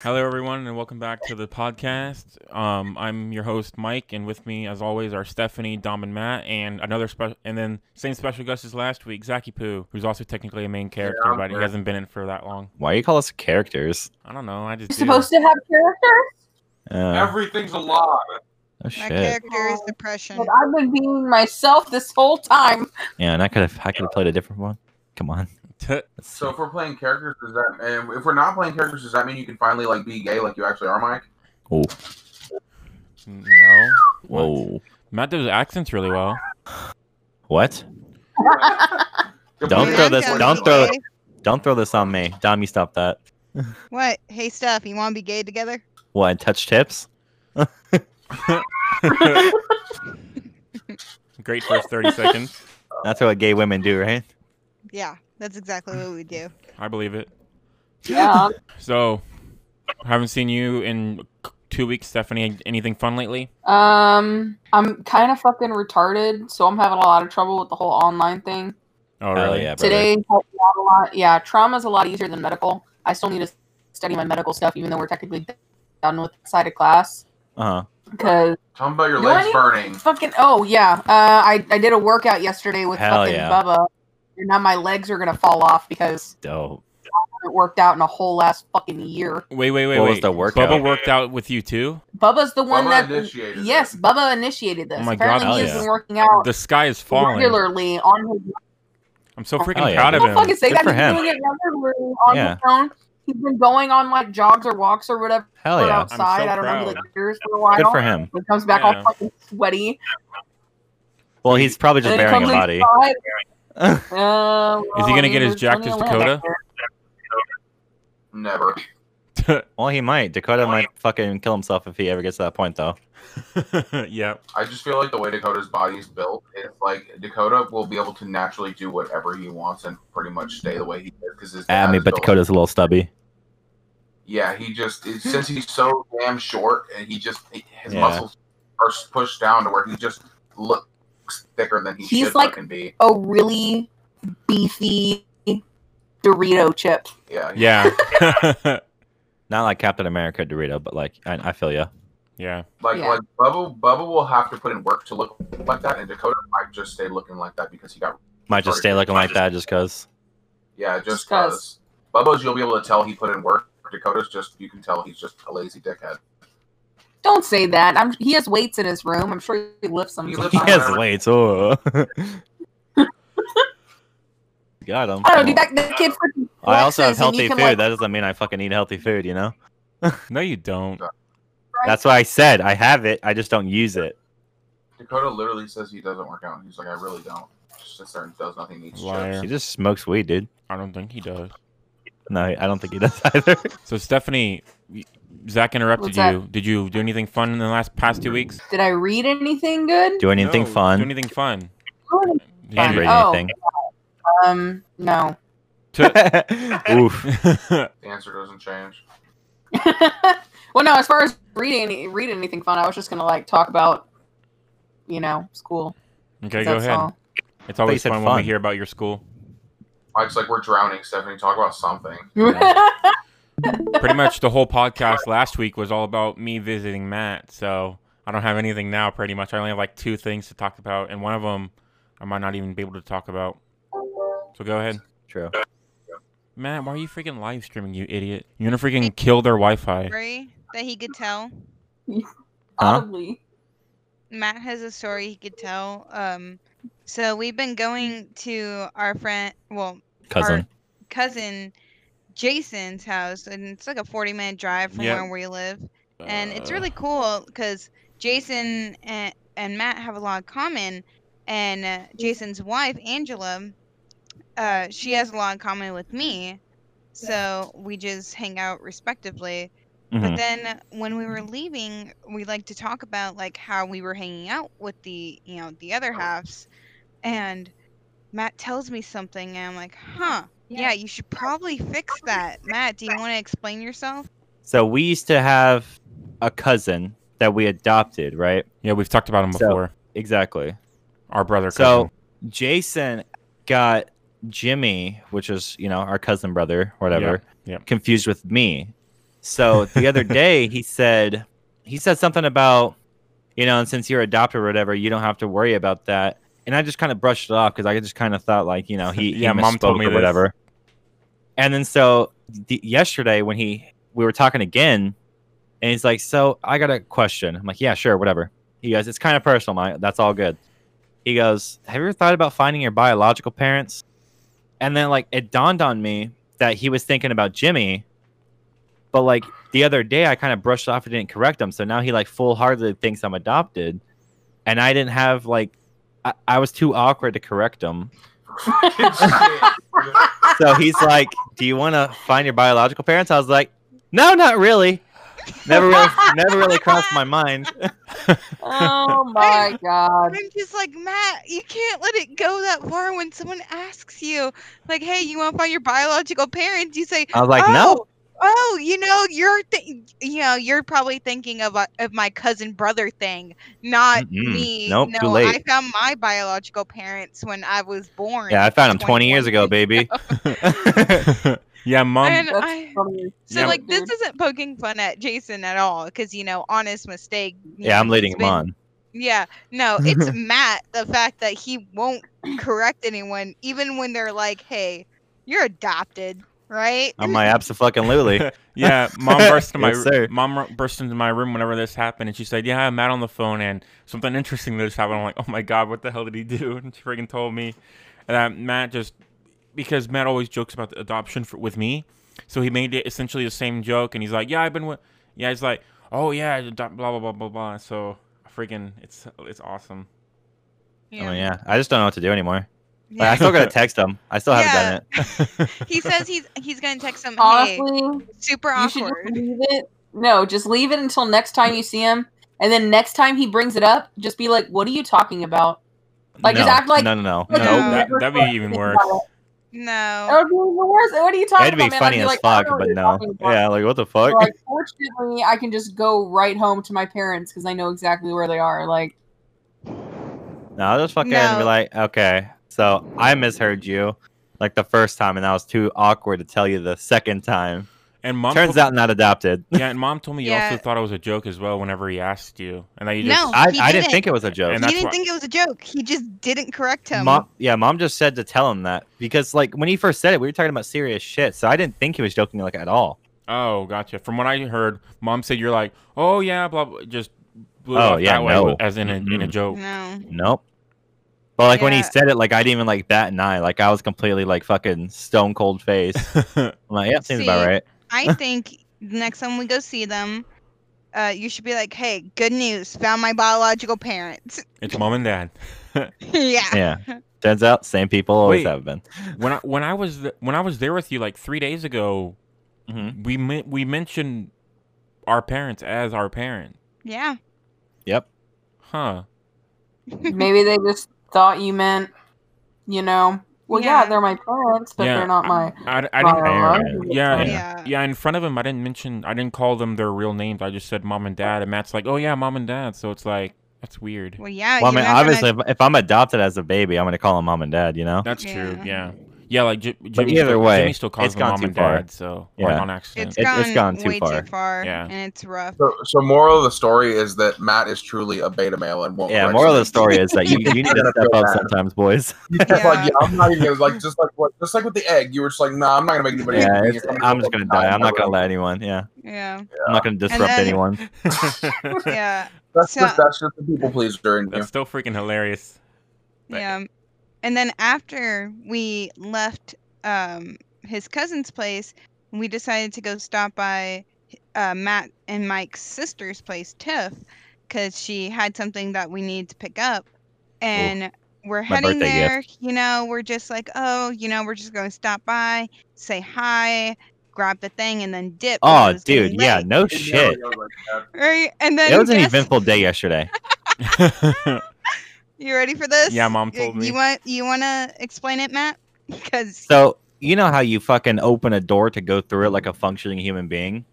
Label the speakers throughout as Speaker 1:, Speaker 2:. Speaker 1: Hello, everyone, and welcome back to the podcast. Um, I'm your host, Mike, and with me, as always, are Stephanie, Dom, and Matt, and another special, and then same special guest as last week, Zaki Poo, who's also technically a main character,
Speaker 2: I'm
Speaker 1: but he
Speaker 2: here.
Speaker 1: hasn't been in for that long.
Speaker 3: Why you call us characters?
Speaker 1: I don't know. I just
Speaker 4: You're
Speaker 1: do.
Speaker 4: supposed to have characters?
Speaker 3: Uh,
Speaker 2: Everything's a lie.
Speaker 3: oh
Speaker 5: My
Speaker 3: shit!
Speaker 5: character is
Speaker 4: Oh.
Speaker 5: depression.
Speaker 4: But I've been being myself this whole time.
Speaker 3: Yeah, and I could have I could have played a different one. Come on.
Speaker 1: T-
Speaker 3: Let's
Speaker 2: So if we're playing characters, does that and if we're not playing characters, does that mean you can finally like be gay like you actually are, Mike?
Speaker 3: Oh,
Speaker 1: no.
Speaker 3: whoa!
Speaker 1: Matt does accents really well.
Speaker 3: What? Don't
Speaker 5: Yeah,
Speaker 3: throw
Speaker 5: I'm
Speaker 3: this-
Speaker 5: down
Speaker 3: don't
Speaker 5: to
Speaker 3: throw
Speaker 5: gay.
Speaker 3: Don't throw this on me, Dom. You stop that.
Speaker 5: What? Hey, Steph, you want to be gay together?
Speaker 3: What? and Touch tips?
Speaker 1: Great first 30 seconds.
Speaker 3: That's what gay women do, right?
Speaker 5: Yeah, that's exactly what we do.
Speaker 1: I believe it.
Speaker 4: Yeah.
Speaker 1: So, haven't seen you in c- two weeks, Stephanie. Anything fun lately?
Speaker 4: Um, I'm kind of fucking retarded, so I'm having a lot of trouble with the whole online thing.
Speaker 1: Oh,
Speaker 3: Hell
Speaker 1: really?
Speaker 3: yeah, brother.
Speaker 4: Today helped me out a lot. Yeah, trauma's a lot easier than medical. I still need to study my medical stuff, even though we're technically done with the side of class.
Speaker 3: Uh
Speaker 4: Because
Speaker 2: Tell them about your
Speaker 4: Do I
Speaker 2: legs
Speaker 4: need-
Speaker 2: burning.
Speaker 4: fucking oh yeah, uh, I I did a workout yesterday with
Speaker 3: Hell
Speaker 4: fucking
Speaker 3: yeah.
Speaker 4: Bubba, and now my legs are gonna fall off because
Speaker 3: huh. Oh,
Speaker 4: I haven't worked out in a whole last fucking year.
Speaker 1: Wait, wait, wait,
Speaker 3: What
Speaker 1: wait.
Speaker 3: was the workout?
Speaker 1: Bubba worked out with you too.
Speaker 4: Bubba's the one
Speaker 2: Bubba
Speaker 4: that
Speaker 2: initiated
Speaker 4: Yes,
Speaker 2: it.
Speaker 4: Bubba initiated this.
Speaker 1: Oh my God,
Speaker 4: Apparently, he
Speaker 3: hell
Speaker 4: has
Speaker 3: yeah.
Speaker 4: been working out
Speaker 1: The sky is falling.
Speaker 4: regularly on his.
Speaker 1: I'm so freaking
Speaker 3: Hell yeah,
Speaker 1: proud of
Speaker 3: dude.
Speaker 4: What the fuck
Speaker 1: him.
Speaker 4: is that?
Speaker 3: Good
Speaker 4: He's
Speaker 3: for
Speaker 4: been
Speaker 3: him.
Speaker 4: doing it regularly on
Speaker 3: Yeah.
Speaker 4: his own. He's been going on like jogs or walks or whatever
Speaker 3: hell yeah!
Speaker 1: so
Speaker 4: outside. I don't know,
Speaker 1: proud.
Speaker 4: he like years for a while.
Speaker 3: Good for him.
Speaker 4: He comes back
Speaker 1: Yeah.
Speaker 4: all fucking sweaty.
Speaker 3: Well, he's probably just
Speaker 4: and then
Speaker 3: burying a
Speaker 4: comes
Speaker 3: body.
Speaker 4: inside.
Speaker 3: body.
Speaker 4: Uh,
Speaker 1: Is he
Speaker 4: well,
Speaker 1: gonna
Speaker 4: I
Speaker 1: get his
Speaker 4: mean,
Speaker 1: Jack
Speaker 4: there's
Speaker 1: as
Speaker 4: plenty of
Speaker 1: Dakota?
Speaker 4: land there.
Speaker 2: Never.
Speaker 3: Well, he might. Dakota might fucking kill himself if he ever gets to that point, though.
Speaker 1: yeah.
Speaker 2: I just feel like the way Dakota's body is built, it's like Dakota will be able to naturally do whatever he wants and pretty much stay the way he is because his.
Speaker 3: Ah,
Speaker 2: dad
Speaker 3: me,
Speaker 2: is
Speaker 3: but
Speaker 2: built-
Speaker 3: Dakota's a little stubby.
Speaker 2: Yeah, he just it, since he's so damn short, and he just his
Speaker 3: Yeah.
Speaker 2: muscles are pushed down to where he just looks thicker than he
Speaker 4: He's
Speaker 2: should
Speaker 4: like-
Speaker 2: fucking be.
Speaker 4: A Oh, really beefy Dorito chip.
Speaker 2: Yeah, he-
Speaker 1: Yeah.
Speaker 3: Not like Captain America Dorito, but like I, I feel ya.
Speaker 1: yeah.
Speaker 2: Like
Speaker 4: Yeah.
Speaker 2: like Bubba Bubba will have to put in work to look like that, and Dakota might just stay looking like that because he got
Speaker 3: Might just stay looking like that just cause.
Speaker 2: yeah, just
Speaker 4: Just 'cause.
Speaker 2: because Bubba's you'll be able to tell he put in work. Dakota's just you can tell he's just a lazy dickhead.
Speaker 4: Don't say that. I'm, he has weights in his room. I'm sure he lifts them.
Speaker 2: He lifts
Speaker 3: He
Speaker 4: sometimes.
Speaker 3: has weights. Oh. Got him.
Speaker 4: I don't know, dude. That, that kid freaking.
Speaker 3: I also have
Speaker 4: flexes and you
Speaker 3: healthy
Speaker 4: can,
Speaker 3: food.
Speaker 4: like,
Speaker 3: that doesn't mean I fucking eat healthy food, you know?
Speaker 1: No, you don't.
Speaker 3: That's why I said I have it. I just don't use it.
Speaker 2: Dakota literally says he doesn't work out. and He's like, I really don't. Just sits there and does nothing. Eats
Speaker 1: Liar.
Speaker 2: chips.
Speaker 3: He just smokes weed, dude.
Speaker 1: I don't think he does.
Speaker 3: No, I don't think he does either.
Speaker 1: So Stephanie, y- Zach interrupted
Speaker 4: What's
Speaker 1: you.
Speaker 4: that?
Speaker 1: Did you do anything fun in the last past two weeks?
Speaker 4: Did I read anything good?
Speaker 3: Do anything
Speaker 1: No,
Speaker 3: fun.
Speaker 1: Do anything fun? Did
Speaker 3: Can't
Speaker 1: you-
Speaker 3: read
Speaker 4: Oh.
Speaker 3: anything.
Speaker 4: Um, no. Oh.
Speaker 3: Oof.
Speaker 2: The answer doesn't change.
Speaker 4: well, no. As far as reading, any, reading anything fun, I was just gonna like talk about, you know, school.
Speaker 1: okay, go
Speaker 4: That's
Speaker 1: ahead.
Speaker 4: all.
Speaker 1: It's always
Speaker 3: said
Speaker 1: fun, when we
Speaker 3: fun.
Speaker 1: hear about your school.
Speaker 2: Mike's like, we're drowning, Stephanie. Talk about something.
Speaker 1: Pretty much the whole podcast last week was all about me visiting Matt. So I don't have anything now. Pretty much, I only have like two things to talk about, and one of them I might not even be able to talk about. So go ahead.
Speaker 3: True.
Speaker 1: Matt, why are you freaking live streaming, you idiot? You're gonna freaking kill their Wi-Fi.
Speaker 5: Story that he could tell.
Speaker 4: Probably.
Speaker 5: Matt has a story he could tell. Um, so we've been going to our friend, well,
Speaker 3: Cousin.
Speaker 5: our cousin Jason's house, and it's like a 40 minute drive from
Speaker 1: Yeah.
Speaker 5: where we live. and it's really cool because Jason and, and Matt have a lot in common, and uh, Jason's wife Angela, uh, she has a lot in common with me, so we just hang out respectively. But
Speaker 3: Mhm.
Speaker 5: then when we were leaving, we like to talk about like how we were hanging out with the you know the other halves, and Matt tells me something, and I'm like, huh. Yeah, you should probably fix that. Matt, do you want to explain yourself?
Speaker 3: So we used to have a cousin that we adopted, right?
Speaker 1: yeah. We've talked about him
Speaker 3: So-
Speaker 1: before.
Speaker 3: Exactly.
Speaker 1: Our brother.
Speaker 3: So Jason got Jimmy, which is you know our cousin brother, whatever,
Speaker 1: Yeah, yeah.
Speaker 3: confused with me. So the other day he said he said something about you know, and since you're adopted or whatever, you don't have to worry about that. And I just kind of brushed it off because I just kind of thought like you know he
Speaker 1: Yeah,
Speaker 3: he
Speaker 1: mom told
Speaker 3: misspoke
Speaker 1: me
Speaker 3: or
Speaker 1: this.
Speaker 3: whatever. And then so the, yesterday when he we were talking again, and he's like, "So I got a question." I'm like, "Yeah, sure, whatever." He goes, "It's kind of personal, Mike. That's all good." He goes, "Have you ever thought about finding your biological parents?" And then like it dawned on me that he was thinking about Jimmy, but like the other day I kind of brushed off and didn't correct him. So now he like full heartedly thinks I'm adopted, and I didn't have like I, I was too awkward to correct him. So he's like, "Do you want to find your biological parents?" I was like, "No, not really." Never really, never really crossed my mind.
Speaker 4: Oh my god.
Speaker 5: I'm just like Matt. You can't let it go that far when someone asks you, like, "Hey, you want to find your biological parents?" You say,
Speaker 3: I was like,
Speaker 5: oh,
Speaker 3: "No."
Speaker 5: Oh, you know, you're th- you know, you're probably thinking of uh, of my cousin brother thing, not
Speaker 3: Mm-mm.
Speaker 5: me.
Speaker 3: Nope,
Speaker 5: no,
Speaker 3: too late.
Speaker 5: I found my biological parents when I was born.
Speaker 3: Yeah, I found him 20 years
Speaker 5: 21
Speaker 3: ago, baby.
Speaker 1: yeah, mom.
Speaker 5: And
Speaker 4: That's
Speaker 5: I,
Speaker 4: funny.
Speaker 5: so
Speaker 1: Yeah.
Speaker 5: like this
Speaker 4: Dude.
Speaker 5: isn't poking fun at Jason at all, because you know, honest mistake. you
Speaker 3: Yeah,
Speaker 5: know,
Speaker 3: I'm
Speaker 5: he's
Speaker 3: leading him
Speaker 5: been-
Speaker 3: on.
Speaker 5: Yeah, no, it's Matt. The fact that he won't correct anyone, even when they're like, "Hey, you're adopted, right?"
Speaker 3: I'm my abso-fucking-lutely.
Speaker 1: Yeah, mom burst into my
Speaker 3: Yes, sir.
Speaker 1: mom ru- burst into my room whenever this happened, and she said, "Yeah, I'm Matt on the phone, and something interesting that just happened." I'm like, "Oh my god, what the hell did he do?" And she freaking told me, and that Matt just because Matt always jokes about the adoption for, with me, so he made it essentially the same joke, and he's like, "Yeah, I've been with," yeah, he's like, "Oh yeah, I adopt- blah blah blah blah blah." So freaking, it's it's awesome.
Speaker 3: Oh yeah, I just don't know what to do anymore. Like,
Speaker 5: Yeah.
Speaker 3: I still gotta text him. I still haven't
Speaker 5: Yeah.
Speaker 3: done it.
Speaker 5: he says he's he's gonna text him. Hey,
Speaker 4: Honestly,
Speaker 5: super
Speaker 4: you should just
Speaker 5: awkward.
Speaker 4: leave it. No, just leave it until next time you see him. And then next time he brings it up, just be like, "What are you talking about?" Like,
Speaker 3: no,
Speaker 4: just act like-
Speaker 3: no, no, no,
Speaker 1: No,
Speaker 5: Like,
Speaker 3: no.
Speaker 5: um,
Speaker 1: that, that'd be even worse.
Speaker 5: No,
Speaker 4: That would be even worse. What are you talking
Speaker 3: It'd be
Speaker 4: about? man?" I'd
Speaker 3: funny as
Speaker 4: like, "I
Speaker 3: fuck,
Speaker 4: don't know what
Speaker 3: but
Speaker 4: you're
Speaker 3: no.
Speaker 4: talking about."
Speaker 3: Yeah, like what the fuck?
Speaker 4: Like, fortunately, I can just go right home to my parents because I know exactly where they are. Like,
Speaker 3: no, I'll just fucking and be
Speaker 5: No.
Speaker 3: like, okay, so I misheard you, like the first time, and I was too awkward to tell you the second time.
Speaker 1: And mom
Speaker 3: Turns
Speaker 1: told-
Speaker 3: out not adopted.
Speaker 1: yeah, and mom told me you
Speaker 5: Yeah.
Speaker 1: also thought it was a joke as well whenever he asked you, and that you
Speaker 5: No.
Speaker 1: just
Speaker 3: I,
Speaker 5: He
Speaker 3: I didn't
Speaker 5: didn't.
Speaker 3: think it was a joke.
Speaker 1: And
Speaker 5: he
Speaker 1: that's
Speaker 5: didn't
Speaker 1: why-
Speaker 5: think it was a joke. He just didn't correct him.
Speaker 3: Mom, yeah, mom just said to tell him that because like when he first said it, we were talking about serious shit, so I didn't think he was joking like at all.
Speaker 1: Oh, gotcha. From what I heard, mom said you're like, oh yeah, blah, blah just blew it
Speaker 3: Oh,
Speaker 1: off
Speaker 3: yeah,
Speaker 1: that way,
Speaker 3: no.
Speaker 1: as in a, in a
Speaker 3: Mm-mm.
Speaker 1: joke.
Speaker 5: No.
Speaker 3: Nope. But like when he
Speaker 5: Yeah.
Speaker 3: said it, like I didn't even like bat an eye. Like I was completely like fucking stone cold face. I'm like, yep, seems about
Speaker 5: See,
Speaker 3: right.
Speaker 5: I think next time we go see them, uh, you should be like, "Hey, good news! Found my biological parents."
Speaker 1: it's mom and dad.
Speaker 5: yeah.
Speaker 3: Yeah. Turns out same people always
Speaker 1: Wait.
Speaker 3: have been.
Speaker 1: When I when I was th- when I was there with you like three days ago,
Speaker 3: Mhm.
Speaker 1: we men- we mentioned our parents as our parent,
Speaker 5: Yeah.
Speaker 3: Yep.
Speaker 1: huh?
Speaker 4: maybe they just thought you meant, you know, well, yeah,
Speaker 5: Yeah.
Speaker 4: they're my parents, but
Speaker 1: Yeah.
Speaker 4: they're not my.
Speaker 1: I, d- I didn't.
Speaker 4: biological
Speaker 1: Yeah.
Speaker 4: parents."
Speaker 5: Yeah.
Speaker 1: Yeah, in front of him, I didn't mention. I didn't call them their real names. I just said mom and dad, and Matt's like, "Oh yeah, mom and dad." So it's like that's weird.
Speaker 5: Well, yeah.
Speaker 3: Well, I
Speaker 5: you're
Speaker 3: mean,
Speaker 5: not gonna-
Speaker 3: obviously, if, if I'm adopted as a baby, I'm gonna call them mom and dad. You know.
Speaker 1: That's true.
Speaker 5: Yeah.
Speaker 1: Yeah, yeah. Like J- Jimmy.
Speaker 3: either
Speaker 1: still,
Speaker 3: way,
Speaker 1: Jimmy still calls
Speaker 3: it's
Speaker 1: them
Speaker 3: gone
Speaker 1: mom
Speaker 3: too
Speaker 1: and
Speaker 3: far.
Speaker 1: dad. So
Speaker 3: Yeah.
Speaker 1: like on accident.
Speaker 5: It's
Speaker 3: It-
Speaker 5: gone,
Speaker 3: it's gone too
Speaker 5: way
Speaker 3: far.
Speaker 5: too far.
Speaker 1: Yeah.
Speaker 5: And it's rough.
Speaker 2: So, so moral of the story is that Matt is truly a beta male and won't.
Speaker 3: Yeah.
Speaker 2: correct
Speaker 3: Moral of the
Speaker 2: you.
Speaker 3: story is that you, you need to step up sometimes, boys.
Speaker 2: It's
Speaker 5: Yeah.
Speaker 2: like, yeah, I'm not even gonna, like just like what just like with the egg, you were just like, nah, I'm not gonna make anybody.
Speaker 3: Yeah.
Speaker 2: hate me.
Speaker 3: It's,
Speaker 2: If
Speaker 3: I'm just gonna die. I'm not gonna let anyone. Yeah.
Speaker 5: Yeah.
Speaker 3: I'm not gonna disrupt
Speaker 5: then-
Speaker 3: anyone.
Speaker 5: Yeah.
Speaker 2: That's
Speaker 5: So-
Speaker 2: just that's just the people pleaser in you.
Speaker 1: That's still freaking hilarious. Right.
Speaker 5: Yeah. And then after we left um, his cousin's place, we decided to go stop by uh, Matt and Mike's sister's place, Tiff, because she had something that we needed to pick up. And we're heading
Speaker 3: birthday
Speaker 5: there. You know, we're just like, oh, you know, we're just going to stop by, say hi, grab the thing, and then dip.
Speaker 3: Oh,
Speaker 5: because it's getting
Speaker 3: dude. Yeah.
Speaker 5: late,
Speaker 3: No shit.
Speaker 5: Right? And then
Speaker 3: It was an
Speaker 5: guess-
Speaker 3: eventful day yesterday.
Speaker 5: You ready for this?
Speaker 1: Yeah, Mom
Speaker 5: Y-
Speaker 1: told me.
Speaker 5: You want you want to explain it, Matt? Because
Speaker 3: So you know how you fucking open a door to go through it like a functioning human being.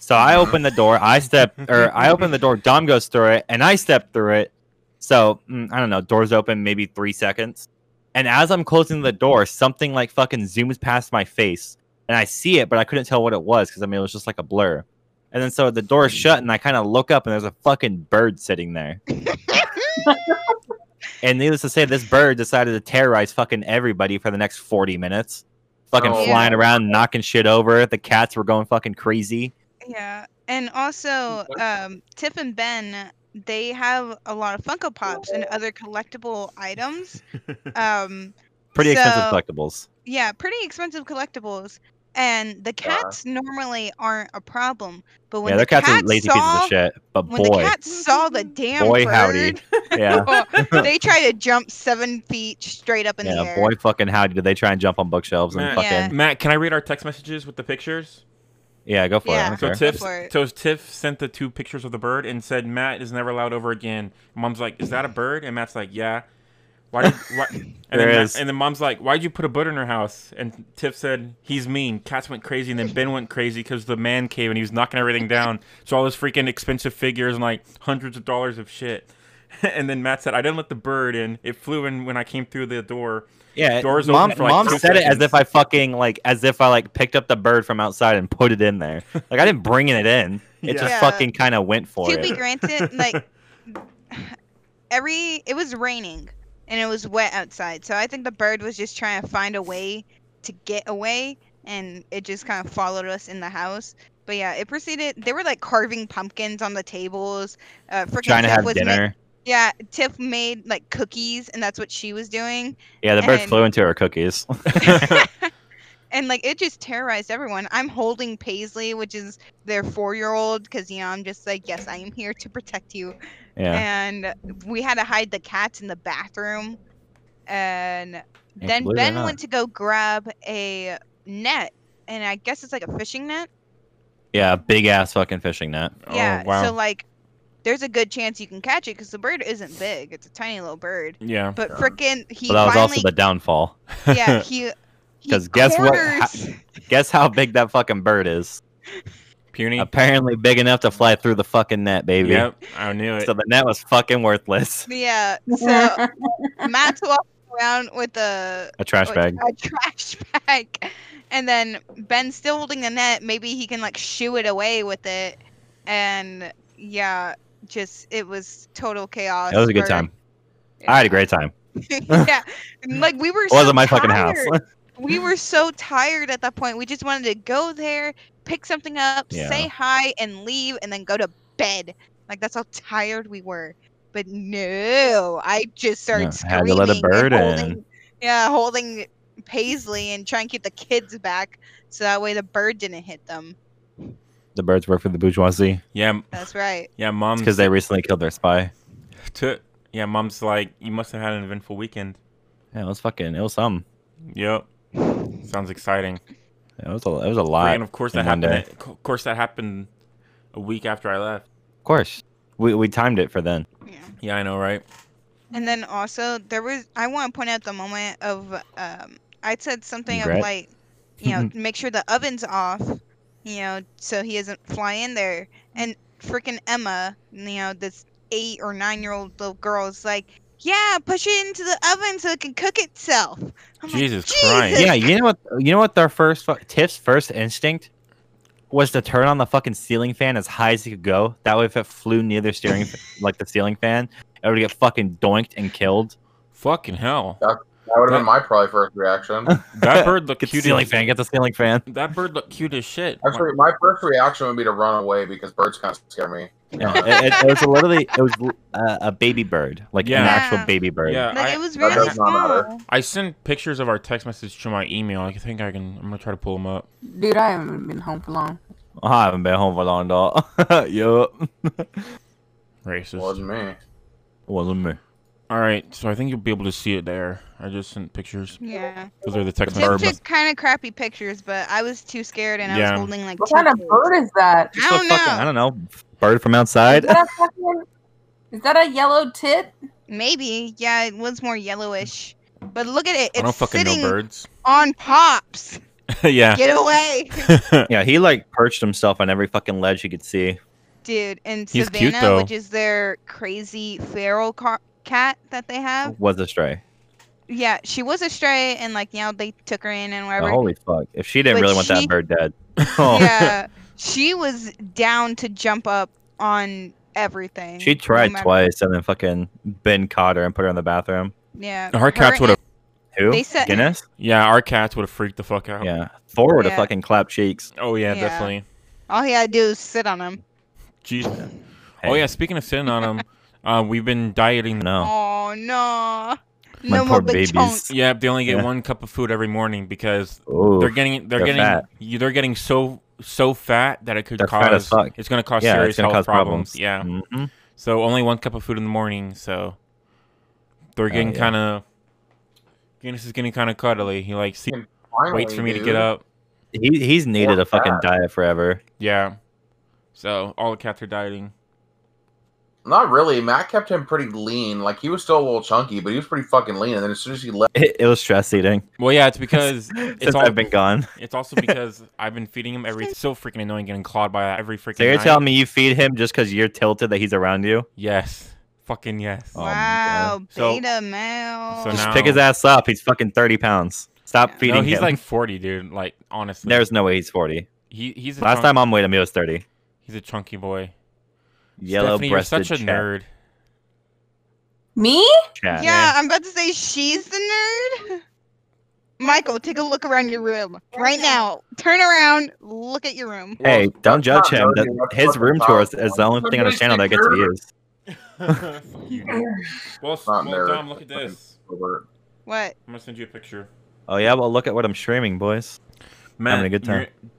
Speaker 3: So I opened the door, I step, or I open the door. Dom goes through it, and I step through it. So mm, I don't know. Doors open, maybe three seconds, and as I'm closing the door, something like fucking zooms past my face, and I see it, but I couldn't tell what it was because I mean it was just like a blur. And then so the door's shut, and I kind of look up, and there's a fucking bird sitting there. and needless to say, this bird decided to terrorize fucking everybody for the next 40 minutes. Fucking
Speaker 2: Oh.
Speaker 3: flying around, knocking shit over. The cats were going fucking crazy.
Speaker 5: Yeah, and also um, Tiff and Ben, they have a lot of Funko Pops and other collectible items. Um,
Speaker 3: Pretty expensive
Speaker 5: So-
Speaker 3: collectibles.
Speaker 5: yeah, pretty expensive collectibles, and the
Speaker 2: Yeah.
Speaker 5: cats normally aren't a problem. But when
Speaker 3: Yeah,
Speaker 5: the
Speaker 3: their cats
Speaker 5: cat
Speaker 3: are lazy
Speaker 5: saw,
Speaker 3: pieces of shit. But
Speaker 5: When the
Speaker 3: boy,
Speaker 5: cat saw the damn
Speaker 3: Boy, howdy.
Speaker 5: bird,
Speaker 3: yeah,
Speaker 5: they try to jump seven feet straight up in the
Speaker 3: yeah,
Speaker 5: air.
Speaker 3: boy, fucking howdy, did they try and jump on bookshelves and
Speaker 1: Man.
Speaker 3: fucking yeah,
Speaker 5: Yeah.
Speaker 1: Matt, can I read our text messages with the pictures?
Speaker 3: go for
Speaker 5: Yeah.
Speaker 3: it. I don't
Speaker 1: So
Speaker 3: care.
Speaker 1: Tiff,
Speaker 5: for it.
Speaker 1: so Tiff sent the two pictures of the bird and said Matt is never allowed over again. And Mom's like, "Is that a bird?" And Matt's like, "Yeah." Why? Did, why? And
Speaker 3: There
Speaker 1: then, Ma-
Speaker 3: is.
Speaker 1: and then Mom's like, "Why'd you put a bird in her house?" And Tiff said, "He's mean." Cats went crazy, and then Ben went crazy because the man came and he was knocking everything down. So all those freaking expensive figures and like hundreds of dollars of shit. And then Matt said, "I didn't let the bird in. It flew in when I came through the door."
Speaker 3: Yeah,
Speaker 1: Doors
Speaker 3: mom,
Speaker 1: open for, like,
Speaker 3: mom
Speaker 1: two
Speaker 3: said it as
Speaker 1: seconds.
Speaker 3: if I fucking like as if I like picked up the bird from outside and put it in there. Like I didn't bring it in. It just
Speaker 5: Yeah.
Speaker 3: fucking kind of went for
Speaker 5: to be
Speaker 3: it.
Speaker 5: granted, like every it was raining and it was wet outside, so I think the bird was just trying to find a way to get away, and it just kind of followed us in the house. But yeah, it proceeded. They were like carving pumpkins on the tables. Uh, freaking
Speaker 3: Trying to
Speaker 5: Tiff
Speaker 3: have
Speaker 5: was ma-
Speaker 3: dinner.
Speaker 5: yeah, Tiff made like cookies, and that's what she was doing.
Speaker 3: yeah, the bird
Speaker 5: and-
Speaker 3: flew into her cookies.
Speaker 5: And like it just terrorized everyone. I'm holding Paisley, which is their four-year-old, because you know I'm just like, yes, I am here to protect you.
Speaker 3: yeah,
Speaker 5: and we had to hide the cats in the bathroom. And then
Speaker 3: believe it or
Speaker 5: Ben
Speaker 3: not.
Speaker 5: went to go grab a net, and I guess it's like a fishing net.
Speaker 3: yeah, big ass fucking fishing net.
Speaker 5: yeah.
Speaker 1: Oh, wow.
Speaker 5: So like, there's a good chance you can catch it because the bird isn't big; it's a tiny little bird.
Speaker 1: yeah.
Speaker 5: But
Speaker 2: Yeah.
Speaker 5: frickin' he
Speaker 3: But that was also
Speaker 5: finally,
Speaker 3: the downfall.
Speaker 5: yeah, he. he
Speaker 3: 'Cause guess what ha-
Speaker 5: corners-
Speaker 3: Guess how big that fucking bird is?
Speaker 1: Puny.
Speaker 3: Apparently big enough to fly through the fucking net, baby.
Speaker 1: Yep. I knew it.
Speaker 3: So the net was fucking worthless.
Speaker 5: yeah. So Matt's walking around with a
Speaker 3: A trash
Speaker 5: like,
Speaker 3: bag.
Speaker 5: A trash bag. And then Ben's still holding the net. Maybe he can like shoo it away with it. And yeah, just it was total chaos.
Speaker 3: That was a good
Speaker 5: for-
Speaker 3: time. I had a great time.
Speaker 5: yeah, and, like we were.
Speaker 3: It wasn't
Speaker 5: so
Speaker 3: my fucking house.
Speaker 5: tired. we were so tired at that point. We just wanted to go there, pick something up,
Speaker 3: Yeah.
Speaker 5: say hi, and leave, and then go to bed. Like that's how tired we were. But no, I just started
Speaker 3: Yeah, had to let a
Speaker 5: screaming and
Speaker 3: bird
Speaker 5: holding-
Speaker 3: in.
Speaker 5: Yeah, holding Paisley and trying to keep the kids back so that way the bird didn't hit them.
Speaker 3: The birds work for the bourgeoisie
Speaker 1: Yeah.
Speaker 5: That's right.
Speaker 1: Yeah. Mom's
Speaker 3: because they recently killed their spy.
Speaker 1: to yeah mom's like you must have had an eventful weekend
Speaker 3: Yeah, it was fucking. It was some.
Speaker 1: yep sounds exciting
Speaker 3: It was a. It was a
Speaker 1: and
Speaker 3: lot.
Speaker 1: of course
Speaker 3: in
Speaker 1: that
Speaker 3: one
Speaker 1: happened at- of course that happened a week after i left
Speaker 3: Of course, we we timed it for then.
Speaker 5: Yeah.
Speaker 1: yeah i know right
Speaker 5: And then also there was I want to point out the moment of um I said something
Speaker 3: Regret?
Speaker 5: of like you know make sure the oven's off you know so he doesn't fly in there and freaking Emma you know this 8 or 9 year old little girl is like yeah push it into the oven so it can cook itself I'm like,
Speaker 1: Jesus Christ.
Speaker 5: "Jesus
Speaker 3: Yeah, you know what? You know what? Their first fu- Tiff's first instinct was to turn on the fucking ceiling fan as high as he could go. That way, if it flew near the steering, f- like the ceiling fan, it would get fucking doinked and killed.
Speaker 1: fucking hell
Speaker 2: That would have been my probably first reaction.
Speaker 1: that bird looked
Speaker 3: Get the
Speaker 1: cute
Speaker 3: ceiling
Speaker 1: as,
Speaker 3: fan. Get the ceiling fan.
Speaker 1: that bird looked cute as shit
Speaker 2: Actually, my first reaction would be to run away because birds kind of scare me.
Speaker 3: No, it, it, it was literally it was uh, a baby bird, like
Speaker 1: Yeah.
Speaker 3: an actual
Speaker 5: Yeah.
Speaker 3: baby bird.
Speaker 1: Yeah.
Speaker 5: Like
Speaker 1: I-
Speaker 5: it was
Speaker 2: That
Speaker 5: really
Speaker 2: does not matter.
Speaker 5: small.
Speaker 1: i sent pictures of our text message to my email i think i can i'm gonna try to pull them up
Speaker 4: Dude, I haven't been home for long.
Speaker 3: I haven't been home for long, dog. yup,
Speaker 2: It
Speaker 1: racist
Speaker 2: wasn't me.
Speaker 3: wasn't me.
Speaker 1: all right so i think you'll be able to see it there i just sent pictures
Speaker 5: Yeah.
Speaker 1: those are the text
Speaker 5: Tim
Speaker 1: messages
Speaker 5: took kind of crappy pictures, but I was too scared and I
Speaker 1: Yeah.
Speaker 5: was holding like
Speaker 4: What
Speaker 5: two
Speaker 4: kind of
Speaker 5: kids.
Speaker 4: bird is that?
Speaker 5: I don't
Speaker 3: a fucking-
Speaker 5: know.
Speaker 3: I don't know. Bird from
Speaker 4: Is
Speaker 3: outside.
Speaker 4: that a, fucking, is that a yellow tit?
Speaker 5: Maybe. Yeah, it was more yellowish. But look at it.
Speaker 1: i don't
Speaker 5: It's
Speaker 1: fucking know
Speaker 5: sitting
Speaker 1: birds
Speaker 5: on pops.
Speaker 1: yeah
Speaker 5: Get away.
Speaker 3: yeah, he like perched himself on every fucking ledge he could see.
Speaker 5: Dude, and
Speaker 1: He's cute,
Speaker 5: Savannah,
Speaker 1: though.
Speaker 5: which is their crazy feral car- cat that they have,
Speaker 3: Was a stray.
Speaker 5: yeah, she was a stray, and like you know they took her in and
Speaker 3: Oh,
Speaker 5: whatever.
Speaker 3: holy fuck! If she didn't
Speaker 5: But
Speaker 3: really want
Speaker 5: she-
Speaker 3: that bird dead, oh,
Speaker 5: Yeah, she was down to jump up on everything.
Speaker 3: she
Speaker 5: no
Speaker 3: tried
Speaker 5: matter-
Speaker 3: twice, and then fucking Ben caught her and put her in the bathroom.
Speaker 5: Yeah,
Speaker 1: Her cats would have.
Speaker 3: Who?
Speaker 5: They said-
Speaker 3: Guinness.
Speaker 1: Yeah, our cats would have freaked the fuck out.
Speaker 3: Yeah, Thor would have
Speaker 5: Yeah.
Speaker 3: fucking clapped cheeks.
Speaker 1: Oh yeah,
Speaker 5: Yeah.
Speaker 1: definitely.
Speaker 5: All he had to do is sit on him.
Speaker 1: Jeez. Oh
Speaker 3: Hey.
Speaker 1: yeah. Speaking of sitting on them, uh, we've been dieting.
Speaker 3: No,
Speaker 5: Oh, no,
Speaker 3: My
Speaker 5: no more
Speaker 3: poor
Speaker 5: big
Speaker 3: babies.
Speaker 5: chunks.
Speaker 1: Yeah, they only get
Speaker 3: Yeah.
Speaker 1: one cup of food every morning because
Speaker 5: Oh.
Speaker 3: Ooh,
Speaker 1: they're getting they're,
Speaker 3: they're
Speaker 1: getting
Speaker 3: fat.
Speaker 1: you they're getting so so fat that it could
Speaker 3: They're
Speaker 1: cause
Speaker 3: fat as fuck.
Speaker 1: it's going to cause
Speaker 3: yeah,
Speaker 1: serious
Speaker 3: it's gonna
Speaker 1: health
Speaker 3: cause
Speaker 1: problems.
Speaker 3: problems.
Speaker 1: Yeah.
Speaker 3: Mhm.
Speaker 1: So only one cup of food in the morning. So they're
Speaker 3: Oh,
Speaker 1: getting
Speaker 3: yeah.
Speaker 1: kind of. Guinness is getting kind of cuddly. He like see,
Speaker 2: Finally,
Speaker 1: waits for me to
Speaker 2: dude.
Speaker 1: get up.
Speaker 3: He he's needed a fucking diet forever.
Speaker 1: Yeah. So all the cats are dieting.
Speaker 2: Not really. Matt kept him pretty lean. Like he was still a little chunky, but he was pretty fucking lean. And then as soon as he left,
Speaker 3: It, it was stress eating
Speaker 1: Well, yeah, it's because
Speaker 3: since
Speaker 1: all-
Speaker 3: I've been gone.
Speaker 1: it's also because I've been feeding him every. It's so freaking annoying getting clawed by every freaking.
Speaker 3: So you're
Speaker 1: night.
Speaker 3: telling me you feed him just because you're tilted that he's around you?
Speaker 1: Yes. Fucking yes.
Speaker 3: Oh my
Speaker 5: wow,
Speaker 3: God.
Speaker 1: So-
Speaker 5: beta male.
Speaker 1: so
Speaker 3: Just
Speaker 1: now-
Speaker 3: pick his ass up. He's fucking thirty pounds. Stop
Speaker 5: No,
Speaker 3: feeding
Speaker 1: no, he's
Speaker 3: him.
Speaker 1: like 40, dude. Like honestly,
Speaker 3: There's no way he's forty.
Speaker 1: he he's a
Speaker 3: Last
Speaker 1: chunk-
Speaker 3: time I'm with him, he was thirty.
Speaker 1: he's a chunky boy.
Speaker 3: Yellow
Speaker 1: Stephanie, you're
Speaker 3: breasted
Speaker 1: such a nerd.
Speaker 4: Me?
Speaker 5: yeah,
Speaker 3: Chat.
Speaker 5: I'm about to say she's the nerd. Michael, take a look around your room right now. Turn around, look at your room.
Speaker 3: Hey,
Speaker 2: Well,
Speaker 3: don't
Speaker 2: that's
Speaker 3: judge him.
Speaker 2: not nerdy,
Speaker 3: That-
Speaker 2: that's
Speaker 3: his
Speaker 2: fucking
Speaker 3: room tour is,
Speaker 2: powerful.
Speaker 3: is the only thing on his channel that gets views.
Speaker 1: well, s- well
Speaker 2: Not nerd.
Speaker 1: Dom, look at this.
Speaker 2: Over.
Speaker 5: What?
Speaker 1: I'm gonna send you a picture.
Speaker 3: Oh yeah, well look at what I'm streaming, boys.
Speaker 1: Matt,
Speaker 3: Having a good time.
Speaker 1: you're-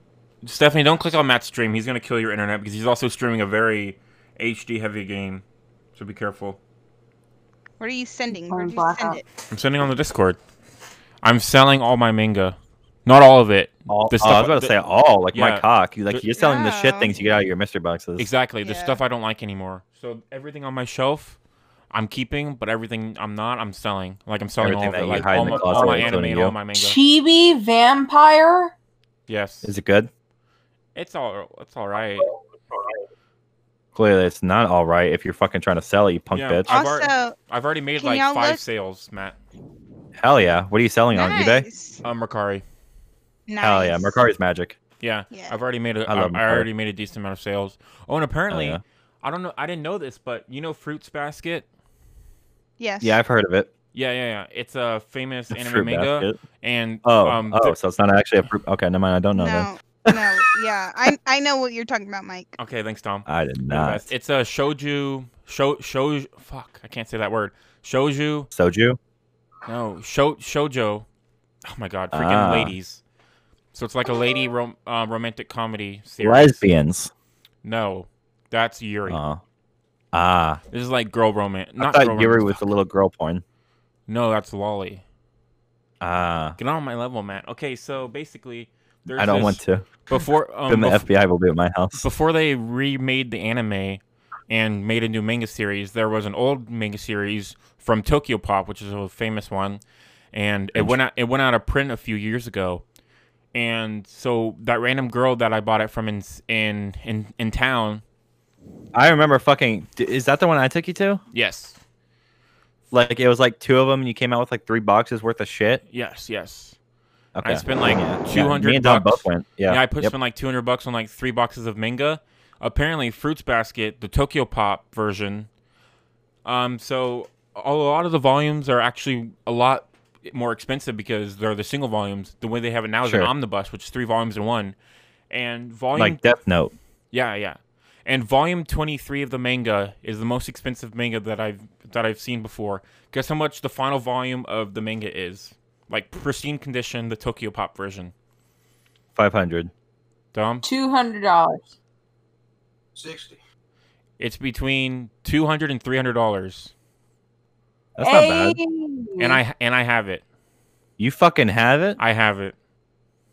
Speaker 1: Stephanie, don't click on Matt's stream. He's gonna kill your internet because he's also streaming a very HD heavy game. So be careful.
Speaker 5: What are you sending?
Speaker 4: Going
Speaker 5: Where'd you
Speaker 4: blackout.
Speaker 5: send it?
Speaker 1: I'm sending on the Discord. I'm selling all my manga. Not all of it.
Speaker 3: All,
Speaker 1: The
Speaker 3: oh, I
Speaker 1: stuff-
Speaker 3: was about
Speaker 1: the-
Speaker 3: to say all, like
Speaker 1: yeah.
Speaker 3: my cock. You like
Speaker 1: The-
Speaker 3: you're selling the shit
Speaker 5: No.
Speaker 3: things you get out of your mystery boxes.
Speaker 1: Exactly. The
Speaker 5: Yeah.
Speaker 1: stuff I don't like anymore. So everything on my shelf, I'm keeping, but everything I'm not, I'm selling. Like I'm selling
Speaker 3: Everything
Speaker 1: all
Speaker 3: that
Speaker 1: of it.
Speaker 3: you
Speaker 1: Like
Speaker 3: hide in
Speaker 1: all
Speaker 3: the
Speaker 1: my,
Speaker 3: closet,
Speaker 1: all my anime
Speaker 3: including
Speaker 1: and all
Speaker 3: you.
Speaker 1: my manga.
Speaker 4: Chibi vampire?
Speaker 1: Yes.
Speaker 3: Is it good?
Speaker 1: It's all it's all right.
Speaker 3: Clearly, it's not all right if you're fucking trying to sell it, you punk
Speaker 1: Yeah.
Speaker 3: bitch.
Speaker 1: I've already-
Speaker 5: Also,
Speaker 1: I've already made
Speaker 5: Can
Speaker 1: like
Speaker 5: y'all
Speaker 1: five
Speaker 5: look-
Speaker 1: sales, Matt.
Speaker 3: Hell yeah! What are you selling on eBay?
Speaker 5: nice.
Speaker 1: Um, Mercari.
Speaker 5: nice.
Speaker 3: Hell yeah, Mercari's magic.
Speaker 1: Yeah,
Speaker 5: Yeah.
Speaker 1: I've already made a.
Speaker 3: I
Speaker 1: I,
Speaker 3: love
Speaker 1: I
Speaker 3: Mercari.
Speaker 1: already made a decent amount of sales. Oh, and apparently,
Speaker 3: yeah.
Speaker 1: I don't know. I didn't know this, but you know, Fruits Basket.
Speaker 5: Yes.
Speaker 3: Yeah, I've heard of it.
Speaker 1: Yeah, yeah, yeah. It's a famous anime
Speaker 3: Fruit
Speaker 1: manga,
Speaker 3: basket.
Speaker 1: and
Speaker 3: Oh,
Speaker 1: um,
Speaker 3: oh,
Speaker 1: th-
Speaker 3: so it's not actually a fruit. Okay, never mind. I don't know. Then.
Speaker 5: No. no. Yeah. I I know what you're talking about, Mike.
Speaker 1: okay, thanks, Tom.
Speaker 3: I did
Speaker 1: You're the
Speaker 3: not.
Speaker 1: best. It's a shoju. Sho shouj. Fuck, I can't say that word. Shoju.
Speaker 3: Soju.
Speaker 1: No, sho shojo. Oh my god, freaking
Speaker 3: Ah.
Speaker 1: ladies. So it's like a lady rom- uh, romantic comedy series.
Speaker 3: Lesbians.
Speaker 1: No, that's Yuri.
Speaker 3: Oh. Ah,
Speaker 1: This is like girl romance.
Speaker 3: I
Speaker 1: Not girl
Speaker 3: thought Yuri
Speaker 1: romance.
Speaker 3: was a little girl porn.
Speaker 1: No, that's Lolly.
Speaker 3: Ah,
Speaker 1: Get on my level, man. Okay, so basically, there's
Speaker 3: I don't
Speaker 1: this-
Speaker 3: want to.
Speaker 1: before um,
Speaker 3: then the
Speaker 1: bef-
Speaker 3: FBI will be at my house.
Speaker 1: before they remade the anime and made a new manga series. There was an old manga series from Tokyo Pop, which is a famous one, and it went out, it went out of print a few years ago. And so that random girl that I bought it from in in in, in town,
Speaker 3: I remember fucking. d- Is that the one I took you to?
Speaker 1: yes,
Speaker 3: Like it was like two of them, and you came out with like three boxes worth of shit.
Speaker 1: yes, yes.
Speaker 3: Okay.
Speaker 1: spent, like,
Speaker 3: Yeah, yeah,
Speaker 1: 200
Speaker 3: Me and Don
Speaker 1: bucks.
Speaker 3: both went.
Speaker 1: Yeah,
Speaker 3: Yeah.
Speaker 1: I put
Speaker 3: Yep.
Speaker 1: spent like two hundred bucks on like three boxes of manga. Apparently, Fruits Basket, the Tokyo Pop version. Um, so a lot of the volumes are actually a lot more expensive because they're the single volumes. The way they have it now is
Speaker 3: Sure.
Speaker 1: an omnibus, which is three volumes in one. And volume,
Speaker 3: like Death Note.
Speaker 1: yeah, yeah. And volume twenty three of the manga is the most expensive manga that I've that I've seen before. Guess how much the final volume of the manga is? Like pristine condition, the Tokyo Pop version.
Speaker 3: Five hundred.
Speaker 1: Dom.
Speaker 4: $200.
Speaker 2: Sixty.
Speaker 1: It's between two hundred and three hundred dollars,
Speaker 3: That's not bad.
Speaker 4: Ayy.
Speaker 1: and I and I have it.
Speaker 3: You fucking have it.
Speaker 1: I have it.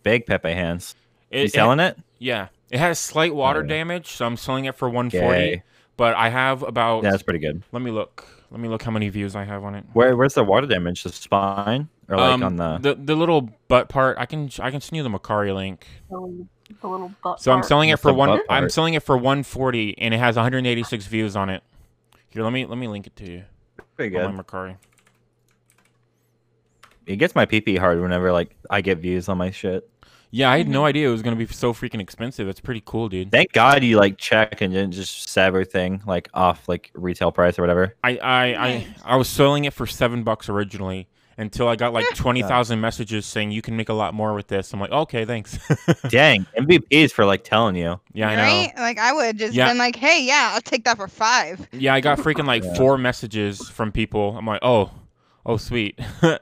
Speaker 3: Big Pepe hands.
Speaker 1: it
Speaker 3: You selling it?
Speaker 1: it- Yeah, it has slight water
Speaker 3: yeah.
Speaker 1: damage, so I'm selling it for one forty.
Speaker 3: Yay.
Speaker 1: But I have about.
Speaker 3: Yeah, that's pretty good.
Speaker 1: let me look. Let me look how many views I have on it.
Speaker 3: Where where's the water damage? The spine or like
Speaker 1: Um,
Speaker 3: on the?
Speaker 1: the little butt part. I can I can send you the Macari link.
Speaker 4: The little- the little butt
Speaker 1: So I'm
Speaker 4: part.
Speaker 1: selling it
Speaker 3: What's
Speaker 1: for
Speaker 3: the
Speaker 1: one.
Speaker 3: butt
Speaker 1: I'm
Speaker 3: part?
Speaker 1: selling it for one forty, and it has one hundred eighty six views on it. Here, let me let me link it to you.
Speaker 3: Pretty
Speaker 1: on
Speaker 3: good.
Speaker 1: my Mercari.
Speaker 3: it gets my PP hard whenever like I get views on my shit.
Speaker 1: Yeah, I had
Speaker 3: Mm-hmm.
Speaker 1: no idea it was gonna be so freaking expensive. That's pretty cool, dude.
Speaker 3: Thank God you like check and didn't just set everything like off like retail price or whatever.
Speaker 1: I I I,
Speaker 5: Nice.
Speaker 1: I was selling it for seven bucks originally until I got like twenty thousand messages saying you can make a lot more with this. I'm like, okay, thanks.
Speaker 3: Dang, MVPs for like telling you.
Speaker 1: yeah, I know.
Speaker 5: right? Like I would have just
Speaker 1: Yeah.
Speaker 5: been like, hey, yeah, I'll take that for five.
Speaker 1: Yeah, I got freaking like
Speaker 3: Yeah.
Speaker 1: four messages from people. I'm like, oh, oh, sweet.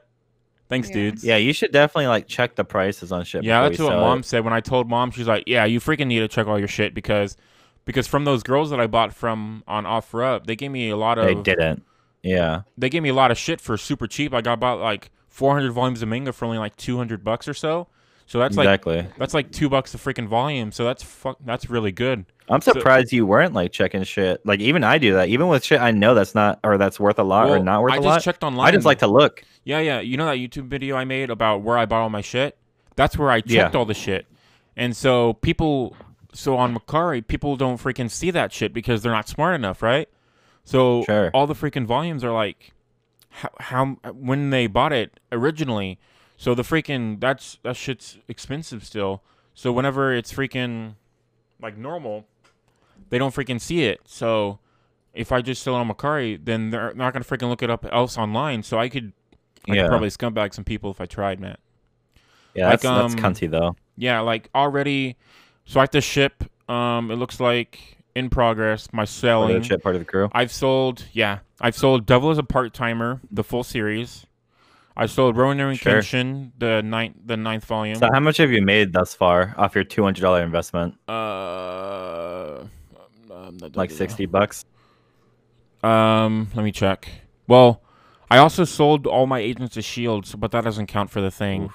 Speaker 1: Thanks,
Speaker 5: Yeah.
Speaker 1: dudes.
Speaker 3: Yeah, you should definitely like check the prices on shit.
Speaker 1: Yeah,
Speaker 3: before
Speaker 1: that's
Speaker 3: you
Speaker 1: what
Speaker 3: sell
Speaker 1: mom
Speaker 3: it.
Speaker 1: said. When I told mom, she's like, "Yeah, you freaking need to check all your shit because, because from those girls that I bought from on OfferUp, they gave me a lot of
Speaker 3: They didn't. Yeah.
Speaker 1: they gave me a lot of shit for super cheap. Like I bought like 400 volumes of manga for only like 200 bucks or so. So that's like
Speaker 3: exactly.
Speaker 1: that's like two bucks a freaking volume. So that's fuck that's really good.
Speaker 3: I'm
Speaker 1: so-
Speaker 3: surprised you weren't like checking shit. Like even I do that. Even with shit I know that's not or that's worth a lot
Speaker 1: Well,
Speaker 3: or not worth
Speaker 1: I
Speaker 3: a
Speaker 1: just
Speaker 3: lot.
Speaker 1: checked online.
Speaker 3: I just like to look.
Speaker 1: Yeah, yeah. You know that YouTube video I made about where I bought all my shit? That's where I
Speaker 3: Yeah.
Speaker 1: checked all the shit. And so people, so on Macari, people don't freaking see that shit because they're not smart enough, right? So
Speaker 3: Sure.
Speaker 1: all the freaking volumes are like, how, how when they bought it originally. So the freaking that's that shit's expensive still. So whenever it's freaking like normal, they don't freaking see it. So if I just sell it on Macari, then they're not gonna freaking look it up else online. So I could, I
Speaker 3: Yeah.
Speaker 1: could probably scumbag some people if I tried, man.
Speaker 3: Yeah,
Speaker 1: Like,
Speaker 3: that's, that's
Speaker 1: um,
Speaker 3: cunty though.
Speaker 1: Yeah, like already. So I have to ship. Um, it looks like in progress. My
Speaker 3: Part of
Speaker 1: selling.
Speaker 3: the shit part of the crew.
Speaker 1: I've sold. Yeah, I've sold Devil as a Part Timer, the full series. I sold Ronin
Speaker 3: Sure.
Speaker 1: Kenshin, the ninth, the ninth volume.
Speaker 3: So how much have you made thus far off your two hundred dollar investment?
Speaker 1: uh, um, da- da-
Speaker 3: Like
Speaker 1: da- da.
Speaker 3: sixty bucks?
Speaker 1: Um, let me check. Well, I also sold all my Agents of Shields, but that doesn't count for the thing.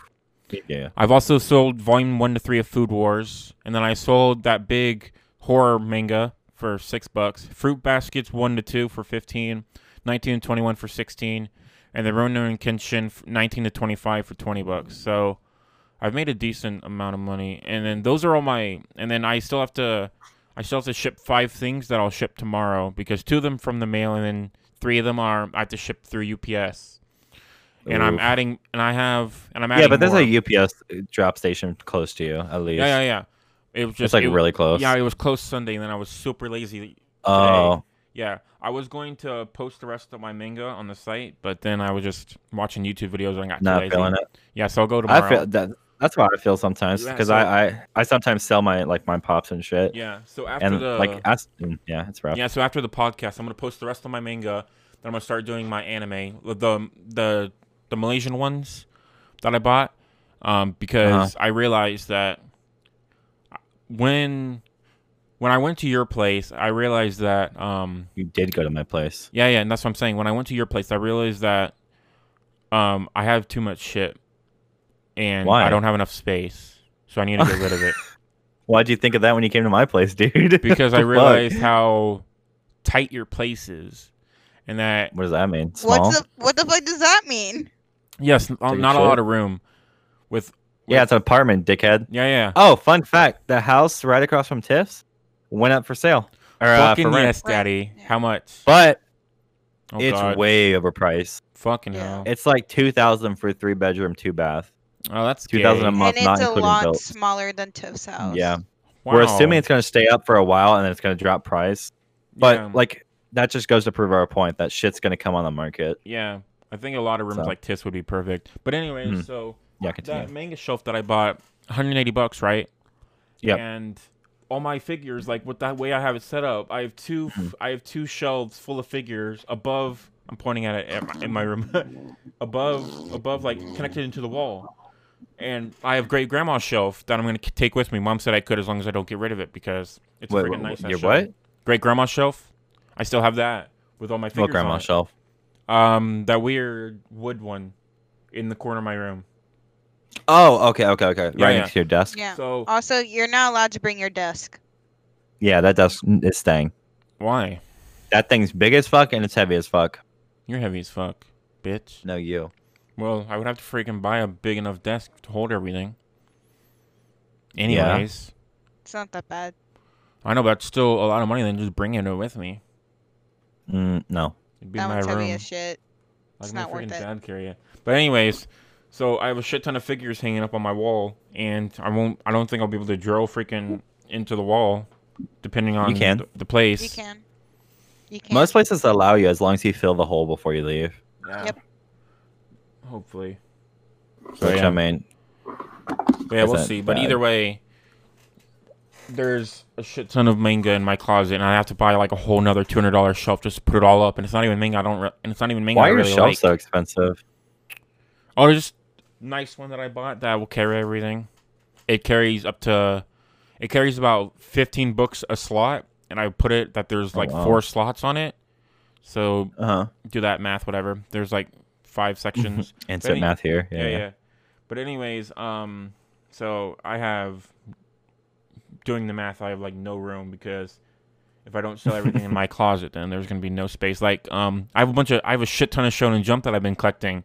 Speaker 3: Yeah.
Speaker 1: I've also sold volume one to three of Food Wars, and then I sold that big horror manga for six bucks. Fruit Baskets one to two for 15, 19 and 21 for 16, and the Ronin and Kenshin f- 19 to 25 for 20 bucks. So I've made a decent amount of money, and then those are all my. And then I still have to, I still have to ship five things that I'll ship tomorrow because two of them from the mail, and then three of them are I have to ship through UPS. And I'm
Speaker 3: Oof.
Speaker 1: adding, and I have, and I'm adding.
Speaker 3: Yeah, but there's
Speaker 1: more.
Speaker 3: a UPS drop station close to you, at least.
Speaker 1: Yeah, yeah, yeah. It was just
Speaker 3: It's like
Speaker 1: it-
Speaker 3: really close.
Speaker 1: Yeah, it was close Sunday, and then I was super lazy.
Speaker 3: oh,
Speaker 1: Yeah, I was going to post the rest of my manga on the site, but then I was just watching YouTube videos and I got too
Speaker 3: not
Speaker 1: lazy.
Speaker 3: feeling it.
Speaker 1: Yeah, so I'll go tomorrow.
Speaker 3: I feel that. That's how I feel sometimes
Speaker 1: Yeah,
Speaker 3: because
Speaker 1: so-
Speaker 3: I, I I sometimes sell my like my pops and shit.
Speaker 1: yeah, so after
Speaker 3: and
Speaker 1: the
Speaker 3: like as, mm, yeah, it's rough.
Speaker 1: yeah, so after the podcast, I'm gonna post the rest of my manga. Then I'm gonna start doing my anime, the the the Malaysian ones that I bought, um, because
Speaker 3: Uh-huh.
Speaker 1: I realized that when when I went to your place, I realized that um,
Speaker 3: You did go to my place.
Speaker 1: Yeah, yeah, and that's what I'm saying. When I went to your place, I realized that um, I have too much shit, and
Speaker 3: Why?
Speaker 1: I don't have enough space, so I need to get rid of it
Speaker 3: Why'd you think of that when you came to my place, dude?
Speaker 1: because I
Speaker 3: Fuck.
Speaker 1: realized how tight your place is, and that
Speaker 3: What does that mean? Small.
Speaker 5: What's the what the fuck does that mean?
Speaker 1: yes, n-
Speaker 3: Take a
Speaker 1: not a
Speaker 3: shit?
Speaker 1: lot of room. With
Speaker 3: yeah, it's an apartment, dickhead.
Speaker 1: yeah, yeah,
Speaker 3: Oh, fun fact: the house right across from Tiff's went up for sale or uh, for
Speaker 1: fucking
Speaker 3: rent,
Speaker 1: yes, daddy. How much?
Speaker 3: but
Speaker 1: Oh,
Speaker 3: it's
Speaker 1: God.
Speaker 3: way overpriced.
Speaker 1: fucking
Speaker 5: Yeah.
Speaker 1: hell.
Speaker 3: It's like two thousand for three bedroom, two bath.
Speaker 1: Oh, that's
Speaker 3: 2,000
Speaker 1: gay.
Speaker 3: a month,
Speaker 5: and
Speaker 3: not
Speaker 5: it's a
Speaker 3: including
Speaker 5: lot
Speaker 3: built.
Speaker 5: smaller than Tiff's house.
Speaker 3: Yeah,
Speaker 1: Wow.
Speaker 3: we're assuming it's gonna stay up for a while and then it's gonna drop price. But
Speaker 1: yeah.
Speaker 3: like that just goes to prove our point that shit's gonna come on the market.
Speaker 1: yeah, I think a lot of rooms
Speaker 3: So.
Speaker 1: like this would be perfect. But anyways,
Speaker 3: Mhm.
Speaker 1: so.
Speaker 3: Yeah, continue.
Speaker 1: that manga shelf that I bought, 180 bucks, right?
Speaker 3: Yep.
Speaker 1: And all my figures, like with that way I have it set up, I have two,
Speaker 3: Mm-hmm.
Speaker 1: f- I have two shelves full of figures above. I'm pointing at it at my, in my room, above, above, like connected into the wall. And I have great grandma's shelf that I'm gonna k- take with me. Mom said I could as long as I don't get rid of it because it's
Speaker 3: Wait,
Speaker 1: a
Speaker 3: wait,
Speaker 1: freaking nice. ass
Speaker 3: your
Speaker 1: shelf.
Speaker 3: what?
Speaker 1: Great grandma's shelf. I still have that with all my figures.
Speaker 3: What
Speaker 1: on
Speaker 3: grandma's
Speaker 1: it.
Speaker 3: shelf?
Speaker 1: Um, that weird wood one in the corner of my room.
Speaker 3: Oh, okay, okay, okay.
Speaker 1: Yeah,
Speaker 3: right
Speaker 1: yeah.
Speaker 3: next to your desk. Yeah,
Speaker 5: Yeah.
Speaker 1: So
Speaker 5: Also, you're not allowed to bring your desk.
Speaker 3: that desk is staying.
Speaker 1: why?
Speaker 3: That thing's big as fuck and it's heavy as fuck.
Speaker 1: You're heavy as fuck, bitch.
Speaker 3: No, you.
Speaker 1: Well, I would have to freaking buy a big enough desk to hold everything. Anyways,
Speaker 5: It's not that bad.
Speaker 1: I know, but it's still a lot of money. Then just bringing it with me.
Speaker 3: Mm, no.
Speaker 1: It'd be
Speaker 5: That
Speaker 1: in my
Speaker 5: one's
Speaker 1: room.
Speaker 5: heavy as shit.
Speaker 1: Like
Speaker 5: It's
Speaker 1: my
Speaker 5: not worth
Speaker 1: freaking
Speaker 5: it.
Speaker 1: dad carry it. But anyways, So I have a shit ton of figures hanging up on my wall, and I won't. I don't think I'll be able to drill freaking into the wall, depending on
Speaker 3: can.
Speaker 1: The, the place.
Speaker 5: You can. You can.
Speaker 3: Most places allow you as long as you fill the hole before you leave.
Speaker 1: Yeah.
Speaker 5: Yep.
Speaker 1: Hopefully. So
Speaker 3: Which
Speaker 1: Oh, yeah,
Speaker 3: I mean,
Speaker 1: But yeah, we'll
Speaker 3: isn't
Speaker 1: see. But
Speaker 3: bad.
Speaker 1: either way, there's a shit ton of manga in my closet, and I have to buy like a whole nother two hundred dollar shelf just to put it all up. And it's not even manga. I don't. Re- and it's not even manga.
Speaker 3: why
Speaker 1: I
Speaker 3: are your
Speaker 1: really
Speaker 3: shelves
Speaker 1: like.
Speaker 3: so expensive?
Speaker 1: Oh, there's just nice one that I bought that will carry everything. It carries up to, it carries about 15 books a slot, and I put it that there's
Speaker 3: Oh,
Speaker 1: like
Speaker 3: wow.
Speaker 1: four slots on it. So
Speaker 3: Uh huh.
Speaker 1: do that math, whatever. There's like five sections.
Speaker 3: Insert
Speaker 1: Any-
Speaker 3: math here.
Speaker 1: yeah, yeah. But anyways, um, so I have doing the math. I have like no room because if I don't sell everything in my closet, then there's gonna be no space. Like, um, I have a bunch of I have a shit ton of Shonen Jump that I've been collecting.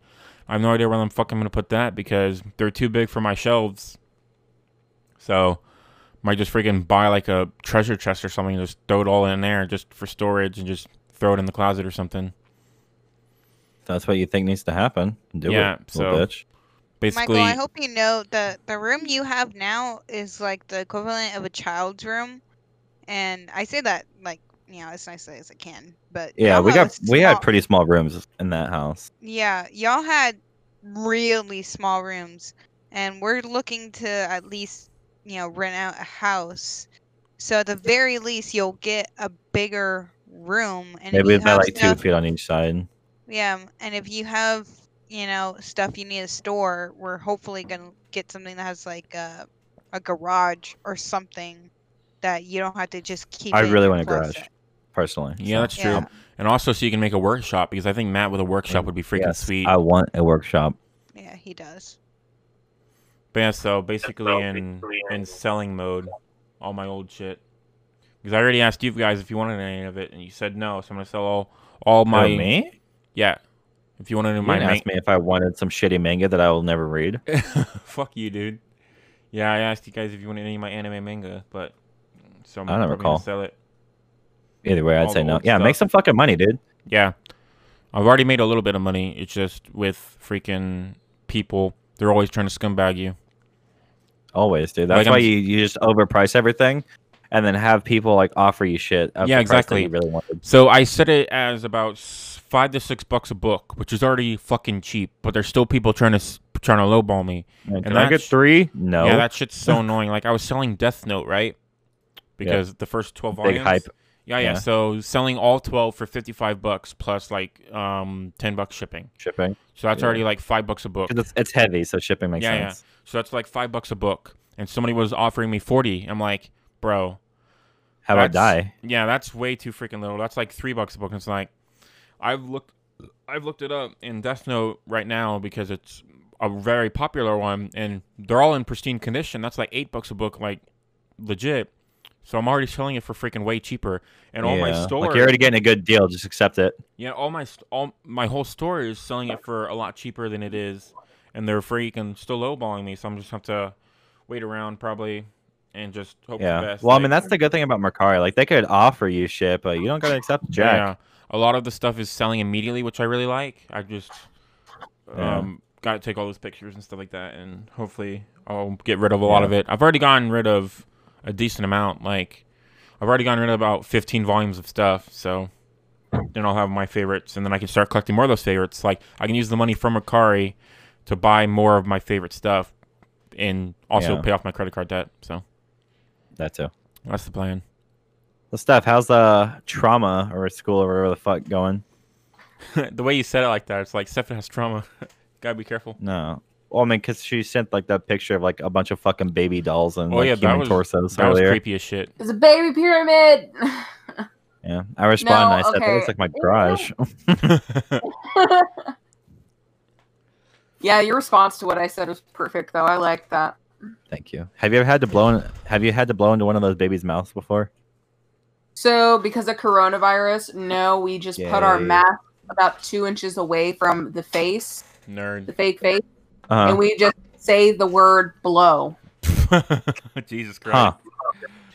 Speaker 1: I have no idea where I'm fucking gonna put that because they're too big for my shelves. So, might just freaking buy like a treasure chest or something and just throw it all in there just for storage and just throw it in the closet or something.
Speaker 3: That's what you think needs to happen. Do
Speaker 1: Yeah,
Speaker 3: it, little
Speaker 1: so-
Speaker 3: bitch.
Speaker 1: Basically,
Speaker 5: Michael, I hope you know the the room you have now is like the equivalent of a child's room, and I say that like you know as nicely as I can, but
Speaker 3: Yeah,
Speaker 5: y'all
Speaker 3: we
Speaker 5: have
Speaker 3: got
Speaker 5: a
Speaker 3: we
Speaker 5: small-
Speaker 3: had pretty small rooms in that house.
Speaker 5: Yeah, y'all had really small rooms, and we're looking to at least, you know, rent out a house. So at the very least, you'll get a bigger room, and if
Speaker 3: Maybe
Speaker 5: you
Speaker 3: about
Speaker 5: have
Speaker 3: like two
Speaker 5: stuff,
Speaker 3: feet on each side.
Speaker 5: yeah, and if you have, you know, stuff you need to store, we're hopefully gonna get something that has like a a garage or something that you don't have to just keep.
Speaker 3: I
Speaker 5: it in
Speaker 3: really
Speaker 5: your
Speaker 3: want a garage.
Speaker 5: closet.
Speaker 3: Personally,
Speaker 1: yeah, that's true.
Speaker 5: Yeah.
Speaker 1: And also, so you can make a workshop because I think Matt with a workshop would be freaking
Speaker 3: Yes,
Speaker 1: sweet.
Speaker 3: I want a workshop.
Speaker 5: Yeah, he does.
Speaker 1: but yeah, so basically
Speaker 6: so
Speaker 1: in
Speaker 6: basically
Speaker 1: in
Speaker 6: in-
Speaker 1: selling mode, all my old shit. Because I already asked you guys if you wanted any of it, and you said no. So I'm gonna sell all all my
Speaker 3: Oh, me?
Speaker 1: yeah. If you want to do
Speaker 3: You
Speaker 1: my
Speaker 3: didn't
Speaker 1: main,
Speaker 3: ask me if I wanted some shitty manga that I will never read.
Speaker 1: fuck you, dude. Yeah, I asked you guys if you wanted any of my anime manga, but so I'm
Speaker 3: I don't
Speaker 1: probably
Speaker 3: recall.
Speaker 1: gonna sell it.
Speaker 3: Either way, I'd
Speaker 1: All
Speaker 3: say
Speaker 1: the
Speaker 3: no.
Speaker 1: old
Speaker 3: Yeah, make
Speaker 1: stuff.
Speaker 3: some fucking money, dude.
Speaker 1: Yeah. I've already made a little bit of money. It's just with freaking people, they're always trying to scumbag you.
Speaker 3: Always, dude. That's
Speaker 1: Like, I'm
Speaker 3: why
Speaker 1: s-
Speaker 3: you, you just overprice everything, and then have people like offer you shit. at
Speaker 1: Yeah,
Speaker 3: the price that
Speaker 1: exactly.
Speaker 3: You really wanted.
Speaker 1: So I set it as about s- five to six bucks a book, which is already fucking cheap. But there's still people trying to s- trying to lowball me.
Speaker 3: And can
Speaker 1: And
Speaker 3: I get
Speaker 1: that's-
Speaker 3: three? No.
Speaker 1: Yeah, that shit's so annoying. Like I was selling Death Note, right? Because the first twelve
Speaker 3: Big
Speaker 1: volumes.
Speaker 3: hype.
Speaker 1: Yeah, yeah,
Speaker 3: Yeah.
Speaker 1: So selling all twelve for fifty five bucks plus like um ten bucks shipping.
Speaker 3: shipping.
Speaker 1: So that's
Speaker 3: Yeah.
Speaker 1: already like five bucks a book.
Speaker 3: 'Cause It's, it's heavy, so shipping makes
Speaker 1: Oh. Yeah, yeah.
Speaker 3: sense.
Speaker 1: So that's like five bucks a book. And somebody was offering me forty. I'm like, bro,
Speaker 3: How about
Speaker 1: That's-
Speaker 3: die?
Speaker 1: Yeah, that's way too freaking little. That's like three bucks a book. And it's like I've looked, I've looked it up in Death Note right now because it's a very popular one, and they're all in pristine condition. That's like eight bucks a book, like legit. So I'm already selling it for freaking way cheaper, and all my
Speaker 3: Yeah.
Speaker 1: store,
Speaker 3: Like you're already getting a good deal. Just accept it.
Speaker 1: yeah, all my st- all my whole store is selling it for a lot cheaper than it is, and they're freaking still lowballing me. So I'm just have to wait around probably, and just hope
Speaker 3: yeah.
Speaker 1: for the best.
Speaker 3: Well, I
Speaker 1: like-
Speaker 3: mean, that's the good thing about Mercari. Like they could offer you shit, but you don't gotta accept jack.
Speaker 1: Yeah. A lot of the stuff is selling immediately, which I really like. I just
Speaker 3: Yeah.
Speaker 1: um got to take all those pictures and stuff like that and hopefully I'll get rid of a lot of it. I've already gotten rid of a decent amount. Like I've already gotten rid of about 15 volumes of stuff, so then I'll have my favorites and then I can start collecting more of those favorites. Like I can use the money from Mercari to buy more of my favorite stuff and also
Speaker 3: Yeah.
Speaker 1: pay off my credit card debt. So
Speaker 3: That too.
Speaker 1: that's the plan.
Speaker 3: Well, Steph, how's the trauma or school or whatever the fuck going?
Speaker 1: the way you said it like that, it's like Stefan has trauma. Gotta be careful.
Speaker 3: No. Well, I mean, because she sent like that picture of like a bunch of fucking baby dolls and
Speaker 1: Oh,
Speaker 3: like,
Speaker 1: yeah, that
Speaker 3: human
Speaker 1: was-
Speaker 3: torsos
Speaker 1: That was
Speaker 3: earlier.
Speaker 1: creepy as shit.
Speaker 4: It's a baby pyramid.
Speaker 3: Yeah, I responded.
Speaker 4: No,
Speaker 3: and I said that
Speaker 4: okay.
Speaker 3: looks like my garage.
Speaker 4: yeah, your response to what I said was perfect, though. I like that.
Speaker 3: Thank you. Have you ever had to blow? In, have you had to blow into one of those babies' mouths before?
Speaker 4: So, because of coronavirus, no, we just put our
Speaker 3: Yay.
Speaker 4: mask about two inches away from the face, the
Speaker 1: Nerd.
Speaker 4: fake face,
Speaker 3: Uh,
Speaker 4: and we just say the word blow.
Speaker 1: Jesus Christ.
Speaker 3: huh?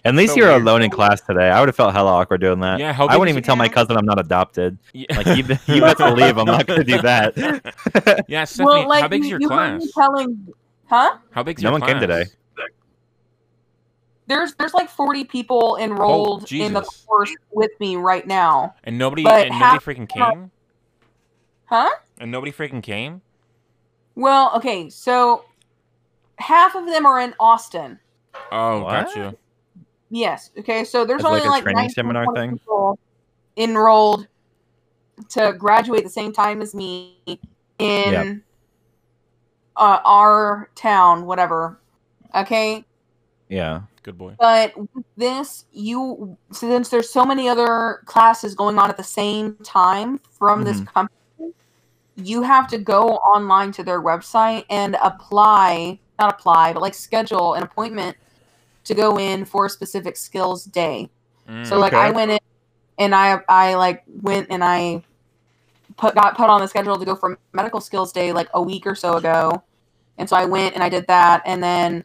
Speaker 3: At least
Speaker 1: So
Speaker 3: you were
Speaker 1: weird.
Speaker 3: alone in class today. I would have felt hella awkward doing that.
Speaker 1: Yeah, how
Speaker 3: I
Speaker 1: could
Speaker 3: wouldn't
Speaker 1: you-
Speaker 3: even tell my
Speaker 5: Yeah.
Speaker 3: cousin I'm not adopted.
Speaker 1: Yeah.
Speaker 3: Like you, you have to leave. I'm not gonna do that.
Speaker 1: yeah, Stephanie,
Speaker 4: Well, like
Speaker 1: how big's
Speaker 4: you,
Speaker 1: your
Speaker 4: you heard
Speaker 1: class?
Speaker 4: me telling, huh?
Speaker 1: How big's
Speaker 3: No
Speaker 1: your
Speaker 3: one came
Speaker 1: class?
Speaker 3: today.
Speaker 4: There's there's like 40 people enrolled in the
Speaker 1: Jesus.
Speaker 4: course with me right now,
Speaker 1: And nobody
Speaker 4: But
Speaker 1: and
Speaker 4: half-
Speaker 1: nobody freaking came?
Speaker 4: huh?
Speaker 1: And nobody freaking came?
Speaker 4: Well, okay, so half of them are in Austin.
Speaker 1: Oh,
Speaker 3: What?
Speaker 1: gotcha.
Speaker 4: Yes. Okay. So there's
Speaker 3: As,
Speaker 4: only
Speaker 3: like,
Speaker 4: like,
Speaker 3: a training
Speaker 4: 19
Speaker 3: seminar
Speaker 4: people
Speaker 3: thing?
Speaker 4: enrolled to graduate the same time as me in uh, our town, whatever. Okay.
Speaker 3: Yeah.
Speaker 1: Good boy.
Speaker 4: But with this, you since there's so many other classes going on at the same time from this
Speaker 3: Mm-hmm.
Speaker 4: company, you have to go online to their website and apply, not apply, but like schedule an appointment to go in for a specific skills day.
Speaker 1: Mm.
Speaker 4: So like
Speaker 3: Okay.
Speaker 4: I went in and I I like went and I put got put on the schedule to go for medical skills day like a week or so ago. And so I went and I did that and then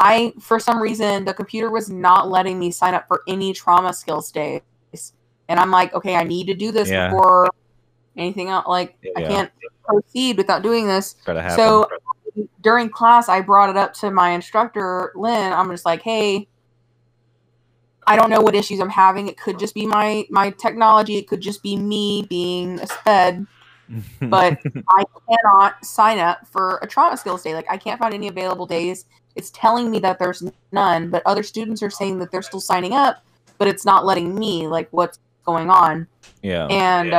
Speaker 4: I for some reason the computer was not letting me sign up for any trauma skills days. And I'm like, okay, I need to do this
Speaker 3: Yeah.
Speaker 4: before anything else like I
Speaker 3: Yeah.
Speaker 4: can't proceed without doing this.
Speaker 3: Gotta happen.
Speaker 4: So during class, I brought it up to my instructor, Lynn. I'm just like, hey, I don't know what issues I'm having. It could just be my my technology. It could just be me being a sped, but I cannot sign up for a trauma skills day. Like I can't find any available days. It's telling me that there's none, but other students are saying that they're still signing up, but it's not letting me. Like what's going on?
Speaker 3: yeah.
Speaker 4: and uh,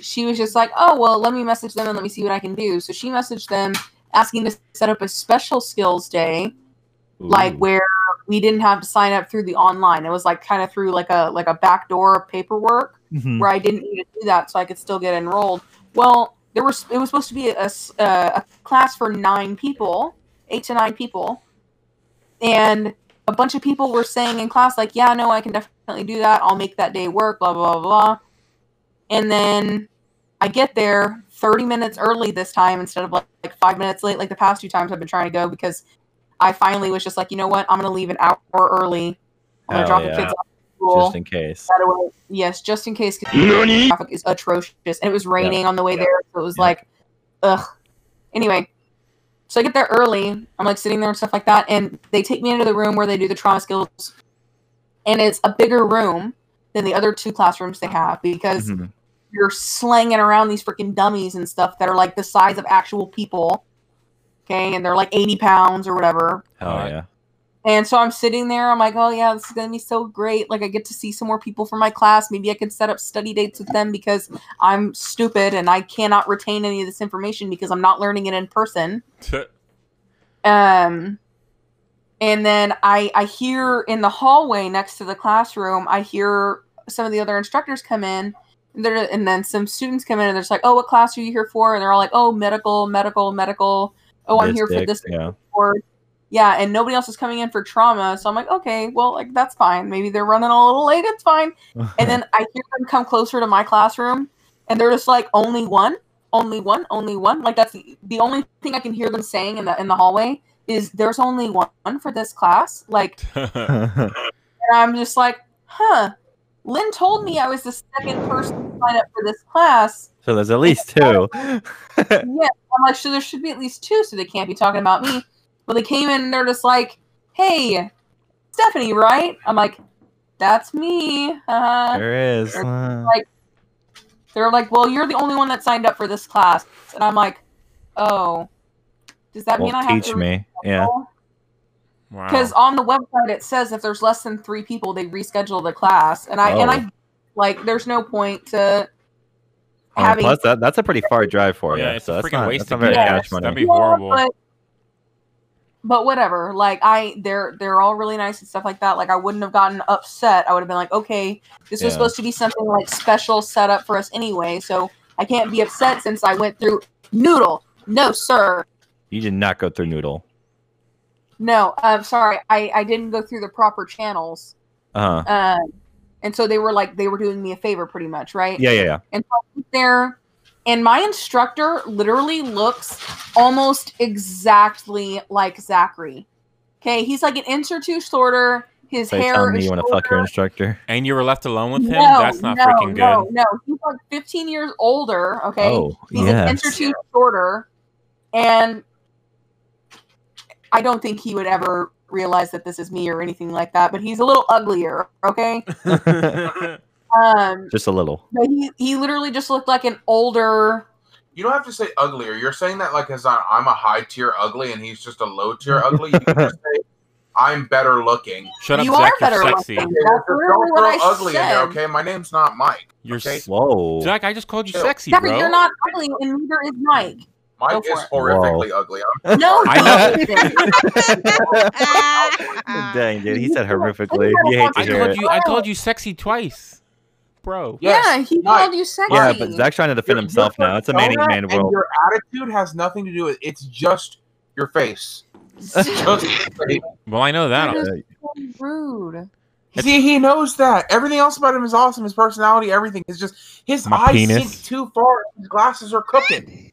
Speaker 4: she was just like, "Oh well, let me message them and let me see what I can do." So she messaged them asking to set up a special skills day, like
Speaker 3: Ooh.
Speaker 4: where we didn't have to sign up through the online. It was like kind of through like a like a back door of paperwork
Speaker 1: Mm-hmm.
Speaker 3: Mhm.
Speaker 4: where I didn't need to do that, so I could still get enrolled. Well, there was it was supposed to be a, s- uh, a class for nine people, eight to nine people, and a bunch of people were saying in class like, "Yeah, no, I can definitely do that. I'll make that day work." Blah blah blah. blah. And then I get there 30 minutes early this time instead of like, like five minutes late, like the past two times I've been trying to go because I finally was just like, you know what, I'm gonna leave an hour early. I'm gonna
Speaker 3: Hell
Speaker 4: drop
Speaker 3: yeah.
Speaker 4: the kids off at school
Speaker 3: just in case.
Speaker 4: by the way, yes, just in case 'cause traffic is atrocious, and it was raining on the way there, so it was
Speaker 3: Yeah.
Speaker 4: like, ugh. Anyway, so I get there early. I'm like sitting there and stuff like that, and they take me into the room where they do the trauma skills, and it's a bigger room than the other two classrooms they have because
Speaker 1: Mm-hmm.
Speaker 3: Mhm.
Speaker 4: you're slanging around these freaking dummies and stuff that are like the size of actual people. Okay, and they're like 80 pounds or whatever.
Speaker 3: Hell Oh, yeah.
Speaker 4: And so I'm sitting there. I'm like, oh yeah, this is gonna be so great. Like I get to see some more people from my class. Maybe I can set up study dates with them because I'm stupid and I cannot retain any of this information because I'm not learning it in person. Um, and then I I hear in the hallway next to the classroom, I hear some of the other instructors come in. And, they're- and then some students come in and they're just like, oh, what class are you here for? And they're all like, oh, medical, medical, medical. Oh, I'm
Speaker 3: This
Speaker 4: here for
Speaker 3: dick,
Speaker 4: this
Speaker 3: Yeah.
Speaker 4: or yeah, and nobody else is coming in for trauma. So I'm like, okay, well, like that's fine. Maybe they're running a little late. It's fine. And then I hear them come closer to my classroom, and they're just like, only one, only one, only one. Like that's the, the only thing I can hear them saying in the in the hallway is there's only one for this class. Like, and I'm just like, huh. Lynn told me I was the second person to sign up for this class.
Speaker 3: so there's at least two.
Speaker 4: yeah, I'm like, so there should be at least two, so they can't be talking about me. Well, they came in and they're just like, hey, Stephanie, right? I'm like, that's me. Uh-huh.
Speaker 3: There is.
Speaker 4: They're like, well, you're the only one that signed up for this class. And I'm like, oh, does that mean I
Speaker 3: Won't
Speaker 4: have
Speaker 3: teach
Speaker 4: to
Speaker 3: me. Yeah.
Speaker 1: wow.
Speaker 4: Because on the website it says if there's less than three people, they reschedule the class. And I and
Speaker 3: Oh.
Speaker 4: I like, there's no point to
Speaker 3: Oh,
Speaker 4: having
Speaker 3: plus, that, that's a pretty far drive for you.
Speaker 1: Yeah, it's a
Speaker 3: so that's
Speaker 1: freaking
Speaker 3: not,
Speaker 1: waste
Speaker 3: that's not
Speaker 1: of
Speaker 3: very
Speaker 4: gas.
Speaker 3: cash money.
Speaker 1: That'd be
Speaker 4: Yeah,
Speaker 1: horrible.
Speaker 4: But, but whatever. Like I they're they're all really nice and stuff like that. Like I wouldn't have gotten upset. I would have been like, okay, this
Speaker 3: Yeah.
Speaker 4: was supposed to be something like special set up for us anyway, so I can't be upset since I went through noodle. No, sir.
Speaker 3: you did not go through Noodle.
Speaker 4: No, I'm sorry. I, I didn't go through the proper channels.
Speaker 3: Uh huh.
Speaker 4: Um, and so they were like they were doing me a favor pretty much, right?
Speaker 3: Yeah, yeah, yeah.
Speaker 4: and so I went there and my instructor literally looks almost exactly like zachary okay he's like an inch or two shorter His
Speaker 3: Say,
Speaker 4: hair.
Speaker 3: telling me
Speaker 4: his
Speaker 3: you want to fuck your
Speaker 4: shoulder-
Speaker 3: instructor.
Speaker 1: and you were left alone with him.
Speaker 4: No,
Speaker 1: That's not
Speaker 4: no,
Speaker 1: freaking good.
Speaker 4: No, no, he's like 15 years older. Okay,
Speaker 3: Oh,
Speaker 4: he's an inch or
Speaker 3: yes.
Speaker 4: two shorter, and I don't think he would ever realize that this is me or anything like that. But he's a little uglier. Okay, um,
Speaker 3: Just a little.
Speaker 4: but he he literally just looked like an older.
Speaker 2: You don't have to say uglier. You're saying that like as I- I'm a high tier ugly and he's just a low tier ugly. You can just say I'm better looking.
Speaker 1: Shut up,
Speaker 4: you
Speaker 1: Zach.
Speaker 4: are
Speaker 1: You're
Speaker 4: better
Speaker 1: sexy.
Speaker 4: looking.
Speaker 2: Okay,
Speaker 4: That's
Speaker 2: just
Speaker 4: literally
Speaker 2: don't
Speaker 4: what
Speaker 2: throw
Speaker 4: I
Speaker 2: ugly in there,
Speaker 4: said.
Speaker 2: okay? My name's not Mike.
Speaker 1: You're
Speaker 2: Okay.
Speaker 1: s-
Speaker 3: Whoa.
Speaker 1: Zach. I just called you
Speaker 2: Chill.
Speaker 1: sexy,
Speaker 4: Zachary,
Speaker 1: bro.
Speaker 4: you're not ugly, and neither is Mike. Go
Speaker 2: Mike
Speaker 4: for
Speaker 2: is
Speaker 4: it.
Speaker 2: horrifically ugly. I'm
Speaker 4: No,
Speaker 2: sorry.
Speaker 1: I know.
Speaker 5: Ah.
Speaker 3: Dang, dude. He said horrifically.
Speaker 4: You
Speaker 3: You hate to
Speaker 1: I
Speaker 3: hear
Speaker 1: called
Speaker 3: it.
Speaker 1: you. I called you sexy twice, bro.
Speaker 2: Yes,
Speaker 4: yeah, he
Speaker 2: Mike.
Speaker 4: called you sexy.
Speaker 2: Yeah,
Speaker 3: Yeah, but Zach's trying to defend
Speaker 2: Your-
Speaker 3: himself
Speaker 2: your
Speaker 3: now. It's a man eating
Speaker 2: persona
Speaker 3: man
Speaker 2: and
Speaker 3: world.
Speaker 2: Your attitude has nothing to do with it's just your face. Just-
Speaker 1: Well, I know that.
Speaker 4: You're just so rude.
Speaker 2: See, he knows that. Everything else about him is awesome. His personality, everything is just his
Speaker 1: My
Speaker 2: eyes
Speaker 1: penis.
Speaker 2: sink too far. His glasses are cooking.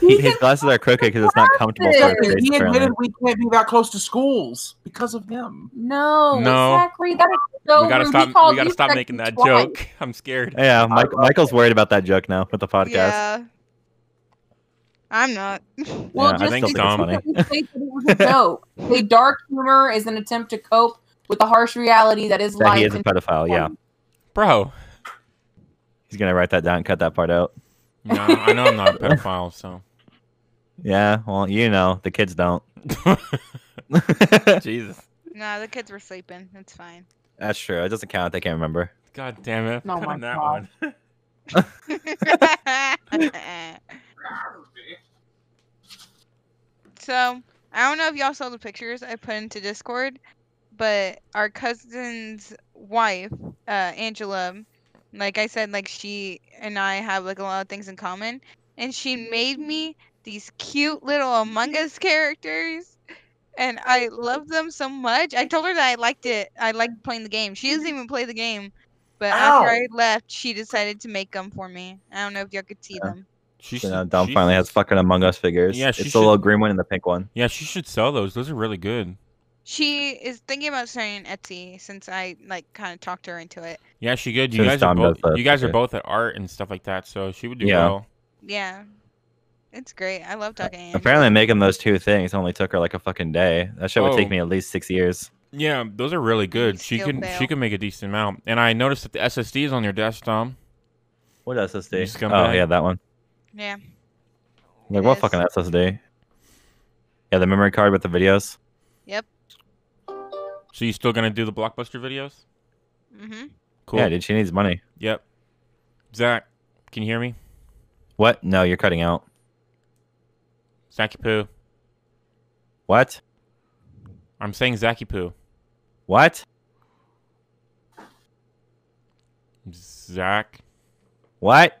Speaker 3: He,
Speaker 4: He
Speaker 3: his
Speaker 4: can-
Speaker 3: glasses are crooked because it's not comfortable for his
Speaker 2: He
Speaker 3: face.
Speaker 2: admitted
Speaker 3: apparently.
Speaker 2: we can't be that close to schools because of him.
Speaker 4: no,
Speaker 1: No.
Speaker 4: Zachary, that is so
Speaker 1: we gotta
Speaker 4: rude. He
Speaker 1: stop.
Speaker 4: called
Speaker 1: We gotta
Speaker 4: you
Speaker 1: stop
Speaker 4: sexy
Speaker 1: making that
Speaker 4: twice.
Speaker 1: joke. I'm scared.
Speaker 3: Yeah, Mike, Michael's worried about that joke now with the podcast.
Speaker 5: Yeah. I'm not.
Speaker 4: Well,
Speaker 3: Yeah, I
Speaker 4: just
Speaker 1: think it's
Speaker 4: because
Speaker 1: dumb.
Speaker 4: it was fake, it was a joke. The dark humor is an attempt to cope with the harsh reality that is
Speaker 3: That
Speaker 4: life.
Speaker 3: he is a
Speaker 4: and-
Speaker 3: pedophile. Yeah.
Speaker 1: bro.
Speaker 3: He's going to write that down, cut that part out.
Speaker 1: No, I know I'm not a pedophile, so
Speaker 3: Yeah, well, you know, the kids don't.
Speaker 1: Jesus.
Speaker 5: No, the kids were sleeping. It's fine.
Speaker 3: That's true. It doesn't count. They can't remember.
Speaker 1: God damn it!
Speaker 4: Oh
Speaker 1: Cut
Speaker 4: my
Speaker 1: on that
Speaker 4: God.
Speaker 1: one.
Speaker 5: so I don't know if y'all saw the pictures I put into Discord, but our cousin's wife, uh, Angela, like I said, like she and I have like a lot of things in common, and she made me these cute little Among Us characters. And I love them so much. I told her that I liked it. I liked playing the game. She doesn't even play the game, but after
Speaker 2: Ow.
Speaker 5: I left, she decided to make them for me. I don't know if y'all could see
Speaker 3: Yeah.
Speaker 5: them.
Speaker 1: She
Speaker 3: You
Speaker 1: should-
Speaker 3: know, Dom
Speaker 1: she-
Speaker 3: finally has fucking Among Us figures.
Speaker 1: Yeah,
Speaker 3: it's
Speaker 1: she
Speaker 3: the
Speaker 1: should-
Speaker 3: little green one and the pink one.
Speaker 1: Yeah, she should sell those. Those are really good.
Speaker 5: She is thinking about starting an Etsy since I like kind of talked her into it.
Speaker 1: Yeah, she good. You
Speaker 3: Since
Speaker 1: guys are
Speaker 3: Dom
Speaker 1: both.
Speaker 3: does that,
Speaker 1: You guys are
Speaker 3: okay.
Speaker 1: both at art and stuff like that, so she would do
Speaker 3: Yeah.
Speaker 1: well.
Speaker 5: Yeah, it's great. I love talking. to Angela.
Speaker 3: Apparently, making those two things only took her like a fucking day. That shit would
Speaker 1: Oh.
Speaker 3: take me at least six years.
Speaker 1: Yeah, those are really good. She
Speaker 5: Still
Speaker 1: can
Speaker 5: fail.
Speaker 1: she can make a decent amount. And I noticed that the SSD is on your desk, Dom.
Speaker 3: What SSD?
Speaker 1: You
Speaker 3: Oh
Speaker 1: scumbag.
Speaker 3: yeah, that one.
Speaker 5: Yeah.
Speaker 3: Like
Speaker 5: It
Speaker 3: what
Speaker 5: is.
Speaker 3: fucking SSD? Yeah, the memory card with the videos.
Speaker 1: So you still gonna do the blockbuster videos?
Speaker 5: Mm-hmm.
Speaker 1: Cool.
Speaker 3: Yeah, dude, she needs money.
Speaker 1: Yep. Zach, can you hear me?
Speaker 3: What? No, you're cutting out.
Speaker 1: Zacky poo.
Speaker 3: What?
Speaker 1: I'm saying Zacky poo.
Speaker 3: What?
Speaker 1: Zach.
Speaker 3: What?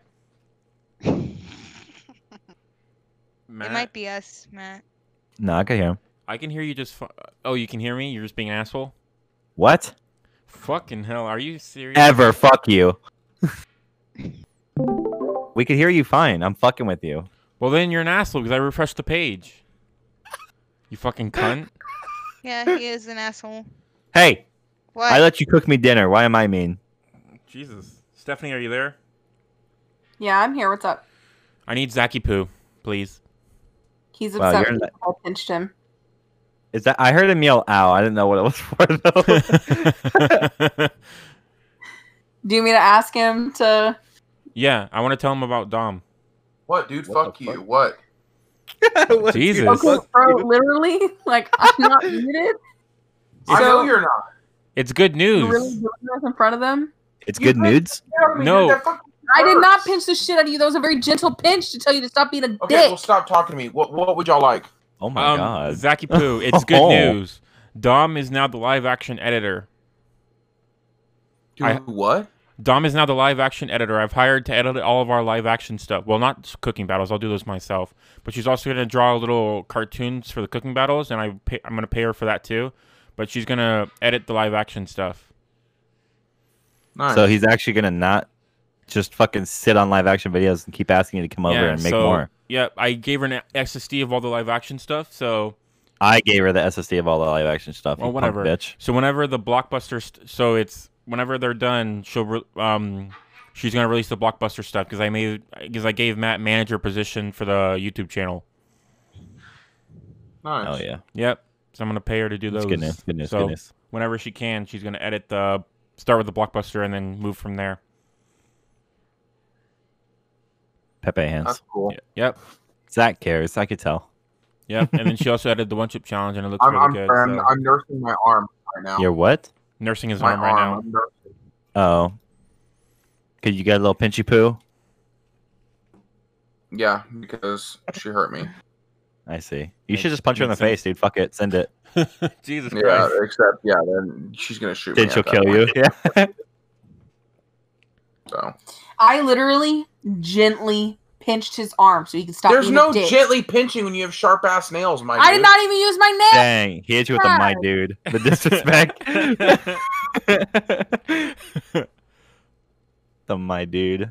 Speaker 1: Matt.
Speaker 5: It might be us, Matt.
Speaker 3: No, I can hear him.
Speaker 1: I can hear you just. Fu- oh, you can hear me. You're just being an asshole.
Speaker 3: What?
Speaker 1: Fucking hell. Are you serious?
Speaker 3: Ever fuck you? we could hear you fine. I'm fucking with you.
Speaker 1: Well, then you're an asshole because I refreshed the page. You fucking cunt.
Speaker 5: Yeah, he is an asshole.
Speaker 3: Hey,
Speaker 5: What?
Speaker 3: I let you cook me dinner. Why am I mean?
Speaker 1: Jesus. Stephanie, are you there?
Speaker 4: Yeah, I'm here. What's up?
Speaker 1: I need Zacky poo, please.
Speaker 4: He's
Speaker 3: Wow,
Speaker 4: upset.
Speaker 3: you're
Speaker 4: because I pinched him.
Speaker 3: Is that I heard him yell ow. I didn't know what it was for though.
Speaker 4: Do you mean to ask him to?
Speaker 1: yeah, I want to tell him about Dom.
Speaker 2: What, dude?
Speaker 3: What the
Speaker 2: fuck you.
Speaker 3: fuck?
Speaker 2: What?
Speaker 1: Jesus.
Speaker 4: Okay,
Speaker 1: Fuck
Speaker 4: bro, literally, like I'm not muted.
Speaker 2: I know
Speaker 4: So-
Speaker 2: you're not.
Speaker 1: It's good
Speaker 4: You're
Speaker 1: news.
Speaker 4: really doing this in front of them?
Speaker 3: it's
Speaker 2: You
Speaker 3: good
Speaker 2: guys-
Speaker 3: nudes.
Speaker 2: Yeah, I mean,
Speaker 1: No.
Speaker 2: dude, that fucking
Speaker 4: I did not
Speaker 2: hurts.
Speaker 4: pinch the shit out of you. That was a very gentle pinch to tell you to stop being a
Speaker 2: Okay,
Speaker 4: dick.
Speaker 2: well, stop talking to me. What What would y'all like?
Speaker 3: Oh my
Speaker 1: um,
Speaker 3: god.
Speaker 1: Zacky poo, it's good
Speaker 3: Oh.
Speaker 1: news. Dom is now the live action editor.
Speaker 2: Do
Speaker 1: I-
Speaker 2: what?
Speaker 1: Dom is now the live action editor. I've hired to edit all of our live action stuff. Well, not cooking battles. I'll do those myself. But she's also going to draw little cartoons for the cooking battles, and I pay, I'm going to pay her for that too. But she's going to edit the live action stuff.
Speaker 2: Nice.
Speaker 3: So he's actually gonna not just fucking sit on live action videos and keep asking you to come over and make
Speaker 1: so,
Speaker 3: more.
Speaker 1: Yeah, I gave her an SSD of all the live action stuff, so
Speaker 3: I gave her the SSD of all the live action stuff.
Speaker 1: Well,
Speaker 3: you punk
Speaker 1: whatever.
Speaker 3: bitch.
Speaker 1: So whenever the blockbuster, st- so it's whenever they're done, she'll re- um, she's gonna release the blockbuster stuff because I made because I gave Matt manager position for the YouTube channel.
Speaker 2: Nice.
Speaker 3: Oh yeah,
Speaker 1: Yep. So I'm gonna pay her to do those.
Speaker 3: it's good news. Good news.
Speaker 1: So
Speaker 3: good news.
Speaker 1: whenever she can, she's gonna edit the start with the blockbuster and then move from there.
Speaker 3: Pepe hands.
Speaker 2: That's cool.
Speaker 1: Yep.
Speaker 3: Zach cares. I could tell.
Speaker 1: Yep. and then she also added the one chip challenge and it looks
Speaker 2: I'm
Speaker 1: really
Speaker 2: I'm,
Speaker 1: good.
Speaker 2: I'm,
Speaker 1: so-
Speaker 2: I'm nursing my arm right now.
Speaker 3: You're what?
Speaker 1: nursing his
Speaker 2: my
Speaker 1: arm right now.
Speaker 2: I'm nursing.
Speaker 3: Oh, could you get a little pinchy poo?
Speaker 2: Yeah, because she hurt me.
Speaker 3: I see. You
Speaker 1: Makes-
Speaker 3: should just punch her in the
Speaker 1: makes
Speaker 3: face, dude. Fuck it. Send it.
Speaker 1: Jesus
Speaker 2: Yeah,
Speaker 1: Christ.
Speaker 2: except yeah, then she's gonna shoot
Speaker 3: Then
Speaker 2: me.
Speaker 3: she'll
Speaker 2: at that
Speaker 3: kill
Speaker 2: point,
Speaker 3: you. Yeah.
Speaker 2: So
Speaker 4: I literally gently pinched his arm so he could stop.
Speaker 2: there's
Speaker 4: being a
Speaker 2: no
Speaker 4: dick.
Speaker 2: gently pinching when you have sharp ass nails, my
Speaker 4: I
Speaker 2: dude.
Speaker 4: did not even use my nail.
Speaker 3: Dang. He hit you with a my dude. The disrespect. the my dude.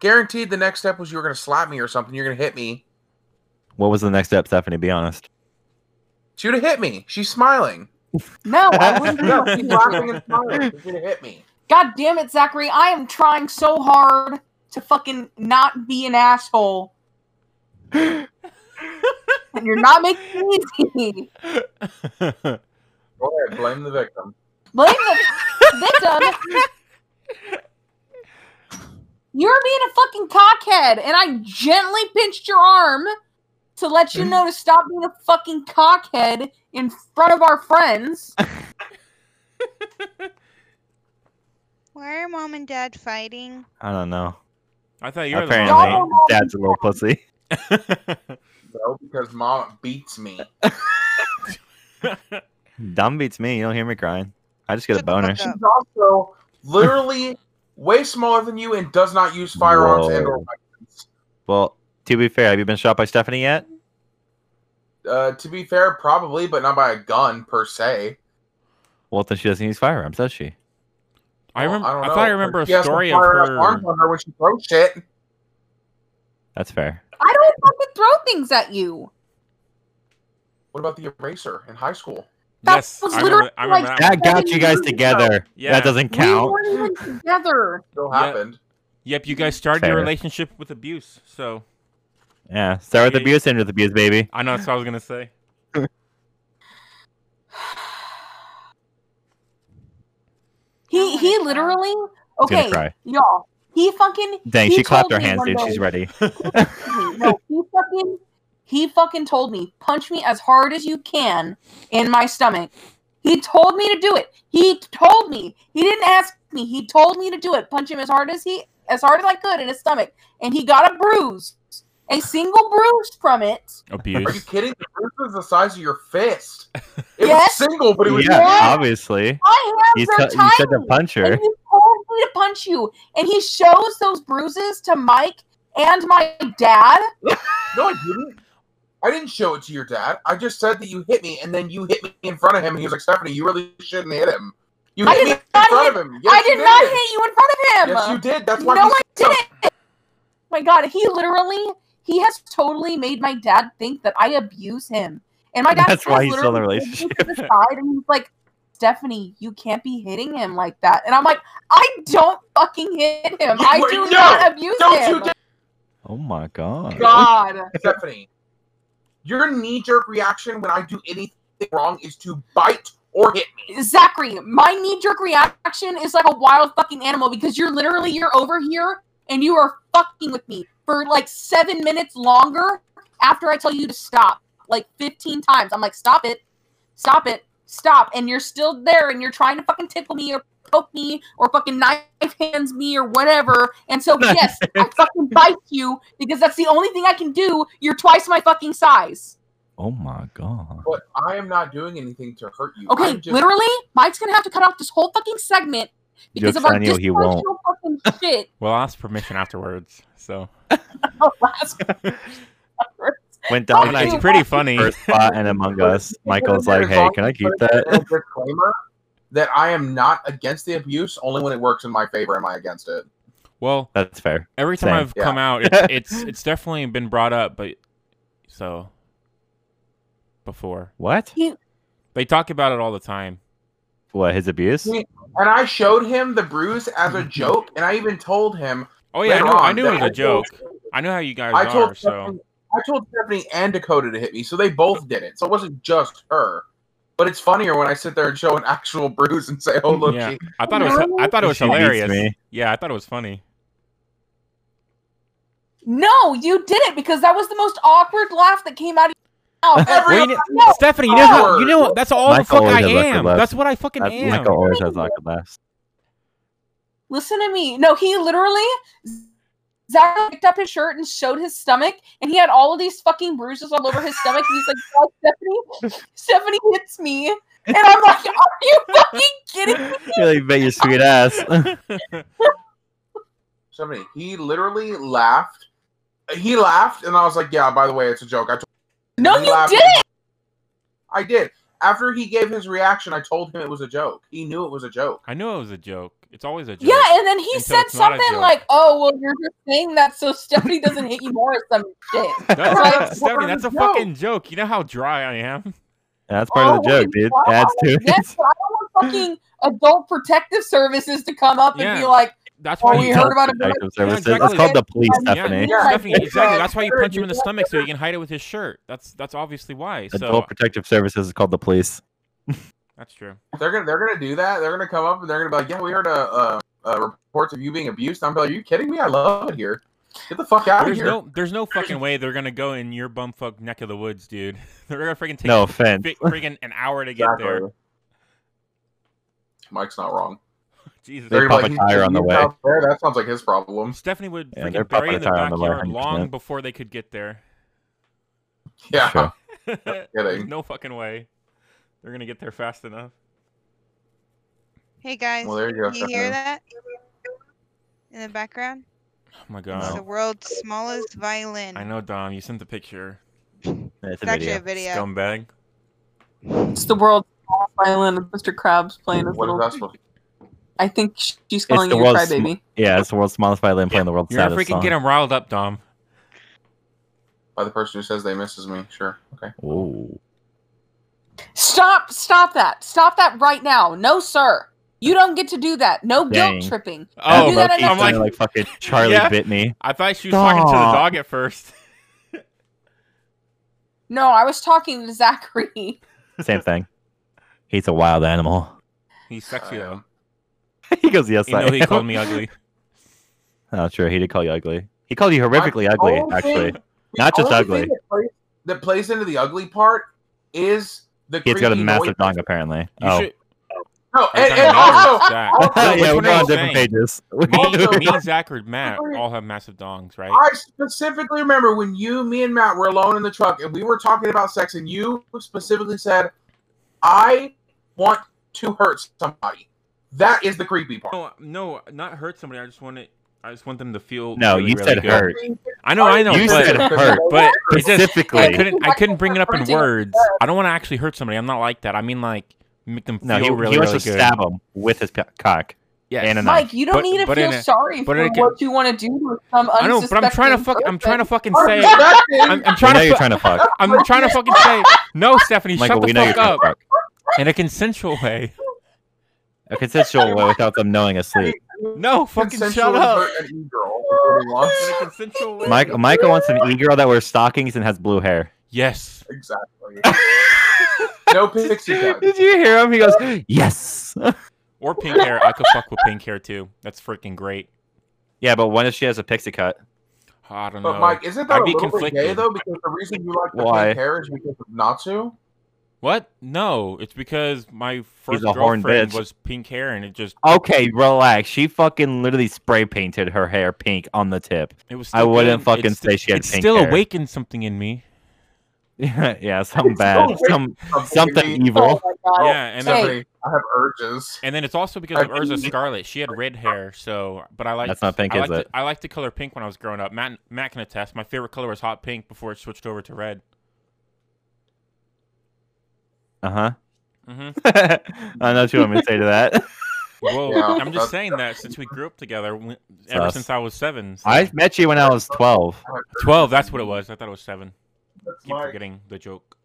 Speaker 2: Guaranteed, the next step was you were gonna slap me or something. You're gonna hit me.
Speaker 3: What was the next step, Stephanie? Be honest.
Speaker 2: She would have hit me. She's smiling.
Speaker 4: No, I wouldn't do
Speaker 2: Yeah, she's laughing
Speaker 4: it.
Speaker 2: and smiling. She's gonna hit me.
Speaker 4: God damn it, Zachary! I am trying so hard to fucking not be an asshole. and you're not making it easy.
Speaker 2: Go ahead, blame the victim.
Speaker 4: Blame the victim. You're being a fucking cockhead, and I gently pinched your arm to let you know to stop being a fucking cockhead in front of our friends.
Speaker 5: Why are mom and dad fighting?
Speaker 3: I don't know.
Speaker 1: I thought you were the
Speaker 3: Apparently,
Speaker 1: one.
Speaker 4: Don't know.
Speaker 3: dad's a little pussy.
Speaker 2: No, because mom beats me.
Speaker 3: Dumb beats me. You don't hear me crying. I just get a
Speaker 5: Shut the fuck
Speaker 3: boner.
Speaker 5: up.
Speaker 2: She's also literally way smaller than you and does not use firearms and or
Speaker 3: Whoa. Well, to be fair, have you been shot by Stephanie yet?
Speaker 2: uh, to be fair, probably, but not by a gun per se.
Speaker 3: Well, then she doesn't use firearms, does she?
Speaker 1: I remember.
Speaker 2: don't
Speaker 1: I,
Speaker 2: know.
Speaker 1: thought I remember a
Speaker 2: She has some
Speaker 1: story of
Speaker 2: fire-ass
Speaker 1: her.
Speaker 2: arms on her when she throws shit.
Speaker 3: That's fair.
Speaker 4: I don't fucking throw things at you.
Speaker 2: What about the eraser in high school?
Speaker 4: That
Speaker 1: yes,
Speaker 4: was
Speaker 1: I remember.
Speaker 4: literally
Speaker 1: I remember
Speaker 4: like-
Speaker 1: that. one.
Speaker 3: That got you guys
Speaker 4: Stephanie,
Speaker 3: together.
Speaker 1: Yeah.
Speaker 3: That doesn't
Speaker 4: We
Speaker 3: count.
Speaker 4: weren't even together.
Speaker 2: Still
Speaker 1: Yeah.
Speaker 2: happened.
Speaker 1: Yep, you guys started
Speaker 3: Fair.
Speaker 1: your relationship with abuse. So
Speaker 3: Yeah. Start with
Speaker 1: Yeah.
Speaker 3: abuse, end with abuse, baby.
Speaker 1: I know that's what I was gonna say.
Speaker 4: He he literally
Speaker 3: She's gonna
Speaker 4: okay
Speaker 3: cry.
Speaker 4: y'all. He fucking
Speaker 3: Dang,
Speaker 4: he
Speaker 3: she clapped
Speaker 4: told
Speaker 3: her
Speaker 4: me
Speaker 3: hands,
Speaker 4: one
Speaker 3: dude.
Speaker 4: day-
Speaker 3: She's ready.
Speaker 4: no, he fucking he fucking told me, punch me as hard as you can in my stomach. He told me to do it. He told me. He didn't ask me. He told me to do it. Punch him as hard as he as hard as I could in his stomach. And he got a bruise. A single bruise from it.
Speaker 2: Are you
Speaker 1: Abuse.
Speaker 2: kidding? The eraser is the size of your fist. It
Speaker 4: Yes.
Speaker 2: was single, but it was
Speaker 3: yeah,
Speaker 4: Yeah.
Speaker 3: obviously.
Speaker 4: I
Speaker 3: You,
Speaker 4: have her
Speaker 3: t- you said to
Speaker 4: tiny.
Speaker 3: punch her.
Speaker 4: And he told me to punch you. And he shows those bruises to Mike and my dad.
Speaker 2: No, I didn't. I didn't show it to your dad. I just said that you hit me, and then you hit me in front of him. And he was like, "Stephanie, you really shouldn't hit him. You
Speaker 4: I
Speaker 2: hit
Speaker 4: did
Speaker 2: me in
Speaker 4: not
Speaker 2: front of him. Yes,
Speaker 4: I
Speaker 2: you
Speaker 4: did not hit you in front of him.
Speaker 2: Yes, you did. That's why.
Speaker 4: no,
Speaker 2: he's-
Speaker 4: I didn't. Oh My God, he literally, he has totally made my dad think that I abuse him, and my dad.
Speaker 3: That's why he's still in a
Speaker 4: literally pulled me To the side and he's like, "Stephanie, you can't be hitting him like that." And I'm like, "I don't fucking hit him.
Speaker 2: You
Speaker 4: I
Speaker 2: were-
Speaker 4: do
Speaker 2: no!
Speaker 4: not abuse
Speaker 2: Oh Don't
Speaker 4: him."
Speaker 2: you dare,
Speaker 3: Oh my god.
Speaker 4: God,
Speaker 2: Stephanie. Your knee-jerk reaction when I do anything wrong is to bite or hit me.
Speaker 4: Zachary, my knee-jerk reaction is like a wild fucking animal because you're literally you're over here and you are fucking with me for like seven minutes longer after I tell you to stop, like fifteen times. I'm like, stop it, stop it, stop, and you're still there and you're trying to fucking tickle me or poke me or fucking knife hands me or whatever. And so yes, I fucking bite you because that's the only thing I can do. You're twice my fucking size.
Speaker 3: Oh my god.
Speaker 2: But I am not doing anything to hurt you.
Speaker 4: Okay,
Speaker 2: I'm just-
Speaker 4: literally, Mike's gonna have to cut off this whole fucking segment because
Speaker 3: Jokes
Speaker 4: of our
Speaker 3: on you, he won't.
Speaker 4: dysfunctional fucking shit.
Speaker 1: Well, I asked permission afterwards. So
Speaker 4: Last
Speaker 3: When Dom and
Speaker 4: Fuck
Speaker 3: I
Speaker 4: you.
Speaker 1: it's pretty funny.
Speaker 3: first spot in Among Us, Michael's like, hey, can I keep that?
Speaker 2: A disclaimer that I am not against the abuse. Only when it works in my favor am I against it.
Speaker 1: Well,
Speaker 3: That's fair.
Speaker 1: every time
Speaker 3: Same.
Speaker 1: I've
Speaker 2: Yeah.
Speaker 1: come out, it's, it's it's definitely been brought up, but so before.
Speaker 3: What?
Speaker 1: They talk about it all the time.
Speaker 3: What? His abuse?
Speaker 2: Yeah. And I showed him the bruise as
Speaker 1: Mm-hmm.
Speaker 2: a joke, and I even told him.
Speaker 1: Oh yeah, I
Speaker 2: later
Speaker 1: knew,
Speaker 2: on
Speaker 1: I knew
Speaker 2: that
Speaker 1: it was a joke.
Speaker 2: told-
Speaker 1: I knew how you guys
Speaker 2: I
Speaker 1: are.
Speaker 2: told
Speaker 1: So
Speaker 2: Stephanie, I told Stephanie and Dakota to hit me, so they both did it. So it wasn't just her. But it's funnier when I sit there and show an actual bruise and say, "Oh look,
Speaker 1: Yeah.
Speaker 2: she,
Speaker 1: I thought it was. I thought it was
Speaker 3: She beats
Speaker 1: hilarious.
Speaker 3: me.
Speaker 1: Yeah, I thought it was funny.
Speaker 4: No, you did it because that was the most awkward laugh that came out of your mouth.
Speaker 2: Every-
Speaker 1: Well,
Speaker 4: Like,
Speaker 1: you kn-
Speaker 4: no,
Speaker 1: Stephanie, you know, how,
Speaker 2: Howard.
Speaker 1: you know what? That's all
Speaker 3: Michael
Speaker 1: the fuck
Speaker 3: always
Speaker 1: I
Speaker 3: has awkward
Speaker 1: am.
Speaker 3: laughs.
Speaker 1: That's what I fucking
Speaker 3: That's,
Speaker 1: am.
Speaker 3: Michael always has awkward laughs.
Speaker 4: listen to me. No, he literally Zach picked up his shirt and showed his stomach, and he had all of these fucking bruises all over his stomach. He's like, "Oh, Stephanie, Stephanie hits me, and I'm like, are you fucking kidding me?
Speaker 3: you like bet your sweet ass.
Speaker 2: Stephanie." He literally laughed. He laughed, and I was like, "Yeah, by the way, it's a joke." I told
Speaker 4: No,
Speaker 2: He
Speaker 4: you
Speaker 2: laughed.
Speaker 4: did it.
Speaker 2: I did. After he gave his reaction, I told him it was a joke. He knew it was a joke.
Speaker 1: I knew it was a joke. It's always a joke.
Speaker 4: Yeah, and then he
Speaker 1: And so
Speaker 4: said
Speaker 1: it's not a
Speaker 4: something
Speaker 1: joke.
Speaker 4: like, "Oh, well, you're just saying that so Stephanie doesn't hit you more or some shit."
Speaker 1: That's,
Speaker 4: Like,
Speaker 1: that's- Stephanie,
Speaker 2: what
Speaker 1: that's a
Speaker 2: a joke.
Speaker 1: fucking joke. You know how dry I am.
Speaker 3: That's part of the
Speaker 4: Oh,
Speaker 3: joke, dude.
Speaker 4: wow.
Speaker 3: Adds to it.
Speaker 4: Yes, but I don't want fucking adult protective services to come up and
Speaker 1: Yeah.
Speaker 4: be like,
Speaker 1: That's
Speaker 4: Oh,
Speaker 1: why
Speaker 4: we
Speaker 1: you.
Speaker 4: heard about it.
Speaker 3: Protective services.
Speaker 1: Yeah,
Speaker 3: It's called the police,
Speaker 4: exactly.
Speaker 3: Stephanie.
Speaker 1: Yeah,
Speaker 2: Yeah.
Speaker 1: Stephanie,
Speaker 2: It's,
Speaker 1: exactly.
Speaker 2: uh,
Speaker 1: That's why you
Speaker 2: sure,
Speaker 1: punch him in
Speaker 2: you
Speaker 1: the
Speaker 2: don't-
Speaker 1: stomach so he can hide it with his shirt. That's that's obviously why. So
Speaker 3: Adult protective services is called the police.
Speaker 1: that's true.
Speaker 2: They're gonna they're gonna do that. They're gonna come up and they're gonna be like, "Yeah, we heard uh, uh, uh, reports of you being abused." I'm like, "Are you kidding me? I love it here. Get the fuck out of
Speaker 1: There's
Speaker 2: here."
Speaker 1: no there's no fucking way they're gonna go in your bumfuck neck of the woods, dude. They're gonna freaking take
Speaker 3: No offense.
Speaker 1: fi- freaking an hour to get there.
Speaker 2: Exactly. Mike's not wrong.
Speaker 1: Jesus.
Speaker 3: They
Speaker 2: They're
Speaker 3: pop
Speaker 2: gonna be
Speaker 3: a tire on the
Speaker 2: "He's
Speaker 3: way."
Speaker 2: out There. That sounds like his problem.
Speaker 1: Stephanie would
Speaker 3: Yeah, they're
Speaker 1: freaking bury
Speaker 3: popping
Speaker 1: in
Speaker 3: a
Speaker 1: the
Speaker 3: tire on the way,
Speaker 1: backyard long
Speaker 3: 100%.
Speaker 1: before they could get there.
Speaker 2: Yeah.
Speaker 3: Sure.
Speaker 1: There's no fucking way. They're gonna get there fast enough.
Speaker 5: Hey guys,
Speaker 2: Well, there you go.
Speaker 5: do you hear that in the background?
Speaker 1: Oh my
Speaker 5: It's the
Speaker 1: god.
Speaker 5: world's smallest violin.
Speaker 1: I know, Dom. You sent the picture.
Speaker 3: It's a
Speaker 5: It's actually a
Speaker 3: video.
Speaker 5: video.
Speaker 1: Scumbag.
Speaker 4: "It's the world's smallest violin." and Mr. Krabs playing his
Speaker 2: What is
Speaker 4: little.
Speaker 2: that supposed to
Speaker 4: I think sh- she's calling
Speaker 3: the
Speaker 4: you a
Speaker 3: world's sm-
Speaker 4: crybaby.
Speaker 3: Yeah, it's the world's smallest violin playing the world's
Speaker 1: You're gonna
Speaker 3: saddest
Speaker 1: freaking
Speaker 3: song.
Speaker 1: get him riled up, Dom.
Speaker 2: By the person who says they misses me. Sure. Okay.
Speaker 3: Ooh.
Speaker 4: Stop! Stop that! Stop that right now! No, sir. You don't get to do that. No
Speaker 3: Dang.
Speaker 4: guilt tripping.
Speaker 1: Oh,
Speaker 4: do that
Speaker 3: Loki
Speaker 4: on
Speaker 1: I'm like,
Speaker 3: sounded like fucking Charlie
Speaker 1: Yeah.
Speaker 3: bit me.
Speaker 1: I thought she was talking to the
Speaker 3: Stop.
Speaker 1: dog at first.
Speaker 4: No, I was talking to Zachary.
Speaker 3: Same thing. He's a wild animal.
Speaker 1: He's sexy
Speaker 2: I
Speaker 1: though.
Speaker 2: am.
Speaker 3: he goes, yes,
Speaker 1: You
Speaker 3: I
Speaker 1: know he
Speaker 3: am."
Speaker 1: called me ugly.
Speaker 3: Oh, true. He did call you ugly. He called you horrifically ugly,
Speaker 2: only
Speaker 3: actually.
Speaker 2: thing-
Speaker 3: Not
Speaker 2: the
Speaker 3: just
Speaker 2: only thing
Speaker 3: ugly.
Speaker 2: That plays, that plays into the ugly part is the.
Speaker 3: He's got a
Speaker 2: creaky
Speaker 3: massive
Speaker 2: noise.
Speaker 3: dong, apparently.
Speaker 1: You
Speaker 3: oh.
Speaker 1: should. Oh,
Speaker 2: No,
Speaker 1: I
Speaker 2: and,
Speaker 1: was
Speaker 2: and
Speaker 1: talking about
Speaker 2: also,
Speaker 1: that.
Speaker 3: yeah,
Speaker 1: Which one
Speaker 3: we're
Speaker 1: are you
Speaker 3: on different
Speaker 1: saying?
Speaker 3: pages.
Speaker 1: Me,
Speaker 2: Also-
Speaker 1: me, Zachary, Matt all have massive dongs, right?
Speaker 2: I specifically remember when you, me, and Matt were alone in the truck and we were talking about sex, and you specifically said, I want to hurt somebody. That is the creepy part.
Speaker 1: No, no, not hurt somebody. I just want it. I just want them to feel.
Speaker 3: No,
Speaker 1: really,
Speaker 3: you
Speaker 1: really
Speaker 3: said
Speaker 1: good.
Speaker 3: hurt.
Speaker 1: I know, I know,
Speaker 3: You
Speaker 1: but
Speaker 3: said hurt.
Speaker 1: but it just I
Speaker 4: Hey,
Speaker 3: Specifically.
Speaker 1: couldn't I couldn't bring it up in
Speaker 4: Hurting.
Speaker 1: words. I don't want to actually hurt somebody. I'm not like that. I mean like make them feel
Speaker 3: No, he, he
Speaker 1: really
Speaker 3: wants
Speaker 1: really
Speaker 3: to
Speaker 1: good.
Speaker 3: stab him with his p- cock.
Speaker 1: Yes.
Speaker 3: and a knife.
Speaker 4: Mike, you don't
Speaker 1: But-
Speaker 4: need to
Speaker 1: but
Speaker 4: feel
Speaker 1: in a-
Speaker 4: sorry
Speaker 1: but
Speaker 4: for
Speaker 1: in a-
Speaker 4: what you want to do to some
Speaker 1: I know,
Speaker 4: unsuspecting.
Speaker 1: but I'm trying to fuck. I'm trying to fucking say. I'm,
Speaker 2: Unsuspecting.
Speaker 1: I'm
Speaker 3: We
Speaker 1: trying
Speaker 3: know
Speaker 1: to.
Speaker 3: you're
Speaker 1: Fu-
Speaker 3: trying to fuck.
Speaker 1: I'm trying to fucking say. No, Stephanie,
Speaker 3: Michael,
Speaker 1: shut
Speaker 3: we
Speaker 1: the
Speaker 3: know you're
Speaker 1: fuck
Speaker 3: trying
Speaker 1: up
Speaker 3: to fuck.
Speaker 1: in a consensual way.
Speaker 3: A consensual way without them knowing asleep.
Speaker 1: No, fucking shut
Speaker 2: Consensual
Speaker 1: up.
Speaker 2: hurt an e-girl is what he wants.
Speaker 1: In a consensual way.
Speaker 3: Mike, Michael wants an e girl that wears stockings and has blue hair.
Speaker 1: Yes.
Speaker 2: Exactly. no pixie cut.
Speaker 3: Did you hear him? He goes, yes.
Speaker 1: Or pink hair. I could fuck with pink hair too. That's freaking great.
Speaker 3: yeah, but what if she has a pixie cut?
Speaker 1: I don't know.
Speaker 2: But Mike, isn't that
Speaker 1: I'd
Speaker 2: a
Speaker 1: be
Speaker 2: little bit gay
Speaker 1: conflicted.
Speaker 2: though? Because the reason you like the
Speaker 3: Why?
Speaker 2: pink hair is because of Natsu.
Speaker 1: What? No, it's because my first
Speaker 3: a horn
Speaker 1: girlfriend
Speaker 3: bitch.
Speaker 1: was pink hair, and it just
Speaker 3: Okay, relax. She fucking literally spray painted her hair pink on the tip.
Speaker 1: it was.
Speaker 3: I
Speaker 1: still
Speaker 3: wouldn't
Speaker 1: good.
Speaker 3: fucking
Speaker 1: It's sti-
Speaker 3: say she had
Speaker 1: it
Speaker 3: pink
Speaker 1: still
Speaker 3: hair.
Speaker 1: awakened something in me.
Speaker 3: yeah, something
Speaker 2: It's
Speaker 3: bad.
Speaker 2: so weird.
Speaker 3: Some,
Speaker 2: Something to
Speaker 3: something
Speaker 2: be-
Speaker 3: evil.
Speaker 4: Oh my God.
Speaker 1: Yeah, and then,
Speaker 4: Hey.
Speaker 2: Something- I have urges.
Speaker 1: and then it's also because of
Speaker 2: I-
Speaker 1: Urza Scarlet. She had red hair, so but I like
Speaker 3: That's not pink,
Speaker 1: I
Speaker 3: is
Speaker 1: liked
Speaker 3: it?
Speaker 1: I liked the color pink when I was growing up. Matt Matt can attest. My favorite color was hot pink before it switched over to red.
Speaker 3: Uh
Speaker 1: hmm
Speaker 3: huh. I know what you want me to say to that.
Speaker 1: Whoa,
Speaker 2: Yeah,
Speaker 1: I'm just
Speaker 2: that's-
Speaker 1: saying that since we grew up together, w- ever
Speaker 3: Sus.
Speaker 1: since I was seven. so-
Speaker 3: I met you when I was 12.
Speaker 1: twelve. That's what it was. I thought it was seven.
Speaker 2: That's
Speaker 1: Keep
Speaker 2: my-
Speaker 1: forgetting the joke.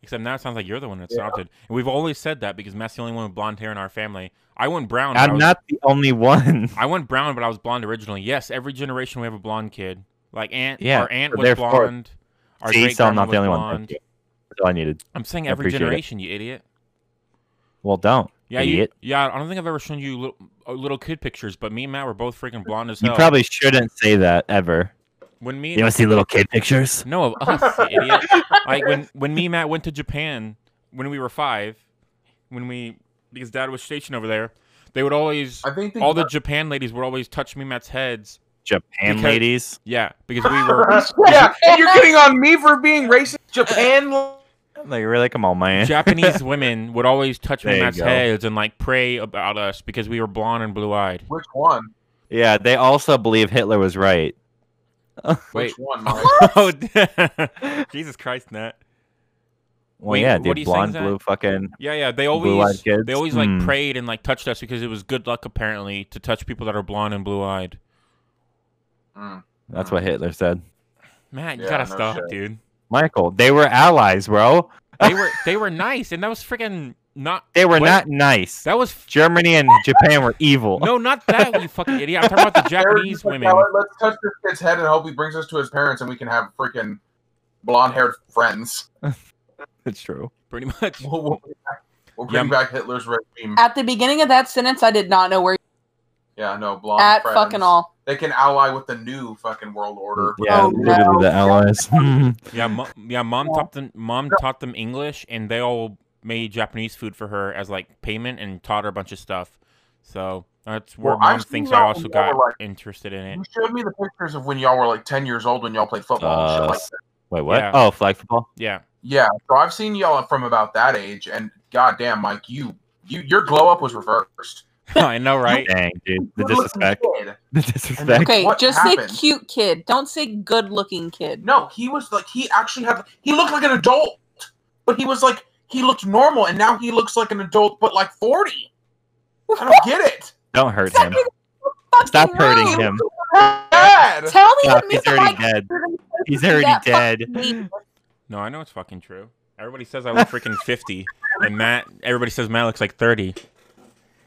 Speaker 1: Except now it sounds like you're the one that's adopted. And we've always said that because Matt's the only one with blonde hair in our family. I went brown. but I
Speaker 3: I'm
Speaker 1: was-
Speaker 3: not the only one.
Speaker 1: I went brown, but I was blonde originally. Yes, every generation we have a blonde kid. Like aunt,
Speaker 3: Yeah,
Speaker 1: our aunt
Speaker 3: so
Speaker 1: was
Speaker 3: therefore-
Speaker 1: blonde. Our
Speaker 3: See,
Speaker 1: great
Speaker 3: so I'm not
Speaker 1: grandma
Speaker 3: the only
Speaker 1: was
Speaker 3: one. Thank
Speaker 1: blonde.
Speaker 3: you. That's all I needed.
Speaker 1: I'm saying
Speaker 3: I
Speaker 1: every
Speaker 3: appreciate it.
Speaker 1: generation, you idiot.
Speaker 3: Well, don't.
Speaker 1: Yeah,
Speaker 3: Idiot.
Speaker 1: You, yeah. I don't think I've ever shown you little, uh, little kid pictures, but me and Matt were both freaking blonde as
Speaker 3: You
Speaker 1: hell.
Speaker 3: probably shouldn't say that ever.
Speaker 1: when me
Speaker 3: You want to see little kid pictures?
Speaker 1: no of us, you idiot. Like when when me and Matt went to Japan when we were five, when we because Dad was stationed over there, they would always
Speaker 2: I think
Speaker 1: all the Japan ladies would always touch me and Matt's heads.
Speaker 3: Japan
Speaker 1: Because-
Speaker 3: ladies.
Speaker 1: Yeah, because we were
Speaker 2: yeah, and you're getting on me for being racist. Japan.
Speaker 3: Like really? Come on, man.
Speaker 1: Japanese women would always touch me
Speaker 3: There
Speaker 1: in
Speaker 3: you
Speaker 1: Matt's
Speaker 3: go.
Speaker 1: heads and like pray about us because we were blonde and blue eyed.
Speaker 2: Which one?
Speaker 3: yeah, they also believe Hitler was right.
Speaker 1: Wait.
Speaker 2: Which one? Mike?
Speaker 1: Oh, Jesus Christ, Nat.
Speaker 3: Well,
Speaker 1: Wait,
Speaker 3: yeah,
Speaker 1: what do
Speaker 3: dude.
Speaker 1: you think's
Speaker 3: Blonde,
Speaker 1: that?
Speaker 3: blue, fucking.
Speaker 1: Yeah, yeah. They
Speaker 3: Blue-eyed
Speaker 1: always
Speaker 3: kids?
Speaker 1: they always like
Speaker 3: Hmm.
Speaker 1: prayed and like touched us because it was good luck apparently to touch people that are blonde and blue eyed.
Speaker 2: Mm.
Speaker 3: That's what Hitler said.
Speaker 1: Matt, you
Speaker 2: Yeah,
Speaker 1: gotta
Speaker 2: no
Speaker 1: stop,
Speaker 2: shit.
Speaker 1: dude.
Speaker 3: Michael, they were allies, bro.
Speaker 1: They were they were nice and that was freaking not
Speaker 3: They were
Speaker 1: What?
Speaker 3: not nice.
Speaker 1: that was f-
Speaker 3: Germany and Japan were evil.
Speaker 1: no not that you fucking idiot. I'm talking about the
Speaker 2: Sarah's
Speaker 1: Japanese
Speaker 2: just like,
Speaker 1: women.
Speaker 2: "Now let- Let's touch this kid's head and hope he brings us to his parents, and we can have freaking blonde-haired friends.
Speaker 3: it's true.
Speaker 1: Pretty much.
Speaker 2: We'll, we'll, we'll bring
Speaker 1: Yeah.
Speaker 2: back Hitler's regime.
Speaker 4: At the beginning of that sentence, I did not know where you
Speaker 2: Yeah, no blonde
Speaker 4: at
Speaker 2: friends.
Speaker 4: fucking all.
Speaker 2: They can ally with the new fucking world order.
Speaker 3: Yeah,
Speaker 4: Oh,
Speaker 3: literally
Speaker 4: no.
Speaker 3: the allies.
Speaker 1: Yeah, mo- yeah. Mom
Speaker 4: Yeah.
Speaker 1: taught them. Mom taught them English, and they all made Japanese food for her as like payment, and taught her a bunch of stuff. So that's where
Speaker 2: Well, I've
Speaker 1: mom
Speaker 2: seen
Speaker 1: thinks
Speaker 2: that
Speaker 1: I
Speaker 2: when
Speaker 1: also
Speaker 2: they
Speaker 1: got
Speaker 2: were, like-
Speaker 1: interested in it.
Speaker 2: You showed me the pictures of when y'all were like ten years old when y'all played football. and shit
Speaker 3: Uh,
Speaker 2: like that.
Speaker 3: Wait, what?
Speaker 1: Yeah.
Speaker 3: Oh, flag football.
Speaker 1: Yeah,
Speaker 2: Yeah, so I've seen y'all from about that age, and goddamn, Mike, you, you, your glow up was reversed.
Speaker 1: I know, right?
Speaker 3: Dang, dude, the
Speaker 2: Good-looking
Speaker 3: disrespect.
Speaker 2: kid.
Speaker 3: The disrespect.
Speaker 4: Okay,
Speaker 2: What
Speaker 4: just
Speaker 2: happened?
Speaker 4: say cute kid. Don't say good looking kid.
Speaker 2: No, he was like he actually had he looked like an adult, but he was like he looked normal, and now he looks like an adult, but like forty. I don't get it.
Speaker 3: Don't hurt
Speaker 4: Stop
Speaker 3: him.
Speaker 4: getting fucking
Speaker 3: Stop hurting
Speaker 4: wrong.
Speaker 3: him.
Speaker 2: Bad.
Speaker 4: Tell me
Speaker 3: Stop,
Speaker 4: the
Speaker 3: he's
Speaker 4: reason
Speaker 3: already
Speaker 4: why
Speaker 3: dead.
Speaker 4: you're gonna
Speaker 3: He's
Speaker 4: do
Speaker 3: already
Speaker 4: that fucking
Speaker 3: dead.
Speaker 4: meme.
Speaker 1: No, I know it's fucking true. Everybody says I look freaking fifty, and Matt. Everybody says Matt looks like thirty.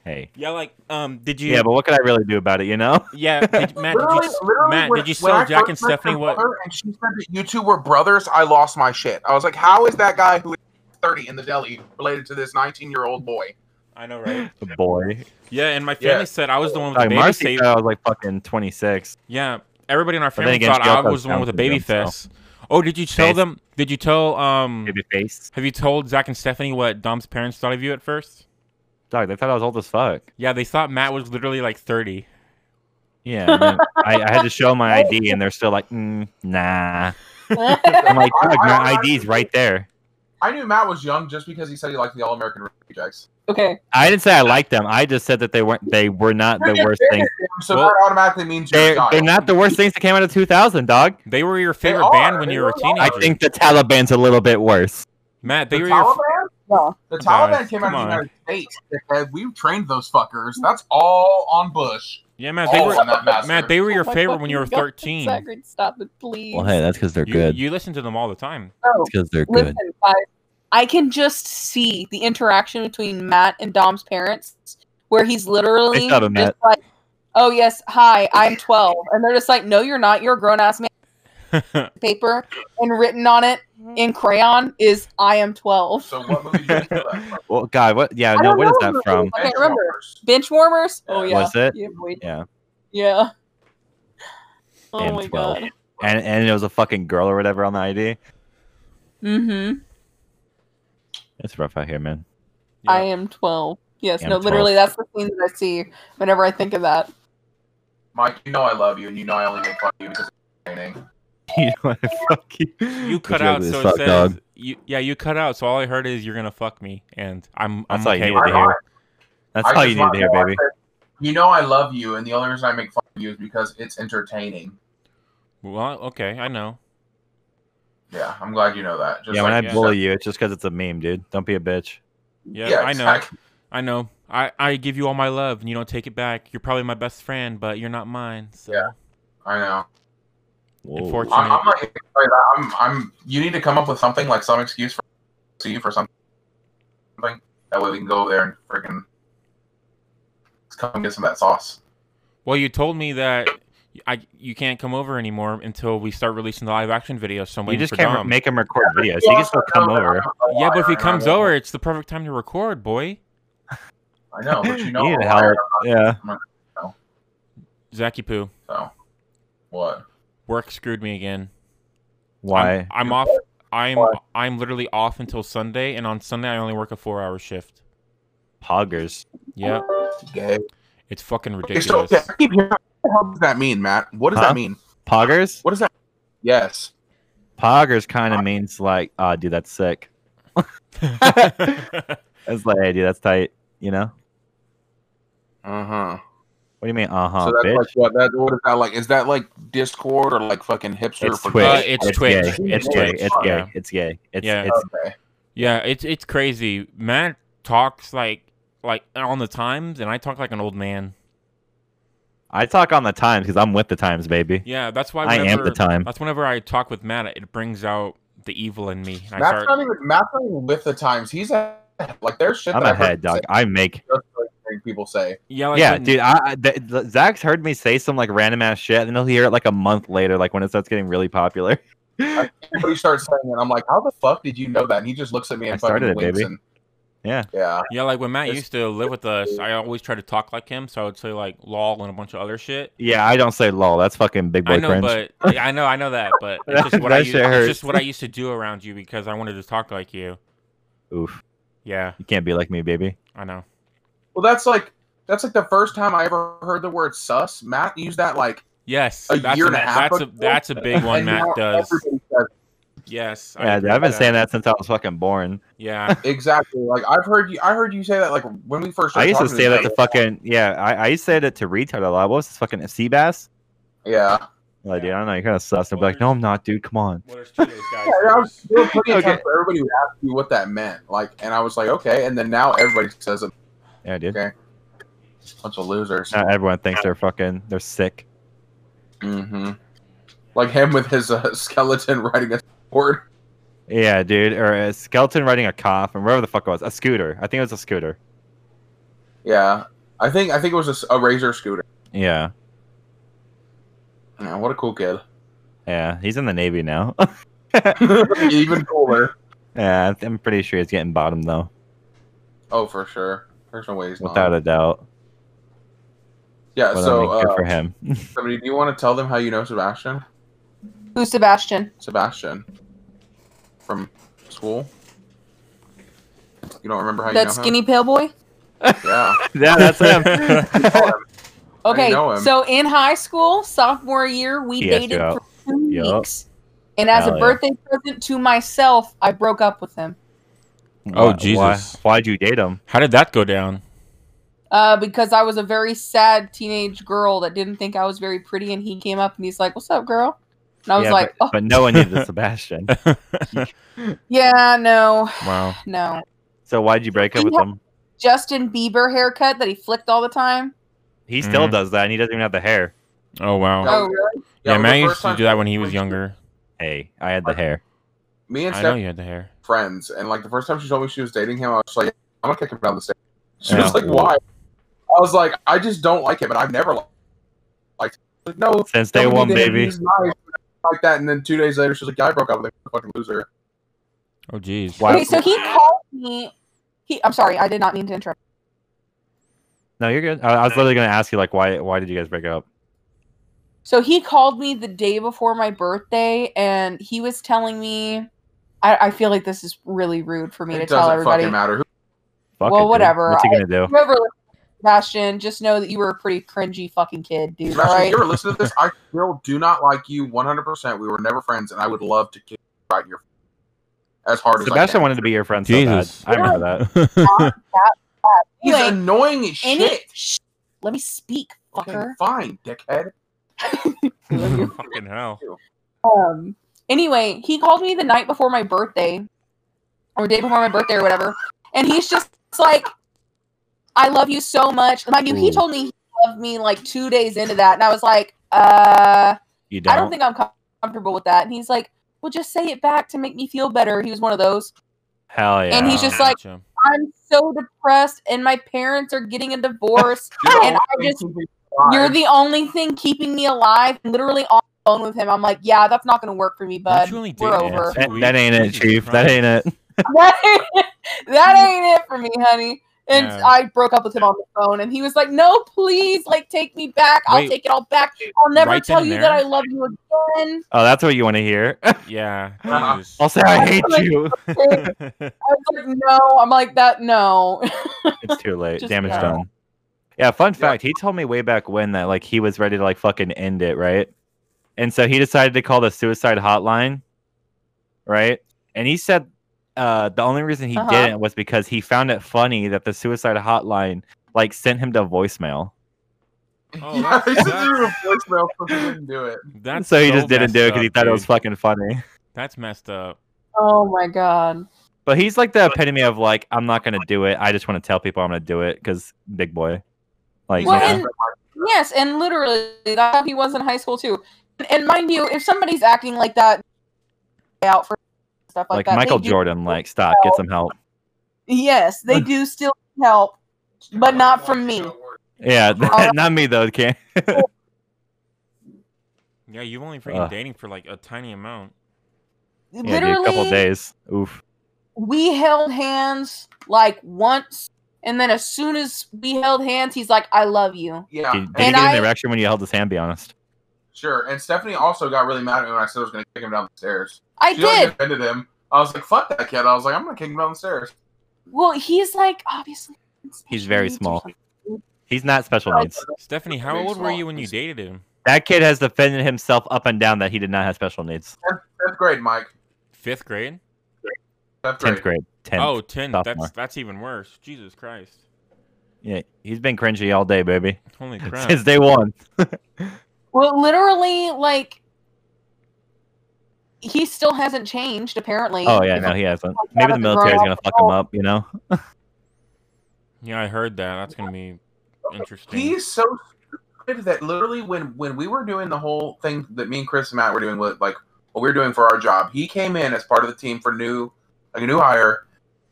Speaker 3: Hey.
Speaker 1: Yeah, like um, did you?
Speaker 3: Yeah, but what can I really do about it? You know?
Speaker 1: yeah, did, Matt. Did you,
Speaker 2: Literally,
Speaker 1: s-
Speaker 2: literally
Speaker 1: Matt,
Speaker 2: when-
Speaker 1: did you
Speaker 2: when I
Speaker 1: sell Jack and
Speaker 2: first met your
Speaker 1: Stephanie what?
Speaker 2: brother And she said that you two were brothers. I lost my shit. I was like, how is that guy who is thirty in the deli related to this nineteen-year-old boy?
Speaker 1: I know, right?
Speaker 3: The boy.
Speaker 1: Yeah, and my family
Speaker 2: Yeah.
Speaker 1: said I was the one with the
Speaker 3: Like,
Speaker 1: baby
Speaker 3: Marcy
Speaker 1: save.
Speaker 3: thought I was like fucking 26.
Speaker 1: Yeah, everybody in our
Speaker 3: then
Speaker 1: family
Speaker 3: again,
Speaker 1: thought
Speaker 3: she
Speaker 1: I
Speaker 3: also
Speaker 1: was the one
Speaker 3: has
Speaker 1: with a
Speaker 3: Down
Speaker 1: baby
Speaker 3: syndrome,
Speaker 1: face. Oh, did you tell
Speaker 3: Face.
Speaker 1: them? Did you tell um?
Speaker 3: Baby face.
Speaker 1: Have you told Zach and Stephanie what Dom's parents thought of you at first?
Speaker 3: Dog, they thought I was old as fuck.
Speaker 1: Yeah, they thought Matt was literally like thirty.
Speaker 3: Yeah. and then I, I had to show my ID and they're still like, mm, nah. I'm like,
Speaker 2: I-
Speaker 3: dog,
Speaker 2: I-
Speaker 3: my
Speaker 2: I-
Speaker 3: ID's right there.
Speaker 2: I knew Matt was young just because he said he liked the All-American Rejects.
Speaker 4: okay.
Speaker 3: I didn't say I liked them. I just said that they weren't they were not the worst things.
Speaker 2: So
Speaker 1: Well,
Speaker 2: that automatically means you're
Speaker 3: They're,
Speaker 2: a child.
Speaker 3: they're not the worst things that came out of 2000, dog.
Speaker 1: They were your favorite
Speaker 2: are,
Speaker 1: band when
Speaker 2: they
Speaker 1: you were a
Speaker 2: really are.
Speaker 1: teenager.
Speaker 3: I think the Taliban's a little bit worse.
Speaker 1: Matt,
Speaker 2: the
Speaker 1: they were your,
Speaker 2: Taliban.
Speaker 1: f-
Speaker 4: No.
Speaker 2: The
Speaker 1: Guys,
Speaker 2: Taliban came out
Speaker 1: come
Speaker 2: of the
Speaker 1: on.
Speaker 2: United States. dickhead. We've trained those fuckers. That's all on Bush.
Speaker 1: yeah, Matt, they
Speaker 2: Oh,
Speaker 1: were
Speaker 2: I'm not master.
Speaker 1: Matt, they were your
Speaker 4: Oh my
Speaker 1: favorite when you were
Speaker 4: fucking God,
Speaker 1: thirteen.
Speaker 4: Zachary, stop it, please. Oh.
Speaker 3: that's because they're
Speaker 1: You, you listened to them all the time.
Speaker 4: No,
Speaker 3: because they're
Speaker 4: listen, guys, I can just see the interaction between Matt and Dom's parents, where he's literally
Speaker 3: They shot him,
Speaker 4: just like, "Oh yes, hi, I'm 12," and they're just like, "No, you're not. You're a grown ass man." Paper and written on it in crayon is "I am 12."
Speaker 2: So what movie did you think of that?
Speaker 3: Well, God, what? Yeah,
Speaker 4: I
Speaker 3: no,
Speaker 4: don't
Speaker 3: what is
Speaker 4: know
Speaker 3: that
Speaker 4: the
Speaker 3: from?
Speaker 4: movie. I can't remember. Bench warmers. Oh yeah.
Speaker 3: Was it?
Speaker 4: Yeah. boy.
Speaker 3: Yeah.
Speaker 4: Yeah. Oh
Speaker 3: And
Speaker 4: my
Speaker 3: 12.
Speaker 4: god.
Speaker 3: And and it was a fucking girl or whatever on the ID.
Speaker 4: Mm-hmm.
Speaker 3: It's rough out here, man.
Speaker 1: Yeah.
Speaker 4: I am 12. Yes,
Speaker 3: I am
Speaker 4: no, literally, that's the scene that I see whenever I think of that.
Speaker 2: Mike, you know I love you, and you know I only make fun of you because it's training.
Speaker 3: you know what? Fuck you.
Speaker 1: You
Speaker 3: But
Speaker 1: cut
Speaker 3: you're
Speaker 1: out,
Speaker 3: ugly as
Speaker 1: so it
Speaker 3: fuck,
Speaker 1: says
Speaker 3: dog.
Speaker 1: you. Yeah, you cut out, so all I heard is you're gonna fuck me, and I'm I'm
Speaker 3: That's all you
Speaker 1: okay
Speaker 3: need
Speaker 1: with
Speaker 3: to
Speaker 1: it.
Speaker 2: I-
Speaker 3: hear. That's
Speaker 2: I
Speaker 3: all
Speaker 2: just
Speaker 3: you need
Speaker 2: want
Speaker 3: to hear,
Speaker 2: know, I
Speaker 3: baby.
Speaker 2: said, You know I love you, and the only reason I make fun of you is because it's entertaining.
Speaker 1: Well, okay, I know.
Speaker 2: Yeah, I'm glad you know that. Just
Speaker 3: Yeah, when
Speaker 2: like
Speaker 3: I
Speaker 1: you said.
Speaker 3: bully you, it's just because it's a meme, dude. Don't be a bitch.
Speaker 1: Yeah,
Speaker 2: Yeah,
Speaker 1: I know.
Speaker 2: exactly.
Speaker 1: I know. I, I give you all my love and you don't take it back. You're probably my best friend, but you're not mine. So
Speaker 2: Yeah. I know.
Speaker 3: Whoa.
Speaker 1: Unfortunately-
Speaker 2: I'm, I'm like, I'm, I'm. You need to come up with something like some excuse for see for something. That way we can go over there and freaking come get some of that sauce.
Speaker 1: Well, you told me that I you can't come over anymore until we start releasing the live action videos. So I'm
Speaker 3: You
Speaker 1: waiting
Speaker 3: just
Speaker 1: for
Speaker 3: can't re-
Speaker 1: Dom.
Speaker 3: make him record videos. He can still come over.
Speaker 1: yeah, but if he
Speaker 2: I
Speaker 1: comes
Speaker 2: know.
Speaker 1: over, it's the perfect time to record, boy.
Speaker 2: I know, but you know,
Speaker 3: You need
Speaker 2: I'm
Speaker 3: help.
Speaker 2: wired up,
Speaker 3: Yeah.
Speaker 1: Zacky Poo,
Speaker 2: so what?
Speaker 1: work screwed me again.
Speaker 3: Why?
Speaker 1: I'm, I'm off. I'm
Speaker 2: Why?
Speaker 1: I'm literally off until Sunday, and on Sunday I only work a four-hour shift.
Speaker 3: Poggers.
Speaker 1: Yeah,
Speaker 2: Gay.
Speaker 1: it's fucking
Speaker 2: Okay, so
Speaker 1: ridiculous.
Speaker 2: okay, I keep hearing- what the hell does that mean, Matt? What does
Speaker 3: Huh?
Speaker 2: that mean?
Speaker 3: Poggers?
Speaker 2: What does that? Yes.
Speaker 3: Poggers kind of means like, ah, dude, that's sick. It's like, hey, dude, that's tight. You know?
Speaker 2: Uh huh.
Speaker 3: What do you mean? Uh Uh-huh. huh,
Speaker 2: so that's
Speaker 3: bitch.
Speaker 2: like what? That what is that like? Is that like Discord or like fucking hipster?
Speaker 3: it's
Speaker 2: for
Speaker 3: Twitch.
Speaker 1: Uh, it's Twitch.
Speaker 3: Gay. It's
Speaker 2: Twitch.
Speaker 3: gay. It's gay.
Speaker 1: Yeah.
Speaker 3: It's gay. It's
Speaker 1: Yeah.
Speaker 3: it's
Speaker 2: okay.
Speaker 1: yeah, it's it's crazy. Matt talks like like on the times, and I talk like an old man.
Speaker 3: I talk on the times because I'm with the times, baby.
Speaker 1: Yeah, that's why
Speaker 3: I
Speaker 1: whenever,
Speaker 3: am the time.
Speaker 1: That's whenever I talk with Matt, it brings out the evil in me. And I
Speaker 2: Matt's
Speaker 1: start,
Speaker 2: not even Matt's not even with the times. He's a, like there's shit.
Speaker 3: I'm
Speaker 2: that I've heard
Speaker 3: ahead, dog.
Speaker 2: say-
Speaker 3: I make.
Speaker 2: just, like, hearing people say.
Speaker 1: yeah, like
Speaker 3: yeah,
Speaker 1: when-
Speaker 3: dude. I, I th- th- Zach's heard me say some like random ass shit, and then he'll hear it like a month later, like when it starts getting really popular.
Speaker 2: Everybody starts saying it. I'm like, how the fuck did you know that? And he just looks at me and
Speaker 3: I started
Speaker 2: fucking
Speaker 3: it,
Speaker 2: winks
Speaker 3: baby.
Speaker 2: and-
Speaker 3: Yeah.
Speaker 2: Yeah.
Speaker 1: Yeah, like when Matt
Speaker 2: Just-
Speaker 1: used to live with us, I always tried to talk like him, so I would say like lol and a bunch of other shit.
Speaker 3: yeah, I don't say lol. That's fucking big boy
Speaker 1: I know,
Speaker 3: cringe.
Speaker 1: but yeah, I know, I know that, but it's just what I
Speaker 3: That
Speaker 1: used,
Speaker 3: shit
Speaker 1: it's
Speaker 3: hurts.
Speaker 1: just what I used to do around you because I wanted to talk like you.
Speaker 3: Oof,
Speaker 1: Yeah,
Speaker 3: you can't be like me, baby.
Speaker 1: I know.
Speaker 2: Well, that's like that's like the first time I ever heard the word sus. Matt used that like
Speaker 1: Yes,
Speaker 2: A
Speaker 1: that's
Speaker 2: year and a half
Speaker 1: that's a
Speaker 2: ago?
Speaker 1: that's a big one
Speaker 2: and
Speaker 1: Matt
Speaker 2: now
Speaker 1: does.
Speaker 2: everybody says it.
Speaker 1: Yes, I
Speaker 3: Yeah, dude,
Speaker 1: agree
Speaker 3: I've been
Speaker 1: with
Speaker 3: saying that since I was fucking born.
Speaker 1: Yeah,
Speaker 2: Exactly. Like I've heard you. I heard you say that like when we first.
Speaker 3: I
Speaker 2: started
Speaker 3: used to
Speaker 2: talking
Speaker 3: say that
Speaker 2: each
Speaker 3: to fucking yeah. I, I used to say that to retard a lot. What was this fucking sea bass?
Speaker 2: other. Yeah.
Speaker 3: Like,
Speaker 1: Yeah.
Speaker 3: dude, I don't know. You're kind of sus. And be
Speaker 1: Well,
Speaker 3: like, no, I'm not, dude. Come on.
Speaker 1: well, there's two days, guys.
Speaker 2: Yeah, I was, there were plenty of
Speaker 3: Okay.
Speaker 2: times where everybody would ask you what that meant, like, and I was like, okay, and then now everybody says it.
Speaker 3: Yeah, dude.
Speaker 2: Okay. Bunch of losers.
Speaker 3: Not everyone thinks they're fucking. They're sick.
Speaker 2: hmm Like him with his uh, skeleton riding a sword.
Speaker 3: Yeah, dude. Or a skeleton riding a cough, and wherever the fuck it was, a scooter. I think it was a scooter.
Speaker 2: Yeah, I think I think it was a, s- a razor scooter.
Speaker 3: Yeah,
Speaker 2: Yeah, what a cool kid.
Speaker 3: yeah. He's in the navy now.
Speaker 2: Even cooler.
Speaker 3: yeah, I th- I'm pretty sure he's getting bottom though,
Speaker 2: Oh, for sure. There's no way he's not.
Speaker 3: without a doubt.
Speaker 2: yeah.
Speaker 3: But I
Speaker 2: So,
Speaker 3: mean, good for
Speaker 2: uh,
Speaker 3: him.
Speaker 2: somebody, do you want to tell them how you know Sebastian?
Speaker 4: Who's Sebastian?
Speaker 2: Sebastian from school. You don't remember how
Speaker 4: That
Speaker 2: you know
Speaker 4: skinny pale boy?
Speaker 2: him? Yeah.
Speaker 3: yeah, that's him.
Speaker 4: Okay,
Speaker 2: know him.
Speaker 4: so in high school, sophomore year, we
Speaker 3: Yes,
Speaker 4: dated
Speaker 3: yeah.
Speaker 4: for two
Speaker 3: Yeah.
Speaker 4: weeks. And as
Speaker 3: Hell
Speaker 4: a
Speaker 3: yeah.
Speaker 4: birthday present to myself, I broke up with him
Speaker 1: Oh,
Speaker 3: Why-
Speaker 1: Jesus.
Speaker 3: Why, would you date him?
Speaker 1: How did that go down?
Speaker 4: uh, because I was a very sad teenage girl that didn't think I was very pretty. And he came up and he's like, What's up, girl? And I was
Speaker 3: Yeah,
Speaker 4: like,
Speaker 3: but,
Speaker 4: oh,
Speaker 3: but no one needed a Sebastian.
Speaker 4: Yeah, no,
Speaker 1: Wow.
Speaker 4: no.
Speaker 3: So why'd you break up with him?
Speaker 4: Justin Bieber haircut that he flicked all the time.
Speaker 3: He still
Speaker 1: Mhm.
Speaker 3: does that, and he doesn't even have the hair.
Speaker 1: Oh wow.
Speaker 4: Oh, really?
Speaker 1: Yeah,
Speaker 2: it was
Speaker 1: Matt
Speaker 2: the
Speaker 1: used
Speaker 2: first
Speaker 1: to
Speaker 2: time-
Speaker 1: do that when he was younger.
Speaker 3: Hey, I
Speaker 4: Uh,
Speaker 3: had the hair.
Speaker 2: Me and
Speaker 1: I know
Speaker 2: Steph
Speaker 1: you had the hair.
Speaker 2: friends, and like the first time she told me she was dating him, I was like, I'm gonna kick him down the stairs. She
Speaker 3: Yeah.
Speaker 2: was like, Why? I was like, I just don't like him, and I've never li- liked him. Like, no,
Speaker 3: Since day
Speaker 2: nobody
Speaker 3: one,
Speaker 2: did.
Speaker 3: baby.
Speaker 2: He's nice, like that, and then two days later, she's like, yeah, I broke up with him, fucking loser.
Speaker 1: Oh jeez.
Speaker 3: Why-
Speaker 4: Okay, so he called me. He, I'm sorry, I did not mean to interrupt.
Speaker 3: No, you're good. I, I was literally gonna ask you like, why? Why did you guys break up?
Speaker 4: So he called me the day before my birthday, and he was telling me. I, I feel like this is really rude for me to
Speaker 2: It
Speaker 4: tell
Speaker 2: doesn't
Speaker 4: everybody.
Speaker 2: fucking matter. Who-
Speaker 3: Fuck
Speaker 4: Well,
Speaker 3: it, dude.
Speaker 4: whatever.
Speaker 3: What's he gonna do?
Speaker 4: Whoever listened to Sebastian, just know that you were a pretty cringy fucking kid, dude. All
Speaker 2: Sebastian, if
Speaker 4: right.
Speaker 2: you ever listen to this, I still do not like you 100%. We were never friends, and I would love to kick you right in your as hard
Speaker 3: Sebastian
Speaker 2: as I can.
Speaker 3: wanted to be your friend
Speaker 1: Jesus.
Speaker 3: so bad. I remember that.
Speaker 2: He's
Speaker 4: Anyway,
Speaker 2: annoying as
Speaker 4: any-
Speaker 2: shit.
Speaker 4: Shh, let me speak,
Speaker 2: Okay,
Speaker 4: fucker.
Speaker 2: fine, dickhead.
Speaker 1: Fucking hell.
Speaker 4: Um. Anyway, he called me the night before my birthday, or day before my birthday, or whatever, and he's just like, "I love you so much." Mind you, he
Speaker 3: Ooh.
Speaker 4: told me he loved me like two days into that, and I was like, "Uh,
Speaker 3: You
Speaker 4: I don't think I'm com- comfortable with that." And he's like, "Well, just say it back to make me feel better." He was one of those,
Speaker 3: Hell yeah.
Speaker 4: And he's just like-
Speaker 1: Gotcha.
Speaker 4: I'm so depressed, and my parents are getting a divorce, and I just you're the only thing keeping me alive. Literally on the phone with him, I'm like, yeah, that's not gonna work for me,
Speaker 1: Weren't
Speaker 4: bud.
Speaker 1: you only
Speaker 4: We're
Speaker 1: dating
Speaker 4: over.
Speaker 1: for two
Speaker 3: that,
Speaker 1: weeks?
Speaker 3: that ain't it,
Speaker 1: Jesus
Speaker 3: Chief. That
Speaker 1: Christ.
Speaker 3: ain't it.
Speaker 4: that, ain't, that ain't it for me, honey. And
Speaker 1: Yeah.
Speaker 4: I broke up with him on the phone, and he was like, "No, please, like, take me back. I'll
Speaker 1: Wait.
Speaker 4: take it all back. I'll never
Speaker 1: Right
Speaker 4: tell
Speaker 1: then
Speaker 4: you
Speaker 1: and
Speaker 4: that
Speaker 1: there?
Speaker 4: I love you again."
Speaker 3: Oh, that's what you want to hear.
Speaker 1: Yeah.
Speaker 2: Uh-huh.
Speaker 1: Jesus.
Speaker 3: I'll say I hate you.
Speaker 4: And I was like, "No," I'm like, "That no."
Speaker 3: It's too late.
Speaker 4: Just
Speaker 3: Damage
Speaker 4: no.
Speaker 3: done. Yeah, fun fact, he told me way back when that like he was ready to like fucking end it, right? And so he decided to call the suicide hotline, right? And he said uh the only reason he
Speaker 4: Uh-huh.
Speaker 3: didn't was because he found it funny that the suicide hotline like sent him to voicemail.
Speaker 1: Oh,
Speaker 2: yeah, they
Speaker 1: that's-
Speaker 2: sent him a voicemail for me didn't do it.
Speaker 1: That's
Speaker 3: so he just didn't
Speaker 1: messed
Speaker 3: do it because he
Speaker 1: up,
Speaker 3: thought it was
Speaker 1: dude.
Speaker 3: fucking funny.
Speaker 1: That's messed up.
Speaker 4: oh my god.
Speaker 3: But he's like the epitome of like, I'm not gonna do it. I just want to tell people I'm gonna do it because big boy. Like,
Speaker 4: Well,
Speaker 3: you know.
Speaker 4: and- Yes, and literally that's how he was in high school too. And mind you, if somebody's acting like that out for stuff like,
Speaker 3: like,
Speaker 4: that, they
Speaker 3: Michael
Speaker 4: do-
Speaker 3: Jordan, like, stop, get some help.
Speaker 4: yes, they do still help, but not from me.
Speaker 3: Yeah,
Speaker 4: Alright.
Speaker 3: not me though, Ken.
Speaker 1: Yeah, you've only freaking
Speaker 3: Ugh.
Speaker 1: dating for like a tiny amount.
Speaker 3: Yeah, dude, a couple
Speaker 4: literally,
Speaker 3: days. Oof.
Speaker 4: we held hands like once, and then as soon as we held hands, he's like, "I love you."
Speaker 2: Yeah,
Speaker 3: Did, did
Speaker 2: and-
Speaker 3: he get
Speaker 4: I-
Speaker 3: an erection when you held his hand? Be honest.
Speaker 2: sure. And Stephanie also got really mad at me when I said I was going to kick him down the stairs.
Speaker 4: I
Speaker 2: she
Speaker 4: did.
Speaker 2: Like, defended him. I was like, "Fuck that kid!" I was like, "I'm going to kick him down the stairs."
Speaker 4: Well, he's like obviously
Speaker 3: He's very
Speaker 4: special needs or
Speaker 3: small.
Speaker 4: something.
Speaker 3: He's not special
Speaker 4: Oh,
Speaker 3: needs.
Speaker 1: Stephanie, how
Speaker 2: Very
Speaker 1: old were
Speaker 2: small.
Speaker 1: you when you dated him?
Speaker 3: That kid has defended himself up and down that he did not have special needs.
Speaker 2: Fifth grade, Mike.
Speaker 1: Fifth grade?
Speaker 2: Fifth grade.
Speaker 3: Tenth grade. Tenth.
Speaker 1: Oh, 10.
Speaker 3: sophomore.
Speaker 1: That's that's even worse. Jesus Christ.
Speaker 3: Yeah, he's been cringy all day, baby,
Speaker 1: Holy crap.
Speaker 3: since day one.
Speaker 4: Well, literally, like he still hasn't changed. Apparently.
Speaker 3: Oh yeah, no, he hasn't.
Speaker 4: Like,
Speaker 3: Maybe
Speaker 4: now
Speaker 3: the
Speaker 4: that they're
Speaker 3: military's
Speaker 4: grown
Speaker 3: gonna fuck him up, you know?
Speaker 1: Yeah, I heard that. That's gonna be interesting.
Speaker 2: He's so stupid that literally when when we were doing the whole thing that me and Chris and Matt were doing with like what we were doing for our job, he came in as part of the team for new like a new hire.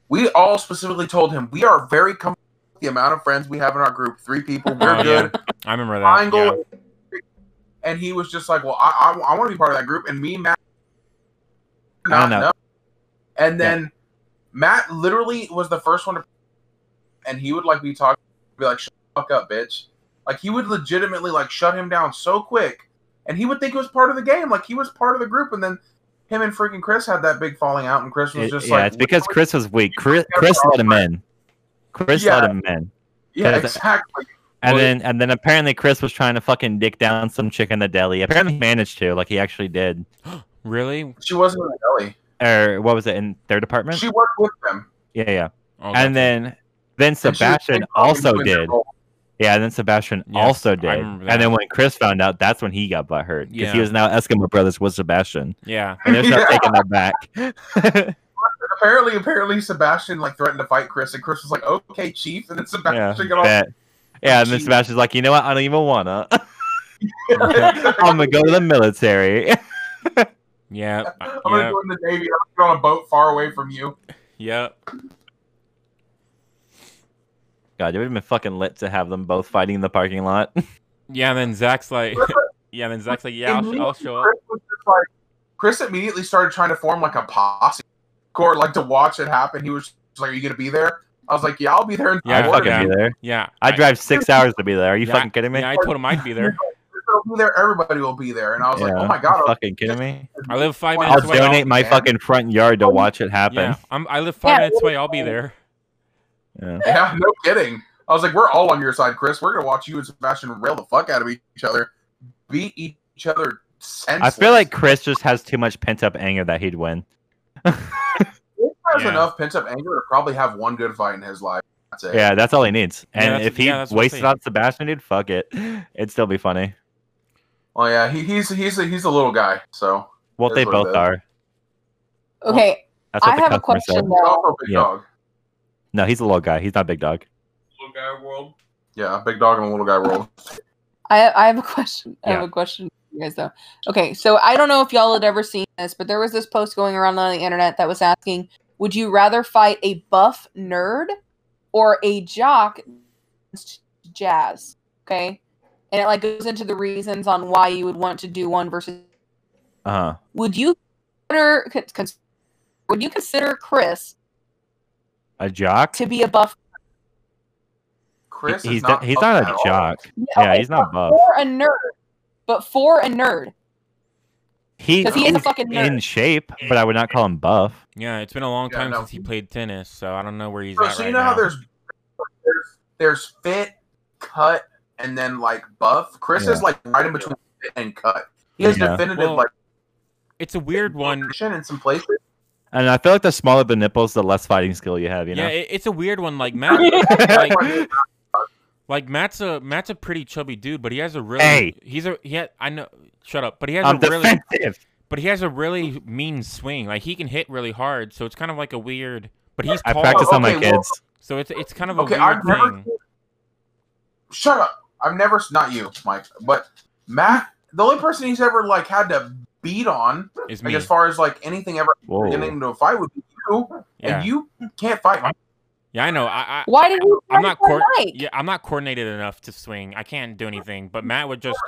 Speaker 2: We all specifically told him we are very comfortable with the amount of friends we have in our group. Three people, we're
Speaker 1: Oh, yeah.
Speaker 2: good.
Speaker 1: I remember that.
Speaker 2: Triangle.
Speaker 1: Yeah.
Speaker 2: And he was just like, "Well, I I, want to be part of that group." And me, and Matt,
Speaker 3: I
Speaker 2: not
Speaker 3: don't know.
Speaker 2: know. And then Matt literally was the first one to, and he would like be talking, be like, "Shut the fuck up, bitch!" Like he would legitimately like shut him down so quick, and he would think it was part of the game, like he was part of the group. And then him and freaking Chris had that big falling out, and Chris was
Speaker 3: It-
Speaker 2: just
Speaker 3: yeah,
Speaker 2: like,
Speaker 3: it's because
Speaker 2: literally-
Speaker 3: Chris was weak. Chris, Chris let him in. Chris let him in,
Speaker 2: Yeah,
Speaker 3: Chris-
Speaker 2: exactly.
Speaker 3: and
Speaker 1: Well,
Speaker 3: then and then apparently Chris was trying to fucking dick down some chick in the deli. Apparently he managed to, like he actually did.
Speaker 1: Really?
Speaker 2: She wasn't in the
Speaker 3: Or what was it in their
Speaker 2: deli.
Speaker 3: department?
Speaker 2: She worked with them.
Speaker 3: yeah, yeah.
Speaker 1: Oh,
Speaker 3: and
Speaker 1: gotcha.
Speaker 3: then then
Speaker 2: and she was
Speaker 3: Sebastian
Speaker 2: big on
Speaker 3: also
Speaker 2: doing their
Speaker 3: did.
Speaker 2: role.
Speaker 3: Yeah, and then Sebastian
Speaker 1: Yes, I
Speaker 3: also did.
Speaker 1: remember
Speaker 3: And
Speaker 1: that.
Speaker 3: then when Chris found out, that's when he got butthurt because
Speaker 1: Yeah.
Speaker 3: he was now Eskimo Brothers with Sebastian,
Speaker 1: yeah.
Speaker 3: and there's no
Speaker 2: Yeah.
Speaker 3: taking that back.
Speaker 2: apparently, apparently Sebastian like threatened to fight Chris, and Chris was like, "Okay, chief." And then
Speaker 3: yeah,
Speaker 2: Sebastian
Speaker 1: Oh.
Speaker 2: got all.
Speaker 3: bet. yeah. And then
Speaker 2: Jeez.
Speaker 3: Sebastian's like, you know what? I don't even wanna. I'm gonna go to the military.
Speaker 1: Yeah.
Speaker 2: I'm
Speaker 1: Yeah.
Speaker 2: gonna go in the navy. I'm gonna get on a boat far away from you.
Speaker 1: Yep.
Speaker 3: God, it would have been fucking lit to have them both fighting in the parking lot.
Speaker 1: Yeah, then Zach's like Yeah, then Zach's like, Yeah, I'll, sh- I'll show up.
Speaker 2: Chris was just like, Chris immediately started trying to form like a posse, or like to watch it happen. He was just like, "Are you gonna be there?" I was like, "Yeah, I'll be there." in
Speaker 1: Yeah,
Speaker 3: I'd
Speaker 1: I
Speaker 2: Florida."
Speaker 3: fucking
Speaker 1: yeah.
Speaker 3: be there.
Speaker 1: Yeah.
Speaker 3: I drive six hours to be there. Are you
Speaker 1: yeah,
Speaker 3: fucking kidding me?
Speaker 1: Yeah, I told him I'd be there.
Speaker 2: I'll be there. Everybody will be there. And I was like,
Speaker 3: Yeah,
Speaker 2: "Oh my god!"
Speaker 3: you
Speaker 2: I was
Speaker 3: fucking kidding me?
Speaker 1: I live five
Speaker 2: I'll
Speaker 1: minutes
Speaker 3: I'll
Speaker 1: away.
Speaker 3: donate my
Speaker 2: man.
Speaker 3: fucking front yard to
Speaker 1: Oh
Speaker 3: watch it happen.
Speaker 1: yeah, I'm, I live five
Speaker 4: Yeah,
Speaker 1: minutes away. I'll be there.
Speaker 2: like, yeah, no kidding. I was like, "We're all on your side, Chris. We're gonna watch you and Sebastian rail the fuck out of each other, beat each other."
Speaker 3: I
Speaker 2: Senseless.
Speaker 3: feel like Chris just has too much pent up anger that he'd win.
Speaker 2: Chris has
Speaker 1: Yeah.
Speaker 2: enough pent up anger to probably have one good fight in his life. That's it.
Speaker 3: Yeah, that's all he needs.
Speaker 1: Yeah,
Speaker 3: And
Speaker 1: that's-
Speaker 3: if he
Speaker 1: yeah, that's what I'm
Speaker 3: wasted
Speaker 1: saying.
Speaker 3: on Sebastian, dude, fuck it. It'd still be funny.
Speaker 2: Oh yeah, he, he's he's a, he's a little guy, so
Speaker 3: Well, they
Speaker 2: That's what it
Speaker 3: both
Speaker 2: is.
Speaker 3: are.
Speaker 4: Okay,
Speaker 3: That's what
Speaker 4: I
Speaker 3: the
Speaker 4: have a
Speaker 3: customer
Speaker 4: question
Speaker 3: said.
Speaker 2: he's
Speaker 4: though.
Speaker 2: also a big
Speaker 3: Yeah.
Speaker 2: dog.
Speaker 3: No, he's a little guy. He's not a big dog.
Speaker 2: Little guy world. Yeah, a big dog in a little guy world.
Speaker 4: I I have a question. I have
Speaker 3: Yeah.
Speaker 4: a question for you guys though. Okay, so I don't know if y'all had ever seen this, but there was this post going around on the internet that was asking Would you rather fight a buff nerd or a jock jazz? Okay. And it like goes into the reasons on why you would want to do one versus
Speaker 3: Uh huh.
Speaker 4: would you consider con- cons- would you consider Chris
Speaker 3: A jock?
Speaker 4: to be a buff
Speaker 2: Chris
Speaker 3: He-
Speaker 2: is
Speaker 3: he's
Speaker 2: not
Speaker 3: not, he's
Speaker 2: buff
Speaker 3: not
Speaker 2: at
Speaker 3: a
Speaker 2: all.
Speaker 3: jock.
Speaker 4: okay,
Speaker 3: Yeah, he's not
Speaker 1: Uh,
Speaker 3: buff.
Speaker 4: for a nerd? But for a nerd.
Speaker 3: He,
Speaker 4: 'Cause he is a
Speaker 3: he's
Speaker 4: fucking nerd.
Speaker 3: in shape, but I would not call him buff.
Speaker 1: Yeah, it's been a long
Speaker 2: Yeah,
Speaker 1: time
Speaker 2: no.
Speaker 1: since he played tennis, so I don't know where he's
Speaker 2: Bro,
Speaker 1: at
Speaker 2: so
Speaker 1: right
Speaker 2: you know
Speaker 1: now.
Speaker 2: how there's, there's there's fit, cut, and then like buff. Chris is
Speaker 3: Yeah.
Speaker 2: like right in between fit and cut. He has
Speaker 3: Yeah.
Speaker 2: definitive
Speaker 1: Well,
Speaker 2: like
Speaker 1: it's a weird one.
Speaker 2: position in some places.
Speaker 3: And I feel like the smaller the nipples, the less fighting skill you have. You
Speaker 1: Yeah,
Speaker 3: know.
Speaker 1: it, it's a weird one. Like Matt, like, like Matt's a Matt's a pretty chubby dude, but he has a really
Speaker 3: Hey.
Speaker 1: he's a he had I know shut up, but he has
Speaker 3: I'm
Speaker 1: a really
Speaker 3: defensive.
Speaker 1: but he has a really mean swing. Like he can hit really hard, so it's kind of like a weird. But he's
Speaker 3: I
Speaker 1: tall,
Speaker 3: practice on my
Speaker 2: okay, well-
Speaker 3: kids.
Speaker 1: so it's it's kind of a
Speaker 2: Okay,
Speaker 1: weird
Speaker 2: I've never.
Speaker 1: thing.
Speaker 2: Shut up! I've never not you, Mike, but Matt. The only person he's ever like had to beat on,
Speaker 1: Is
Speaker 2: like
Speaker 1: me? Oh.
Speaker 2: as far as like anything ever getting
Speaker 3: Whoa.
Speaker 2: into a fight would be you,
Speaker 1: Yeah,
Speaker 2: and you can't fight. Mike.
Speaker 1: yeah, I know. I, I
Speaker 4: Why did you
Speaker 1: I'm not
Speaker 4: fight
Speaker 1: coor-
Speaker 4: Mike?
Speaker 1: yeah, I'm not coordinated enough to swing. I can't do anything. But Matt would just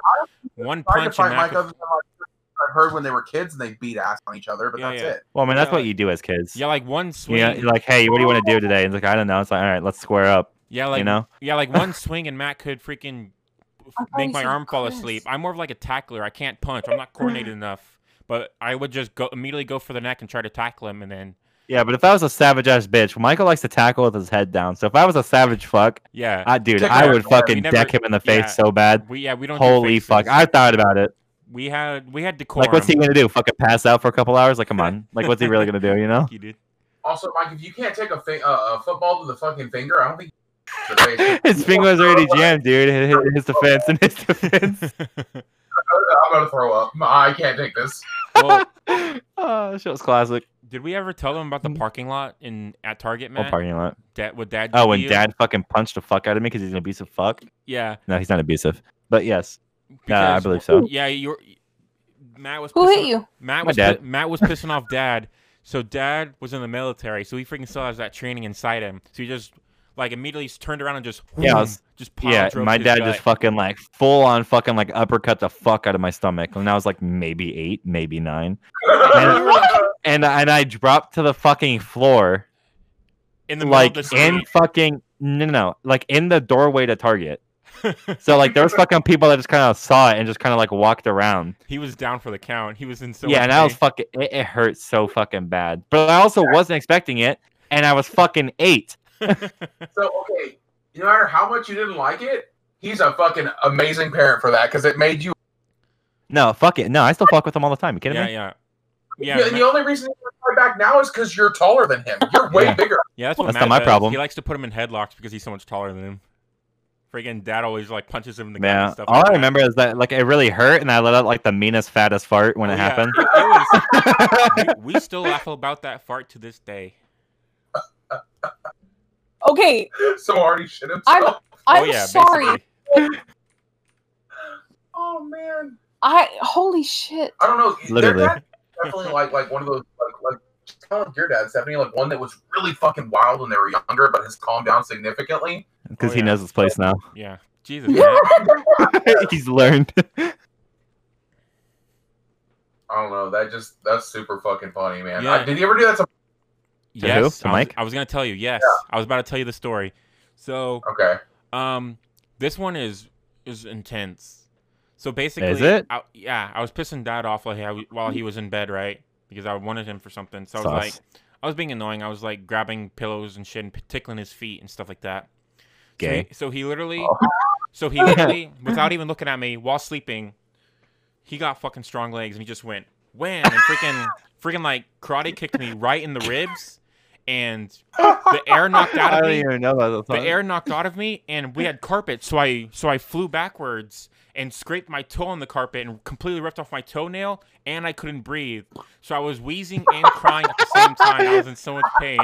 Speaker 1: one
Speaker 2: Tried to
Speaker 1: punch
Speaker 2: fight
Speaker 1: and
Speaker 2: Mike
Speaker 1: Matt
Speaker 2: other
Speaker 1: could,
Speaker 2: than like, I've heard when they were kids and they beat ass on each other, but
Speaker 1: Yeah,
Speaker 2: that's
Speaker 1: yeah.
Speaker 2: it.
Speaker 3: Well, I mean, that's
Speaker 1: Yeah.
Speaker 3: what you do as kids.
Speaker 1: yeah, like one swing.
Speaker 3: Yeah, you're like, hey, what do you want to do today? And it's like, I don't know. It's like, all right, let's square up.
Speaker 1: Yeah, like
Speaker 3: you know?
Speaker 1: yeah, like one swing and Matt could freaking f-
Speaker 4: I thought
Speaker 1: make
Speaker 4: you
Speaker 1: my
Speaker 4: said
Speaker 1: arm fall
Speaker 4: Chris.
Speaker 1: asleep. I'm more of like a tackler. I can't punch. I'm not coordinated enough. But I would just go immediately go for the neck and try to tackle him, and then
Speaker 3: Yeah, but if I was a savage ass bitch, Michael likes to tackle with his head down. So if I was a savage fuck,
Speaker 1: yeah,
Speaker 3: I dude,
Speaker 2: Kick
Speaker 3: I
Speaker 2: him.
Speaker 3: would
Speaker 2: Yeah,
Speaker 3: fucking
Speaker 1: we never-
Speaker 3: deck him in the face
Speaker 1: yeah.
Speaker 3: so bad.
Speaker 1: we yeah we don't. do
Speaker 3: Holy
Speaker 1: faces.
Speaker 3: fuck! I thought about it.
Speaker 1: we had we had decorum.
Speaker 3: Like, what's he gonna do? Fucking pass out for a couple hours? Like, come on. Like, what's he really gonna do? You know?
Speaker 1: You did.
Speaker 2: Also, Mike, if you can't take a, fi- uh, a football to the fucking finger, I don't think. you can face it.
Speaker 3: His fingers already jammed, dude. in His, his defense and his defense.
Speaker 2: I'm gonna throw up. I can't take this.
Speaker 1: well,
Speaker 3: oh, that shit was classic.
Speaker 1: did we ever tell him about the parking lot in at Target,
Speaker 3: What
Speaker 1: Matt?
Speaker 3: Mm. Oh, parking lot?
Speaker 1: Dad, what dad?
Speaker 3: Oh,
Speaker 1: do to
Speaker 3: when
Speaker 1: you?
Speaker 3: Dad fucking punched the fuck out of me because he's an abusive fuck.
Speaker 1: Yeah,
Speaker 3: No, he's not abusive, but yes, yeah, I
Speaker 1: because-
Speaker 3: believe so.
Speaker 1: Yeah, you're. Matt was.
Speaker 4: Who
Speaker 1: pissing-
Speaker 4: hit you?
Speaker 1: Matt
Speaker 3: My
Speaker 1: was
Speaker 3: dad.
Speaker 1: pi- Matt was pissing off dad. So dad was in the military, so he freaking still has that training inside him. So he just like immediately s- turned around and just
Speaker 3: Yeah, I
Speaker 1: whoom,
Speaker 3: was-
Speaker 1: just pile
Speaker 3: Yeah,
Speaker 1: drove
Speaker 3: my
Speaker 1: his
Speaker 3: dad
Speaker 1: gut.
Speaker 3: just fucking like full on fucking like uppercut the fuck out of my stomach, and I was like maybe eight, maybe nine, And- and and I dropped to the fucking floor,
Speaker 1: in the middle of
Speaker 3: like
Speaker 1: the
Speaker 3: in
Speaker 1: street.
Speaker 3: fucking no, no, no, like in the doorway to Target. So like there was fucking people that just kind of saw it and just kind of like walked around.
Speaker 1: he was down for the count. He was in so
Speaker 3: yeah,
Speaker 1: much
Speaker 3: and I was
Speaker 1: pain.
Speaker 3: fucking. It, it hurt so fucking bad, but I also wasn't expecting it, and I was fucking eight.
Speaker 2: So okay, no matter how much you didn't like it, he's a fucking amazing parent for that because it made you.
Speaker 3: No, fuck it. No, I still fuck with them all the time. You kidding
Speaker 1: yeah,
Speaker 3: me?
Speaker 1: yeah, yeah,
Speaker 2: Yeah, the,
Speaker 1: Ma-
Speaker 2: only reason he's fight back now is because you're taller than him. You're way
Speaker 3: Yeah.
Speaker 2: bigger.
Speaker 1: yeah. That's what
Speaker 3: That's
Speaker 1: Matt
Speaker 3: not my
Speaker 1: does.
Speaker 3: problem.
Speaker 1: He likes to put him in headlocks because he's so much taller than him. Freaking dad always like punches him in the gut and
Speaker 3: Yeah.
Speaker 1: stuff.
Speaker 3: All
Speaker 1: like
Speaker 3: I
Speaker 1: that.
Speaker 3: remember is that like it really hurt, and I let out like the meanest, fattest fart when
Speaker 1: Oh,
Speaker 3: it
Speaker 1: yeah.
Speaker 3: happened.
Speaker 1: It- it was- we, we still laugh about that fart to this day.
Speaker 4: Okay,
Speaker 2: So already shit himself.
Speaker 4: I'm- I'm
Speaker 1: oh yeah,
Speaker 4: sorry.
Speaker 1: basically.
Speaker 2: Oh man,
Speaker 4: I holy shit.
Speaker 2: I don't know.
Speaker 3: Literally.
Speaker 2: Their dad is definitely like like one of those like like just kind of like your dad, Stephanie, like one that was really fucking wild when they were younger, but has calmed down significantly.
Speaker 3: because
Speaker 1: Oh,
Speaker 3: he
Speaker 1: yeah.
Speaker 3: knows his place now.
Speaker 1: Yeah, Jesus. Matt.
Speaker 3: He's learned.
Speaker 2: I don't know. That just that's super fucking funny, man.
Speaker 1: Yeah.
Speaker 2: I, did you ever do that? To,
Speaker 3: who?
Speaker 1: Yes, I was-
Speaker 3: To Mike?
Speaker 1: I was gonna tell you. Yes, I was about to tell you the story. So,
Speaker 2: okay.
Speaker 1: um, this one is is intense. So basically,
Speaker 3: Is it?
Speaker 1: I, yeah, I was pissing Dad off while he while he was in bed, right? Because I wanted him for something. So I was like,
Speaker 3: Sauce.
Speaker 1: I was being annoying. I was like grabbing pillows and shit and tickling his feet and stuff like that. So he-
Speaker 3: Gay.
Speaker 1: So he, literally,
Speaker 3: Oh.
Speaker 1: so he literally, without even looking at me, while sleeping, he got fucking strong legs and he just went wham and freaking freaking like karate kicked me right in the ribs, and the air knocked out
Speaker 3: I
Speaker 1: of
Speaker 3: don't
Speaker 1: me.
Speaker 3: even know about
Speaker 1: The
Speaker 3: the
Speaker 1: air knocked out of me, and we had carpet, so I so I flew backwards and scraped my toe on the carpet and completely ripped off my toenail, and I couldn't breathe, so I was wheezing and crying at the same time. I was in so much pain.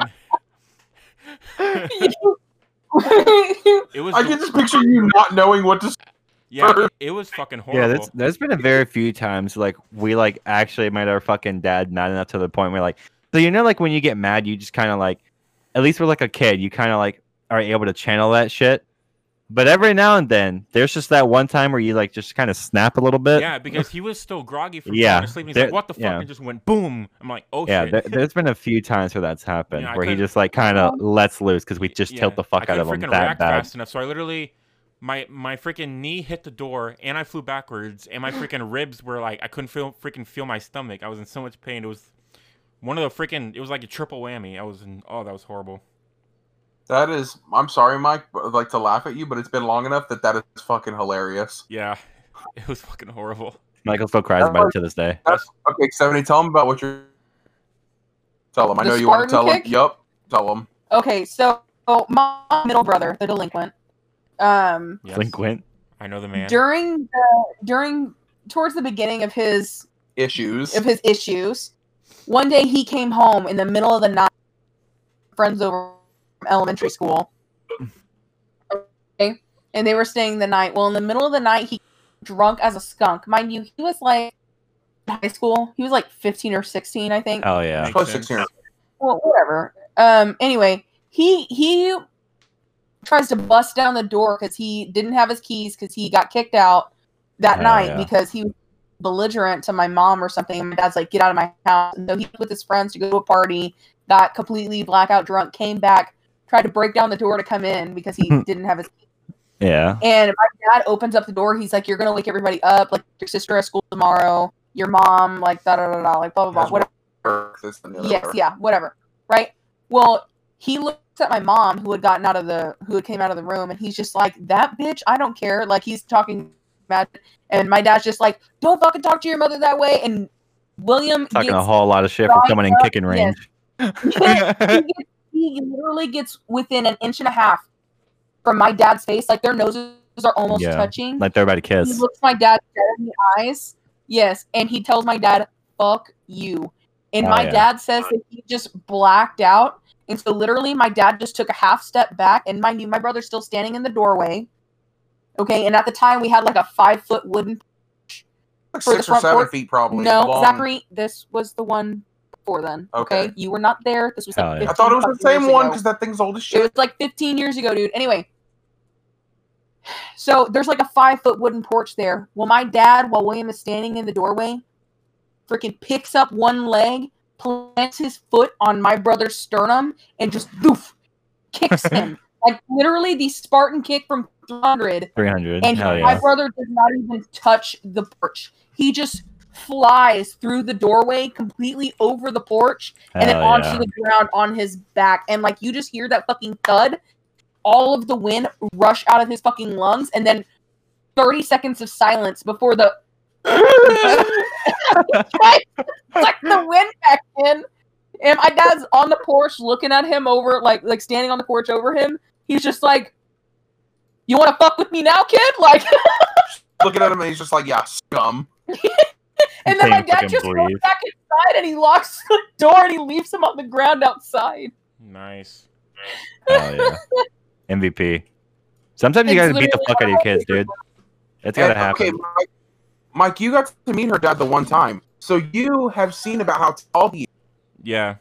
Speaker 1: It was
Speaker 2: I can just picture you not knowing what to.
Speaker 1: yeah, it, it was fucking horrible.
Speaker 3: Yeah, there's, there's been a very few times like we like actually made our fucking dad mad enough to the point where like, So you know, like when you get mad, you just kind of like, at least with like a kid, you kind of like are able to channel that shit. But every now and then, there's just that one time where you like just kind of snap a little bit.
Speaker 1: Yeah, because he was still groggy from
Speaker 3: Yeah,
Speaker 1: falling asleep. And he's
Speaker 3: there-
Speaker 1: like, "What the fuck?"
Speaker 3: yeah.
Speaker 1: And just went boom. I'm like, "Oh
Speaker 3: Yeah,
Speaker 1: shit!"
Speaker 3: there, there's been a few times where that's happened,
Speaker 1: Yeah, I
Speaker 3: where he
Speaker 1: couldn't-
Speaker 3: just like kind
Speaker 4: Um,
Speaker 3: of lets loose because we just
Speaker 1: Yeah,
Speaker 3: tilt the fuck
Speaker 1: I
Speaker 3: out of
Speaker 1: couldn't
Speaker 3: him
Speaker 1: freaking
Speaker 3: that
Speaker 1: react
Speaker 3: bad.
Speaker 1: fast enough, so I literally, my my freaking knee hit the door, and I flew backwards, and my freaking ribs were like I couldn't feel freaking feel my stomach. I was in so much pain. It was one of the freaking. It was like a triple whammy. I was in. Oh, that was horrible.
Speaker 2: That is, I'm sorry, Mike, but, like to laugh at you, but it's been long enough that that is fucking hilarious.
Speaker 1: Yeah, it was fucking horrible.
Speaker 3: Michael still cries
Speaker 2: That's
Speaker 3: about
Speaker 2: like-
Speaker 3: it to this day.
Speaker 2: That's, okay, Stephanie, tell him about what you're. Tell him. I
Speaker 4: The
Speaker 2: know you want to
Speaker 4: Spartan
Speaker 2: tell
Speaker 4: kick?
Speaker 2: him. Yup. Tell him.
Speaker 4: Okay, so oh, my middle brother, the delinquent, um,
Speaker 1: Yes,
Speaker 3: Delinquent.
Speaker 1: I know the man.
Speaker 4: during the during towards the beginning of his
Speaker 2: Issues.
Speaker 4: of his issues. One day he came home in the middle of the night, friends over from elementary school. Okay. And they were staying the night. Well, in the middle of the night, he drunk as a skunk. Mind you, he was like in high school. He was like 15 or 16, I think.
Speaker 3: Oh yeah.
Speaker 2: Plus
Speaker 1: Makes sense.
Speaker 2: 16.
Speaker 4: Well, whatever. Um anyway, he he tries to bust down the door cuz he didn't have his keys cuz he got kicked out that
Speaker 3: Oh,
Speaker 4: night
Speaker 3: yeah.
Speaker 4: because he was belligerent to my mom or something. And my dad's like, "Get out of my house." And so he went with his friends to go to a party, got completely blackout drunk, came back, tried to break down the door to come in because he
Speaker 3: Hmm.
Speaker 4: didn't have his
Speaker 3: Yeah.
Speaker 4: and my dad opens up the door. He's like, "You're gonna wake everybody up. Like your sister has school tomorrow. Your mom, like da da da da, like blah blah blah,
Speaker 2: Has
Speaker 4: whatever."
Speaker 2: This and the other.
Speaker 4: yes yeah whatever right well he looks at my mom who had gotten out of the who had came out of the room and he's just like that bitch i don't care like he's talking mad and my dad's just like don't fucking talk to your mother that way and william
Speaker 3: Talking a
Speaker 4: gets,
Speaker 3: whole lot of shit from
Speaker 4: right
Speaker 3: someone in
Speaker 4: up,
Speaker 3: kicking range.
Speaker 4: he, gets, he literally gets within an inch and a half from my dad's face like their noses are almost
Speaker 3: Yeah,
Speaker 4: touching
Speaker 3: like they're about to
Speaker 4: he
Speaker 3: kiss.
Speaker 4: looks my dad dead in the eyes. Yes, and he tells my dad, "Fuck you." And
Speaker 3: Oh,
Speaker 4: my
Speaker 3: yeah.
Speaker 4: dad says that he just blacked out, and so literally, my dad just took a half step back. And mind you, my brother's still standing in the doorway. Okay, and at the time we had like a five foot wooden.
Speaker 2: Like
Speaker 4: for the
Speaker 2: six or
Speaker 4: front
Speaker 2: seven
Speaker 4: porch-
Speaker 2: feet, probably.
Speaker 4: No,
Speaker 2: Long.
Speaker 4: Zachary, this was the one before then. Okay,
Speaker 2: Okay.
Speaker 4: you were not there. This was like
Speaker 3: Hell yeah.
Speaker 2: I
Speaker 4: 15
Speaker 2: thought it was the
Speaker 4: fucking years
Speaker 2: same one
Speaker 4: ago.
Speaker 2: because that thing's old as
Speaker 4: It
Speaker 2: shit.
Speaker 4: was like 15 years ago, dude. Anyway, so there's like a five foot wooden porch there. Well, my dad, while William is standing in the doorway, freaking picks up one leg, plants his foot on my brother's sternum, and just doof, kicks him. like literally the Spartan kick from 300.
Speaker 3: Three hundred.
Speaker 4: And
Speaker 3: Hell
Speaker 4: my
Speaker 3: yeah.
Speaker 4: brother does not even touch the porch. He just flies through the doorway, completely over the porch, and then
Speaker 3: Hell
Speaker 4: onto
Speaker 3: yeah.
Speaker 4: the ground on his back. And like you just hear that fucking thud, all of the wind rush out of his fucking lungs, and then 30 seconds of silence before the like the wind back in. And my dad's on the porch looking at him over like like standing on the porch over him. He's just like you want to fuck with me now, kid? Like,
Speaker 2: Looking at him, and he's just like, "Yeah, scum."
Speaker 4: and then my
Speaker 3: Can't
Speaker 4: dad
Speaker 3: freaking
Speaker 4: just goes
Speaker 3: breathe.
Speaker 4: back inside and he locks the door and he leaves him on the ground outside.
Speaker 1: Nice.
Speaker 3: Hell yeah. MVP. Sometimes you
Speaker 4: It's
Speaker 3: gotta beat the
Speaker 4: literally
Speaker 3: fuck out of your kids, dude. It's gotta
Speaker 2: And- okay,
Speaker 3: happen.
Speaker 2: Mike, Mike, you got to meet her dad the one time, so you have seen about how tall he. is.
Speaker 1: Yeah.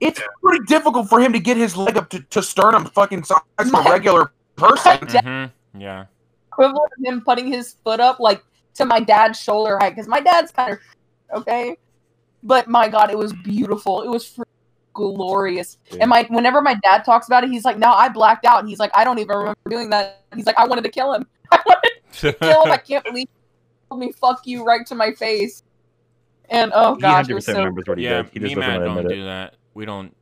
Speaker 2: It's pretty difficult for him to get his leg up to, to sternum fucking size for
Speaker 4: My-
Speaker 2: a regular person.
Speaker 1: Mm-hmm. Yeah.
Speaker 4: equivalent of him putting his foot up like to my dad's shoulder height because my dad's kind of okay. But my god, it was beautiful. It was fr- glorious. And my whenever my dad talks about it, he's like, "No, I blacked out." He's like, "I don't even remember doing that." He's like, "I wanted to kill him. I wanted to kill him. I can't believe he told me fuck you right to my face." And oh
Speaker 3: He
Speaker 4: god,
Speaker 3: 100
Speaker 4: it was
Speaker 3: percent
Speaker 4: so
Speaker 3: remembers what he
Speaker 1: yeah.
Speaker 3: did. He
Speaker 1: Me
Speaker 3: just
Speaker 1: and Matt
Speaker 3: doesn't want to
Speaker 1: don't
Speaker 3: admit
Speaker 1: do
Speaker 3: it. Oh.
Speaker 1: that. We don't.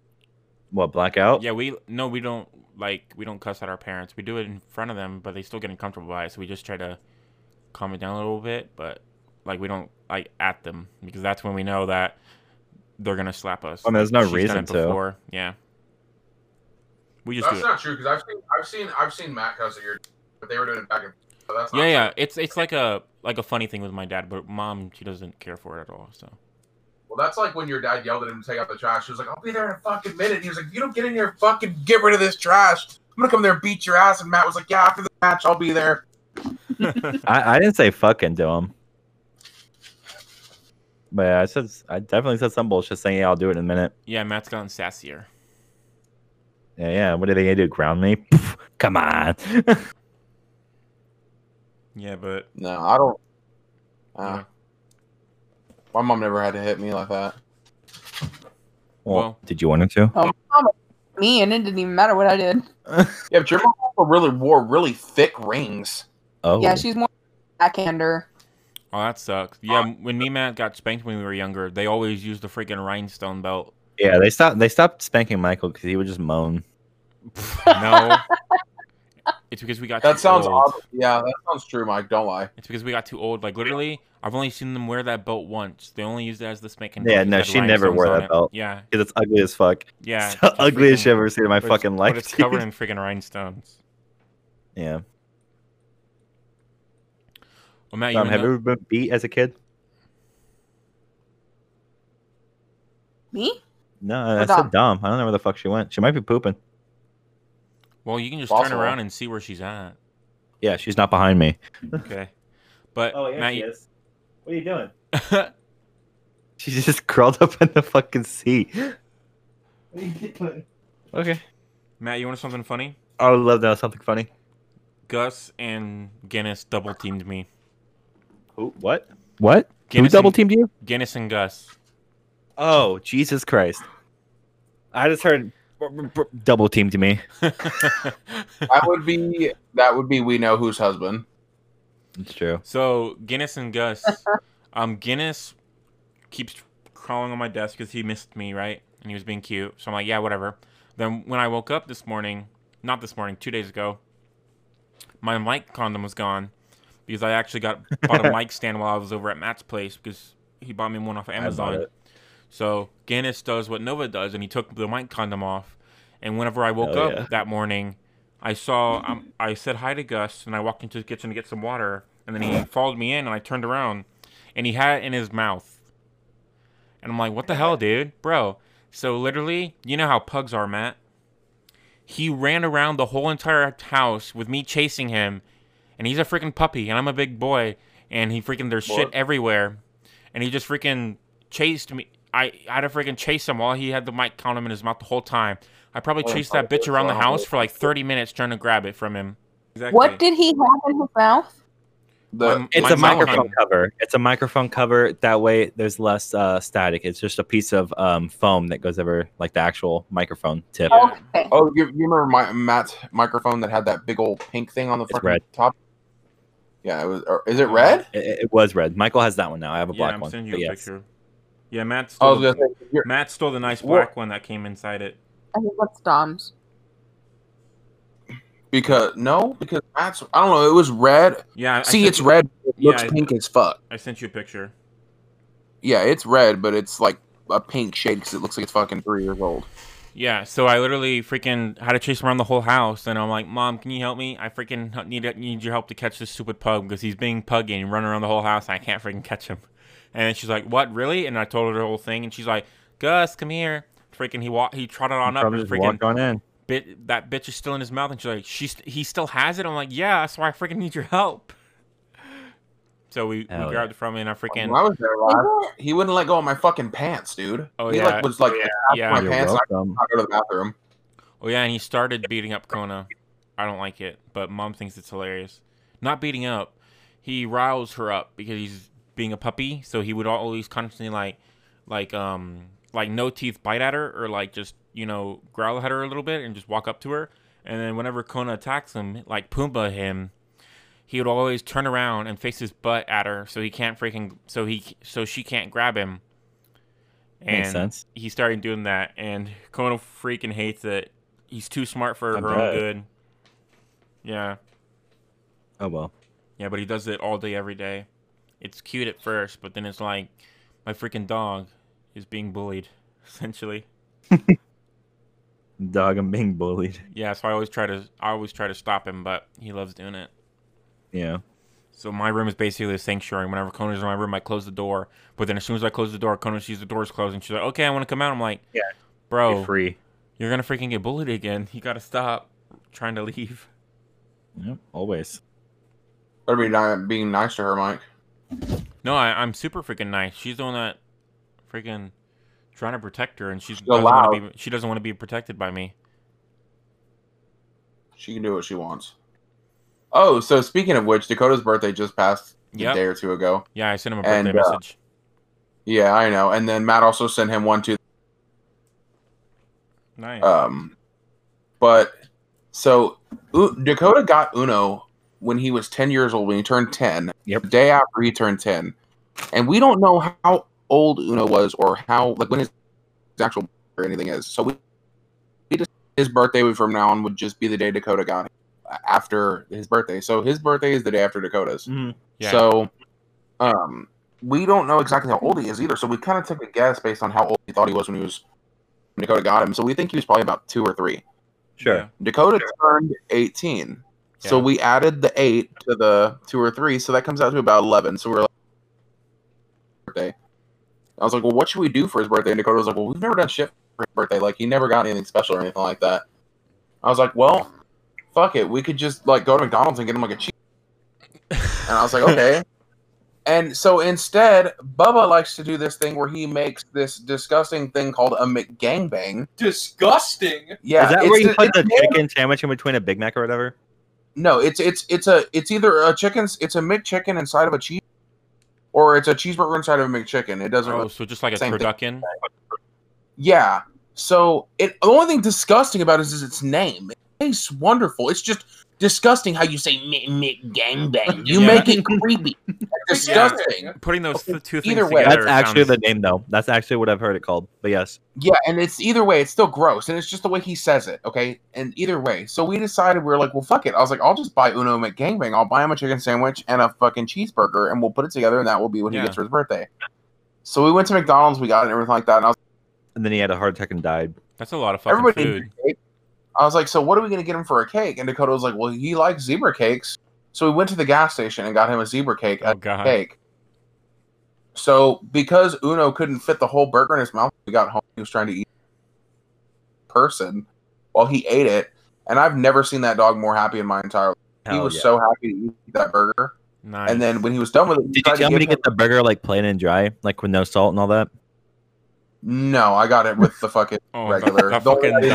Speaker 3: What blackout?
Speaker 1: Yeah. We no. We don't like. We don't cuss at our parents. We do it in front of them, but they still get uncomfortable by it. So we just try to calm it down a little bit. But like we don't like at them because that's when we know that they're gonna slap us.
Speaker 3: I mean, there's Oh, no
Speaker 1: She's done
Speaker 3: reason
Speaker 1: it
Speaker 3: to.
Speaker 1: Before. Yeah. We just do it.
Speaker 2: not true because I've seen I've seen I've seen Matt cuss at your, but they were doing it back and. So that's
Speaker 1: Yeah, yeah. It's it's like a like a funny thing with my dad, but mom she doesn't care for it at all. So
Speaker 2: Well, that's like when your dad yelled at him to take out the trash. He was like, I'll be there in a fucking minute. And he was like, You don't get in here, fucking get rid of this trash. I'm gonna come there and beat your ass. And Matt was like, Yeah, after the match, I'll be there.
Speaker 3: I, I didn't say fucking to him. But yeah, I said I definitely said some bullshit saying yeah, I'll do it in a minute.
Speaker 1: Yeah, Matt's gotten sassier.
Speaker 3: Yeah, yeah. What are they gonna do? Ground me? Pff, come on.
Speaker 1: Yeah, but
Speaker 2: No, I don't. Uh, my mom never had to hit me like that.
Speaker 3: well,
Speaker 1: Well-
Speaker 3: did you want it to?
Speaker 4: Me and it didn't even matter what I did.
Speaker 2: Yeah, but your mom also really wore really thick rings.
Speaker 3: Oh,
Speaker 4: Yeah, she's more backhander.
Speaker 1: oh, that sucks.
Speaker 3: Uh,
Speaker 1: Yeah, when me and Matt got spanked when we were younger, they always used the freaking rhinestone belt.
Speaker 3: yeah. They stopped. They stopped spanking Michael because he would just moan.
Speaker 1: no, it's because we got.
Speaker 2: That
Speaker 1: too
Speaker 2: sounds
Speaker 1: old.
Speaker 2: odd. Yeah, that sounds true, Mike. Don't lie.
Speaker 1: It's because we got too old. Like literally, I've only seen them wear that belt once. They only used it as the spanking. belt
Speaker 3: Yeah,
Speaker 1: because
Speaker 3: no,
Speaker 1: it had
Speaker 3: she never wore
Speaker 1: rhinestones on
Speaker 3: that
Speaker 1: it.
Speaker 3: belt.
Speaker 1: Yeah,
Speaker 3: Because it's ugly as fuck.
Speaker 1: yeah.
Speaker 3: It's the
Speaker 1: it's
Speaker 3: ugliest shit
Speaker 1: freaking-
Speaker 3: I've ever seen in my
Speaker 1: but it's-
Speaker 3: fucking life.
Speaker 1: But it's
Speaker 3: dude.
Speaker 1: covered in freaking rhinestones.
Speaker 3: yeah.
Speaker 1: Well, Matt, you
Speaker 3: Um,
Speaker 1: um,
Speaker 3: have you ever been beat as a kid?
Speaker 4: Me?
Speaker 3: No,
Speaker 4: Or
Speaker 3: I said Dom. I don't know where the fuck she went. She might be pooping.
Speaker 1: well, you can just turn
Speaker 2: Possible.
Speaker 1: around and see where she's at.
Speaker 3: Yeah, she's not behind me.
Speaker 1: Okay, but Matt, you-
Speaker 3: Oh, is. What are you doing? She just curled up in the fucking seat. Okay.
Speaker 1: Matt, you want something funny?
Speaker 3: I would love to know something funny.
Speaker 1: Gus and Guinness double teamed me.
Speaker 3: Who? What? What? Who
Speaker 1: Guinness
Speaker 3: double
Speaker 1: and-
Speaker 3: teamed you?
Speaker 1: Guinness and Gus.
Speaker 3: Oh, Jesus Christ. I just heard double teamed me.
Speaker 2: That would be that would be we know whose husband.
Speaker 3: It's true.
Speaker 1: so Guinness and Gus, um, Guinness keeps crawling on my desk because he missed me, right? And he was being cute. So I'm like, yeah, whatever. Then when I woke up this morning, not this morning, two days ago, my mic condom was gone because I actually got bought a mic stand while I was over at Matt's place because he bought me one off of
Speaker 3: bought
Speaker 1: Amazon.
Speaker 3: it.
Speaker 1: So Guinness does what Nova does, and he took the mic condom off. And whenever I woke
Speaker 3: Hell
Speaker 1: up
Speaker 3: yeah.
Speaker 1: that morning, I saw um, I said hi to Gus, and I walked into the kitchen to get some water, and then he followed me in, and I turned around, and he had it in his mouth. And I'm like, what the hell, dude, bro? So literally, you know how pugs are, Matt. He ran around the whole entire house with me chasing him, and he's a freaking puppy, and I'm a big boy, and he freaking there's shit
Speaker 2: Boy.
Speaker 1: everywhere, and he just freaking chased me. I, I had to freaking chase him while he had the mic condom in his mouth the whole time. I probably
Speaker 2: Well,
Speaker 1: chased that
Speaker 2: probably
Speaker 1: bitch around the
Speaker 2: so.
Speaker 1: house for like 30 minutes trying to grab it from him. Exactly.
Speaker 4: What did he have in his mouth?
Speaker 2: The
Speaker 1: My-
Speaker 3: It's
Speaker 1: my
Speaker 3: a microphone
Speaker 1: microphone.
Speaker 3: cover. It's a microphone cover. That way, there's less uh, static. It's just a piece of um, foam that goes over like the actual microphone tip.
Speaker 1: Yeah.
Speaker 4: Okay.
Speaker 2: oh, you, you remember my Matt's microphone that had that big old pink thing on the
Speaker 3: It's
Speaker 2: fucking
Speaker 3: red.
Speaker 2: top? Yeah, it was. Or, is it red?
Speaker 3: It- It, it was red. Michael has that one now. I have a
Speaker 1: Yeah,
Speaker 3: black
Speaker 1: I'm
Speaker 3: one.
Speaker 1: sending you
Speaker 3: but
Speaker 1: a
Speaker 3: yes.
Speaker 1: picture. Yeah, Matt
Speaker 2: I
Speaker 1: stole,
Speaker 2: was
Speaker 1: the,
Speaker 2: gonna say you're-
Speaker 1: Matt stole the nice
Speaker 2: Wha-
Speaker 1: black one that came inside it.
Speaker 4: I think that's Dom's.
Speaker 2: because no, because Matt's. I don't know. It was red.
Speaker 1: Yeah, I,
Speaker 2: See,
Speaker 1: I, sent,
Speaker 2: it's red. It
Speaker 1: Yeah,
Speaker 2: looks
Speaker 1: I-
Speaker 2: pink as fuck.
Speaker 1: I sent you a picture.
Speaker 2: Yeah, it's red, but it's like a pink shade because it looks like it's fucking three years old.
Speaker 1: Yeah, so I literally freaking had to chase him around the whole house, and I'm like, "Mom, can you help me? I freaking h- need need your help to catch this stupid pug because he's being puggy and running around the whole house, and I can't freaking catch him." And she's like, "What, really?" And I told her the whole thing, and she's like, "Gus, come here." Freaking, he walked, he trotted on up,
Speaker 3: Probably
Speaker 1: and
Speaker 3: just
Speaker 1: freaking
Speaker 3: walked on in.
Speaker 1: bit that bitch is still in his mouth and she's like she st- he still has it i'm like yeah that's why i freaking need your help so we, we
Speaker 3: Hell
Speaker 1: grabbed
Speaker 3: yeah.
Speaker 1: it from him and i freaking
Speaker 2: When I was there last, he wouldn't let go of my fucking pants, dude.
Speaker 1: Oh,
Speaker 2: he
Speaker 1: yeah.
Speaker 2: like was like,
Speaker 1: yeah
Speaker 2: my
Speaker 3: You're
Speaker 2: pants, I-
Speaker 3: welcome.
Speaker 2: "I'll go to the bathroom.
Speaker 1: oh yeah and he started beating up kona i don't like it but mom thinks it's hilarious not beating up he riles her up because he's being a puppy so he would always constantly like like um like no teeth bite at her or like just you know growl at her a little bit and just walk up to her and then whenever kona attacks him like pumbaa him he would always turn around and face his butt at her so he can't freaking so he so she can't grab him and
Speaker 3: Makes sense.
Speaker 1: he started doing that and kona freaking hates it he's too smart for
Speaker 3: I
Speaker 1: her
Speaker 3: bet.
Speaker 1: own good yeah
Speaker 3: Oh well.
Speaker 1: yeah, but he does it all day, every day. It's cute at first, but then it's like my freaking dog is being bullied, essentially.
Speaker 3: Dog, I'm being bullied.
Speaker 1: Yeah, so I always try to I always try to stop him, but he loves doing it.
Speaker 3: Yeah.
Speaker 1: So my room is basically a sanctuary. Whenever Kona's in my room, I close the door. But then as soon as I close the door, Kona sees the door's closed, and she's like, "Okay, I want to come out." I'm like,
Speaker 3: Yeah.
Speaker 1: bro,
Speaker 3: free.
Speaker 1: you're gonna freaking get bullied again. You gotta stop trying to leave."
Speaker 3: Yep. Always.
Speaker 2: Better be ni- being nice to her, Mike.
Speaker 1: No, I, I'm super freaking nice. She's the one that freaking trying to protect her, and she's
Speaker 2: She's
Speaker 1: doesn't wanna be,
Speaker 2: allowed.
Speaker 1: she doesn't want to be protected by me.
Speaker 2: She can do what she wants. Oh, so speaking of which, Dakota's birthday just passed
Speaker 1: Yep.
Speaker 2: a day or two ago.
Speaker 1: Yeah, I sent him a birthday
Speaker 2: And, uh,
Speaker 1: message.
Speaker 2: Yeah, I know. And then Matt also sent him one too.
Speaker 1: Nice.
Speaker 2: Um, but so U- Dakota got Uno when he was ten years old. When he turned ten,
Speaker 3: Yep.
Speaker 2: the day after he turned ten, and we don't know how old Uno was or how like when his actual birthday or anything is. So we, we just his birthday would- from now on would just be the day Dakota got him a- after his birthday. So his birthday is the day after Dakota's.
Speaker 3: Mhm.
Speaker 1: yeah.
Speaker 2: So, um, we don't know exactly how old he is either. So we kind of took a guess based on how old he thought he was when he was when Dakota got him. So we think he was probably about two or three.
Speaker 3: Sure.
Speaker 1: Yeah.
Speaker 2: Dakota turned eighteen, so
Speaker 1: Yeah.
Speaker 2: we added the eight to the two or three, so that comes out to about eleven. So we're like, birthday. I was like, well, what should we do for his birthday? And Dakota was like, well, we've never done shit for his birthday. Like he never got anything special or anything like that. I was like, well, fuck it, we could just like go to McDonald's and get him like a cheese. And I was like, okay. And so instead, Bubba likes to do this thing where he makes this disgusting thing called a McGangbang.
Speaker 6: Disgusting.
Speaker 2: Yeah,
Speaker 3: Is that
Speaker 2: it's
Speaker 3: where you
Speaker 2: the-
Speaker 3: put the
Speaker 2: it's named
Speaker 3: chicken sandwich in between a Big Mac or whatever?
Speaker 2: No, it's it's it's a it's either a chicken it's a McChicken inside of a cheese, or it's a cheeseburger inside of a McChicken. It doesn't.
Speaker 1: Oh,
Speaker 2: Really,
Speaker 1: so just like a
Speaker 2: Same thing.
Speaker 1: turducken.
Speaker 2: yeah. So it the only thing disgusting about it is, its name. It tastes wonderful. It's just disgusting how you say Mick Mick Gang Bang. You
Speaker 1: Yeah.
Speaker 2: make it creepy. disgusting.
Speaker 6: Yeah.
Speaker 1: Putting those th- two things
Speaker 2: Either
Speaker 1: together.
Speaker 2: way.
Speaker 3: That's actually the
Speaker 1: sounds-
Speaker 3: name, though. That's actually what I've heard it called. But yes,
Speaker 2: Yeah, and it's either way, it's still gross, and it's just the way he says it, okay? And either way, so we decided we were like, well, fuck it. I was like, I'll just buy Uno McGangbang. I'll buy him a chicken sandwich and a fucking cheeseburger, and we'll put it together, and that will be what
Speaker 1: Yeah.
Speaker 2: he gets for his birthday. So we went to McDonald's, we got it, and everything like that, and I was
Speaker 3: and then he had a heart attack and died.
Speaker 1: That's a lot of fucking
Speaker 2: everybody.
Speaker 1: food.
Speaker 2: needs a cake. I was like, so what are we gonna get him for a cake? And Dakota was like, well, he likes zebra cakes, so we went to the gas station and got him a zebra cake.
Speaker 1: Oh
Speaker 2: at
Speaker 1: god.
Speaker 2: cake. So because Uno couldn't fit the whole burger in his mouth, when we got home. He was trying to eat in person while he ate it, and I've never seen that dog more happy in my entire. life. He
Speaker 3: Hell
Speaker 2: was
Speaker 3: yeah.
Speaker 2: so happy to eat that burger,
Speaker 1: Nice.
Speaker 2: and then when he was done with it, we
Speaker 3: Did
Speaker 2: tried
Speaker 3: you tell me to
Speaker 2: give him-
Speaker 3: get the burger like plain and dry, like with no salt and all that?
Speaker 2: No, I got it with the fucking.
Speaker 1: oh,
Speaker 2: regular-
Speaker 1: That, that
Speaker 2: the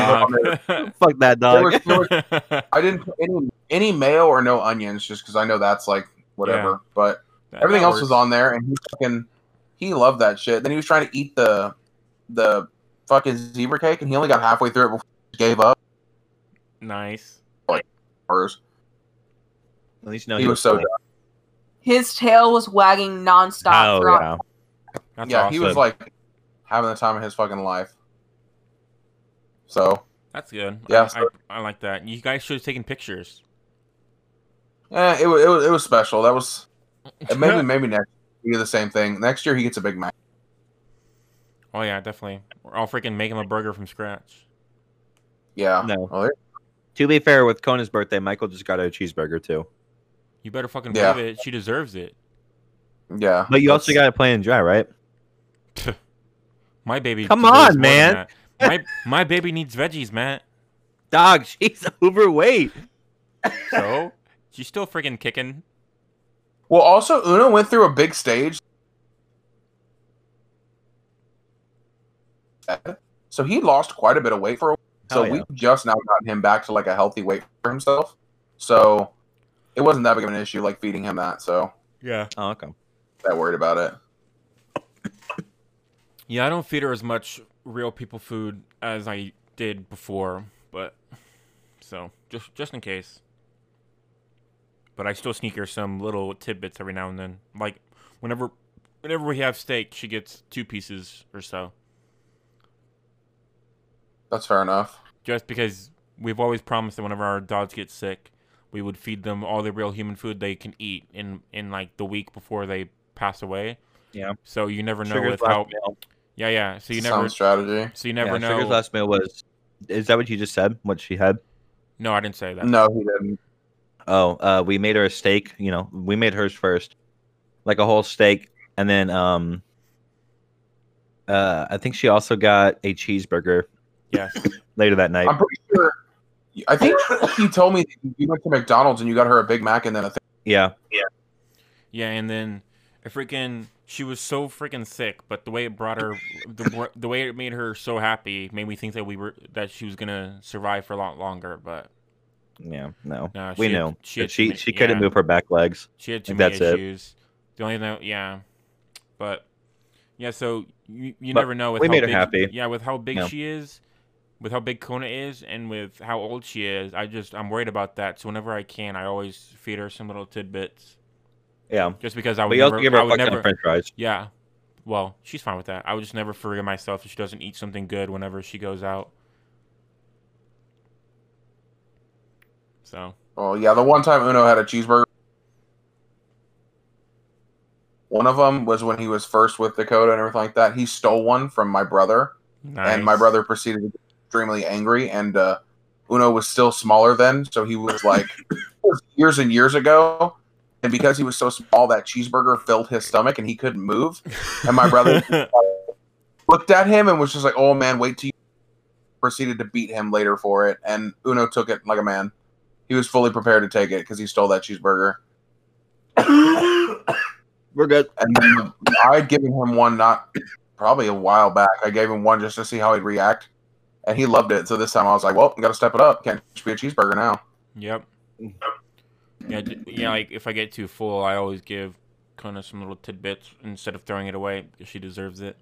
Speaker 1: fucking
Speaker 2: only thing
Speaker 1: dog.
Speaker 3: Fuck that
Speaker 2: There
Speaker 3: dog.
Speaker 2: was- there was- I didn't put any any mayo or no onions, just because I know that's like whatever.
Speaker 1: Yeah.
Speaker 2: But everything else was on there, and he fucking he loved that shit. Then he was trying to eat the the fucking zebra cake, and he only got halfway through it before he gave up.
Speaker 1: Nice.
Speaker 2: Or
Speaker 3: At least you know
Speaker 2: he was so
Speaker 3: plain.
Speaker 4: His tail was wagging nonstop.
Speaker 3: Oh
Speaker 4: throughout.
Speaker 3: yeah.
Speaker 1: That's
Speaker 2: yeah,
Speaker 1: awesome.
Speaker 2: he was like having the time of his fucking life. So
Speaker 1: That's good.
Speaker 2: Yeah,
Speaker 1: I,
Speaker 2: so-
Speaker 1: I, I like that. You guys should have taken pictures.
Speaker 2: eh, it, wa- it was it was special. That was and maybe maybe next year we do the same thing. Next year he gets a Big Mac.
Speaker 1: oh yeah, definitely. Or I'll freaking make him a burger from scratch.
Speaker 2: Oh, Yeah.
Speaker 3: No.
Speaker 2: Well, there-
Speaker 3: To be fair, with Kona's birthday, Michael just got her a cheeseburger too.
Speaker 1: You better fucking
Speaker 2: Yeah.
Speaker 1: believe it. She deserves it.
Speaker 2: yeah.
Speaker 3: But you also got it plain and dry, right?
Speaker 1: My baby.
Speaker 3: Come
Speaker 1: deserves
Speaker 3: on,
Speaker 1: more than
Speaker 3: man.
Speaker 1: that. My my baby needs veggies, Matt.
Speaker 3: Dog, she's overweight.
Speaker 1: So she's still freaking kicking.
Speaker 2: Well, also Uno went through a big stage. So he lost quite a bit of weight for a while. So
Speaker 3: Hell yeah.
Speaker 2: we've just now gotten him back to like a healthy weight for himself. So it wasn't that big of an issue like feeding him that, so
Speaker 1: Yeah.
Speaker 3: Oh, okay.
Speaker 2: that worried about it.
Speaker 1: Yeah, I don't feed her as much real people food as I did before, but so just just in case. But I still sneak her some little tidbits every now and then. Like whenever whenever we have steak, she gets two pieces or so.
Speaker 2: That's fair enough.
Speaker 1: Just because we've always promised that whenever our dogs get sick, we would feed them all the real human food they can eat in in like the week before they pass away.
Speaker 3: Yeah.
Speaker 1: So you never know
Speaker 3: Sugar's
Speaker 1: with
Speaker 3: last
Speaker 1: how
Speaker 3: meal.
Speaker 1: Yeah, yeah. So you
Speaker 2: Sound
Speaker 1: never
Speaker 2: strategy.
Speaker 1: so you never
Speaker 3: yeah,
Speaker 1: know.
Speaker 3: Sugar's last meal was. Is that what you just said? What she had?
Speaker 1: no, I didn't say that.
Speaker 2: No, he didn't.
Speaker 3: Oh, uh, we made her a steak. You know, we made hers first, like a whole steak, and then um, uh, I think she also got a cheeseburger
Speaker 1: Yes.
Speaker 3: later that night.
Speaker 2: I'm pretty sure. I think you told me that you went to McDonald's and you got her a Big Mac and then a thing.
Speaker 3: yeah,
Speaker 1: Yeah, and then I freaking she was so freaking sick, but the way it brought her, the wor- the way it made her so happy, made me think that we were that she was gonna survive for a lot longer. But
Speaker 3: Yeah, no.
Speaker 1: no,
Speaker 3: we
Speaker 1: she had-
Speaker 3: knew.
Speaker 1: she had
Speaker 3: But she,
Speaker 1: too
Speaker 3: she
Speaker 1: many-
Speaker 3: couldn't
Speaker 1: yeah.
Speaker 3: move her back legs.
Speaker 1: She had too
Speaker 3: Like,
Speaker 1: many
Speaker 3: that's it.
Speaker 1: issues. The only thing, yeah, but yeah. So you, you
Speaker 3: But
Speaker 1: never know with
Speaker 3: we
Speaker 1: how
Speaker 3: made her
Speaker 1: big,
Speaker 3: happy.
Speaker 1: Yeah, with how big
Speaker 3: Yeah.
Speaker 1: she is, with how big Kona is, and with how old she is, I just I'm worried about that. So whenever I can, I always feed her some little tidbits,
Speaker 3: Yeah.
Speaker 1: just because I would
Speaker 3: We
Speaker 1: never.
Speaker 3: also give her
Speaker 1: I
Speaker 3: a
Speaker 1: would
Speaker 3: fuck ton
Speaker 1: never.
Speaker 3: of french fries.
Speaker 1: Yeah. Well, she's fine with that. I would just never forgive myself if she doesn't eat something good whenever she goes out. So
Speaker 2: Oh yeah, the one time Uno had a cheeseburger. One of them was when he was first with Dakota and everything like that. He stole one from my brother, and my
Speaker 1: nice.
Speaker 2: brother proceeded to get extremely angry. And uh, Uno was still smaller then, so he was like it was years and years ago. And because he was so small, that cheeseburger filled his stomach and he couldn't move. And my brother looked at him and was just like, "Oh man, wait till." you Proceeded to beat him later for it, and Uno took it like a man. He was fully prepared to take it because he stole that cheeseburger.
Speaker 3: We're good.
Speaker 2: And then I had given him one not probably a while back. I gave him one just to see how he'd react, and he loved it. So this time I was like, "Well, got to step it up. Can't just be a cheeseburger now."
Speaker 1: Yep. Yeah, d- yeah. Like if I get too full, I always give Kona some little tidbits instead of throwing it away. 'cause She deserves it.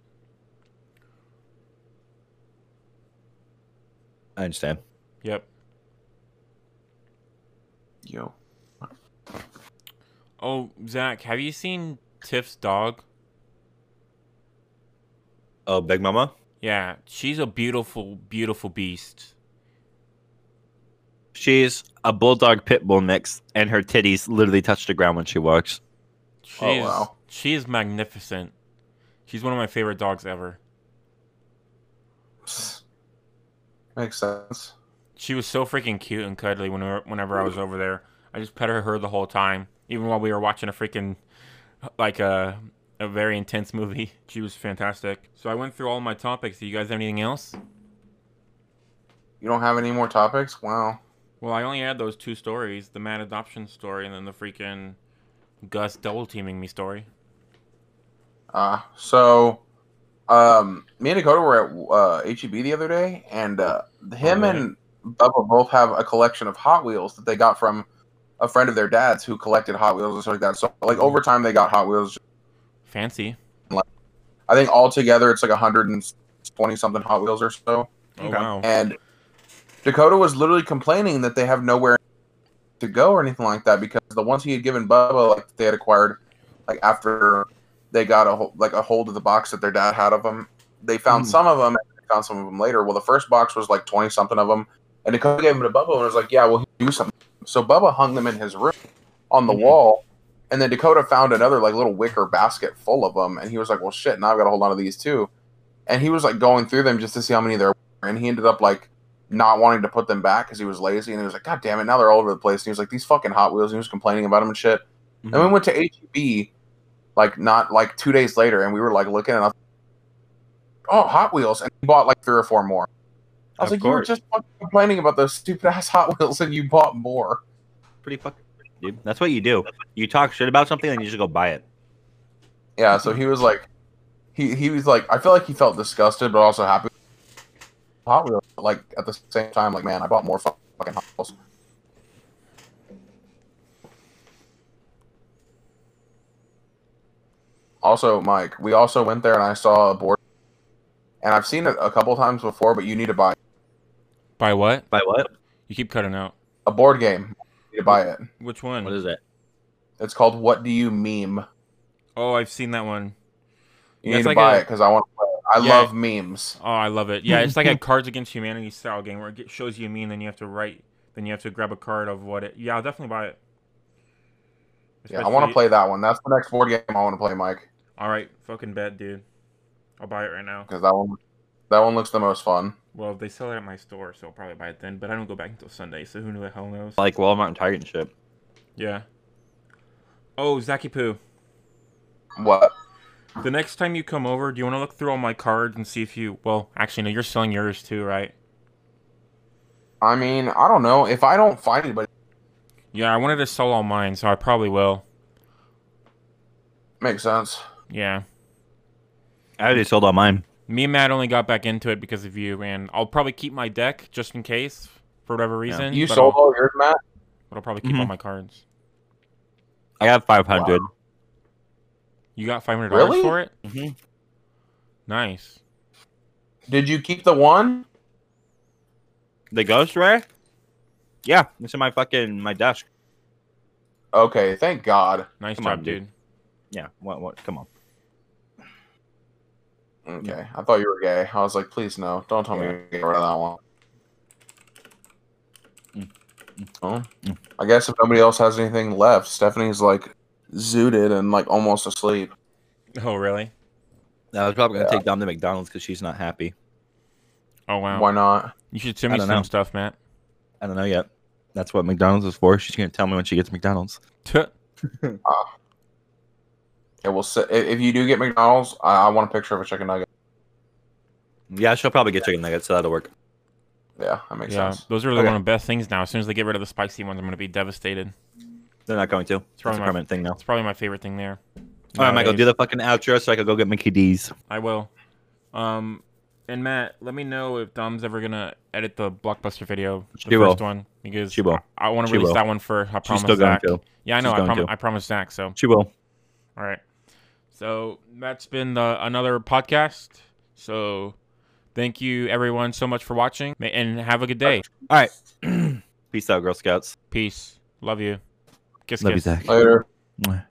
Speaker 3: I understand.
Speaker 1: Yep.
Speaker 2: Yo,
Speaker 1: Oh, Zach, have you seen Tiff's dog?
Speaker 3: Oh, Big Mama?
Speaker 1: Yeah, she's a beautiful, beautiful beast.
Speaker 3: She's a bulldog pit bull mix, and her titties literally touch the ground when she walks.
Speaker 1: She's,
Speaker 2: Oh, wow.
Speaker 1: She is magnificent. She's one of my favorite dogs ever.
Speaker 2: Psst. makes sense.
Speaker 1: She was so freaking cute and cuddly whenever, whenever I was
Speaker 3: Mm.
Speaker 1: over there. I just pet her, her the whole time, even while we were watching a freaking like a a very intense movie. She was fantastic. So I went through all my topics. Do you guys have anything else?
Speaker 2: You don't have any more topics? Wow.
Speaker 1: Well, I only had those two stories: the mad adoption story and then the freaking Gus double teaming me story.
Speaker 2: Uh, so, um, me and Dakota were at uh, HEB the other day, and uh, him
Speaker 1: Alright.
Speaker 2: and Bubba both have a collection of Hot Wheels that they got from a friend of their dad's who collected Hot Wheels and stuff like that. So, like over time, they got Hot Wheels.
Speaker 1: Fancy.
Speaker 2: I think altogether, it's like 120 something Hot Wheels or
Speaker 1: Oh
Speaker 2: so. Okay.
Speaker 1: wow.
Speaker 2: And Dakota was literally complaining that they have nowhere to go or anything like that because the ones he had given Bubba, like they had acquired, like after they got a hol- like a hold of the box that their dad had of them, they found
Speaker 3: Mm.
Speaker 2: some of them and they found some of them later. Well, the first box was like twenty something of them, and Dakota gave them to Bubba and was like, "Yeah, well, he do something." So Bubba hung them in his room on the
Speaker 3: Mhm.
Speaker 2: wall. And then Dakota found another like little wicker basket full of them, and he was like, "Well, shit! Now I've got to hold on to these too." And he was like going through them just to see how many there were, and he ended up like not wanting to put them back because he was lazy, and he was like, "God damn it! Now they're all over the place." And he was like, "These fucking Hot Wheels," and he was complaining about them and shit. And
Speaker 3: Mm-hmm.
Speaker 2: we went to HEB, like not like two days later, and we were like looking, and I was oh Hot Wheels, and he bought like three or four more. I was
Speaker 3: Of
Speaker 2: like, "You were
Speaker 3: course.
Speaker 2: just fucking complaining about those stupid ass Hot Wheels, and you bought more."
Speaker 3: Pretty fucking. Dude, that's what you do. You talk shit about something, and you just go buy it.
Speaker 2: Yeah, so he was like, he he was like, I feel like he felt disgusted, but also happy. Hot Wheels, but, like at the same time, like man, I bought more fu- fucking Hot Wheels. Also, Mike, we also went there and I saw a board, and I've seen it a couple times before, but you need to buy
Speaker 1: By what?
Speaker 3: Buy what?
Speaker 1: You keep cutting out.
Speaker 2: a board game. You need to buy it.
Speaker 1: Which one?
Speaker 3: What is it?
Speaker 2: It's called What Do You Meme.
Speaker 1: oh, I've seen that one. Yeah,
Speaker 2: You need
Speaker 1: it's
Speaker 2: to
Speaker 1: like
Speaker 2: buy
Speaker 1: a-
Speaker 2: it 'cause it because I want. to play it. I
Speaker 1: Yeah.
Speaker 2: love memes.
Speaker 1: Oh, I love it. Yeah, it's like a Cards Against Humanity style game where it ge- shows you a meme, then you have to write, then you have to grab a card of what it. Yeah, I'll definitely buy it.
Speaker 2: Yeah, I want to
Speaker 1: Especially-
Speaker 2: play that one. That's the next board game I want to play, Mike.
Speaker 1: All right, fucking bet, dude. I'll buy it right now.
Speaker 2: because that one that one looks the most fun.
Speaker 1: Well, they sell it at my store, so I'll probably buy it then. But I don't go back until Sunday, so who knew the hell knows?
Speaker 3: Like Walmart and Target and shit.
Speaker 1: Yeah. Oh, Zaki Poo.
Speaker 2: What?
Speaker 1: The next time you come over, do you want to look through all my cards and see if you? Well, actually, no. You're selling yours too, right?
Speaker 2: I mean, I don't know. If I don't find anybody,
Speaker 1: Yeah, I wanted to sell all mine, so I probably will.
Speaker 2: Makes sense.
Speaker 1: Yeah.
Speaker 3: I already sold all mine.
Speaker 1: Me and Matt only got back into it because of you, and I'll probably keep my deck just in case for whatever reason.
Speaker 2: You
Speaker 1: but
Speaker 2: sold
Speaker 1: I'll,
Speaker 2: all yours, Matt.
Speaker 1: but I'll probably keep
Speaker 3: Mm-hmm.
Speaker 1: all my cards.
Speaker 3: I got 500.
Speaker 1: You got five hundred dollars
Speaker 2: Really?
Speaker 1: for it?
Speaker 3: Mhm.
Speaker 1: Nice.
Speaker 2: Did you keep the one?
Speaker 3: The ghost rare? Yeah, it's in my fucking my desk.
Speaker 2: Okay, thank God.
Speaker 1: Nice
Speaker 3: Come
Speaker 1: job,
Speaker 3: on, dude.
Speaker 1: dude.
Speaker 3: Yeah, what what come on.
Speaker 2: Okay, I thought you were gay. I was like, please no, don't tell me
Speaker 3: Yeah.
Speaker 2: you're getting rid of that one.
Speaker 3: Mm.
Speaker 2: Well,
Speaker 3: Mm.
Speaker 2: I guess if nobody else has anything left, Stephanie's like zooted and like almost asleep.
Speaker 1: Oh really?
Speaker 3: I was probably gonna
Speaker 2: Yeah.
Speaker 3: take Dom to McDonald's because she's not happy.
Speaker 1: Oh wow.
Speaker 2: Why not?
Speaker 1: You should send
Speaker 3: I
Speaker 1: me some
Speaker 3: don't know.
Speaker 1: stuff, Matt.
Speaker 3: I don't know yet. That's what McDonald's is for. She's gonna tell me when she gets McDonald's.
Speaker 1: Tuh.
Speaker 2: Yeah, well, si- i- if you do get McDonald's, I, I want a picture of a chicken nugget.
Speaker 3: Yeah, she'll probably get chicken nuggets, so that'll work.
Speaker 2: Yeah, that makes
Speaker 1: Yeah,
Speaker 2: sense.
Speaker 1: those are really
Speaker 2: Okay.
Speaker 1: one of the best things now. As soon as they get rid of the spicy ones, I'm gonna be devastated.
Speaker 3: They're not going to.
Speaker 1: probably
Speaker 3: It's probably a
Speaker 1: my-
Speaker 3: permanent thing now.
Speaker 1: That's probably my favorite thing there.
Speaker 3: All right, Michael,
Speaker 1: Nowadays.
Speaker 3: do the fucking outro so I can go get Mickey D's.
Speaker 1: I will. Um, and Matt, let me know if Dom's ever gonna edit the blockbuster video, the
Speaker 3: She
Speaker 1: first
Speaker 3: will.
Speaker 1: one, because
Speaker 3: She will.
Speaker 1: I want to
Speaker 3: She
Speaker 1: release
Speaker 3: will.
Speaker 1: that one first. I
Speaker 3: She's
Speaker 1: promise
Speaker 3: still going
Speaker 1: Zach.
Speaker 3: to.
Speaker 1: Yeah, I know.
Speaker 3: She's
Speaker 1: I,
Speaker 3: going
Speaker 1: prom-
Speaker 3: to.
Speaker 1: I promised Zach. So,
Speaker 3: She will.
Speaker 1: all right. So that's been the, another podcast. So, thank you everyone so much for watching, Ma- and have a good day.
Speaker 3: All right. Peace out, Girl Scouts.
Speaker 1: Peace. Love you. Kiss,
Speaker 3: Love you,
Speaker 1: kiss.
Speaker 3: Zach.
Speaker 2: Later.
Speaker 3: Mwah.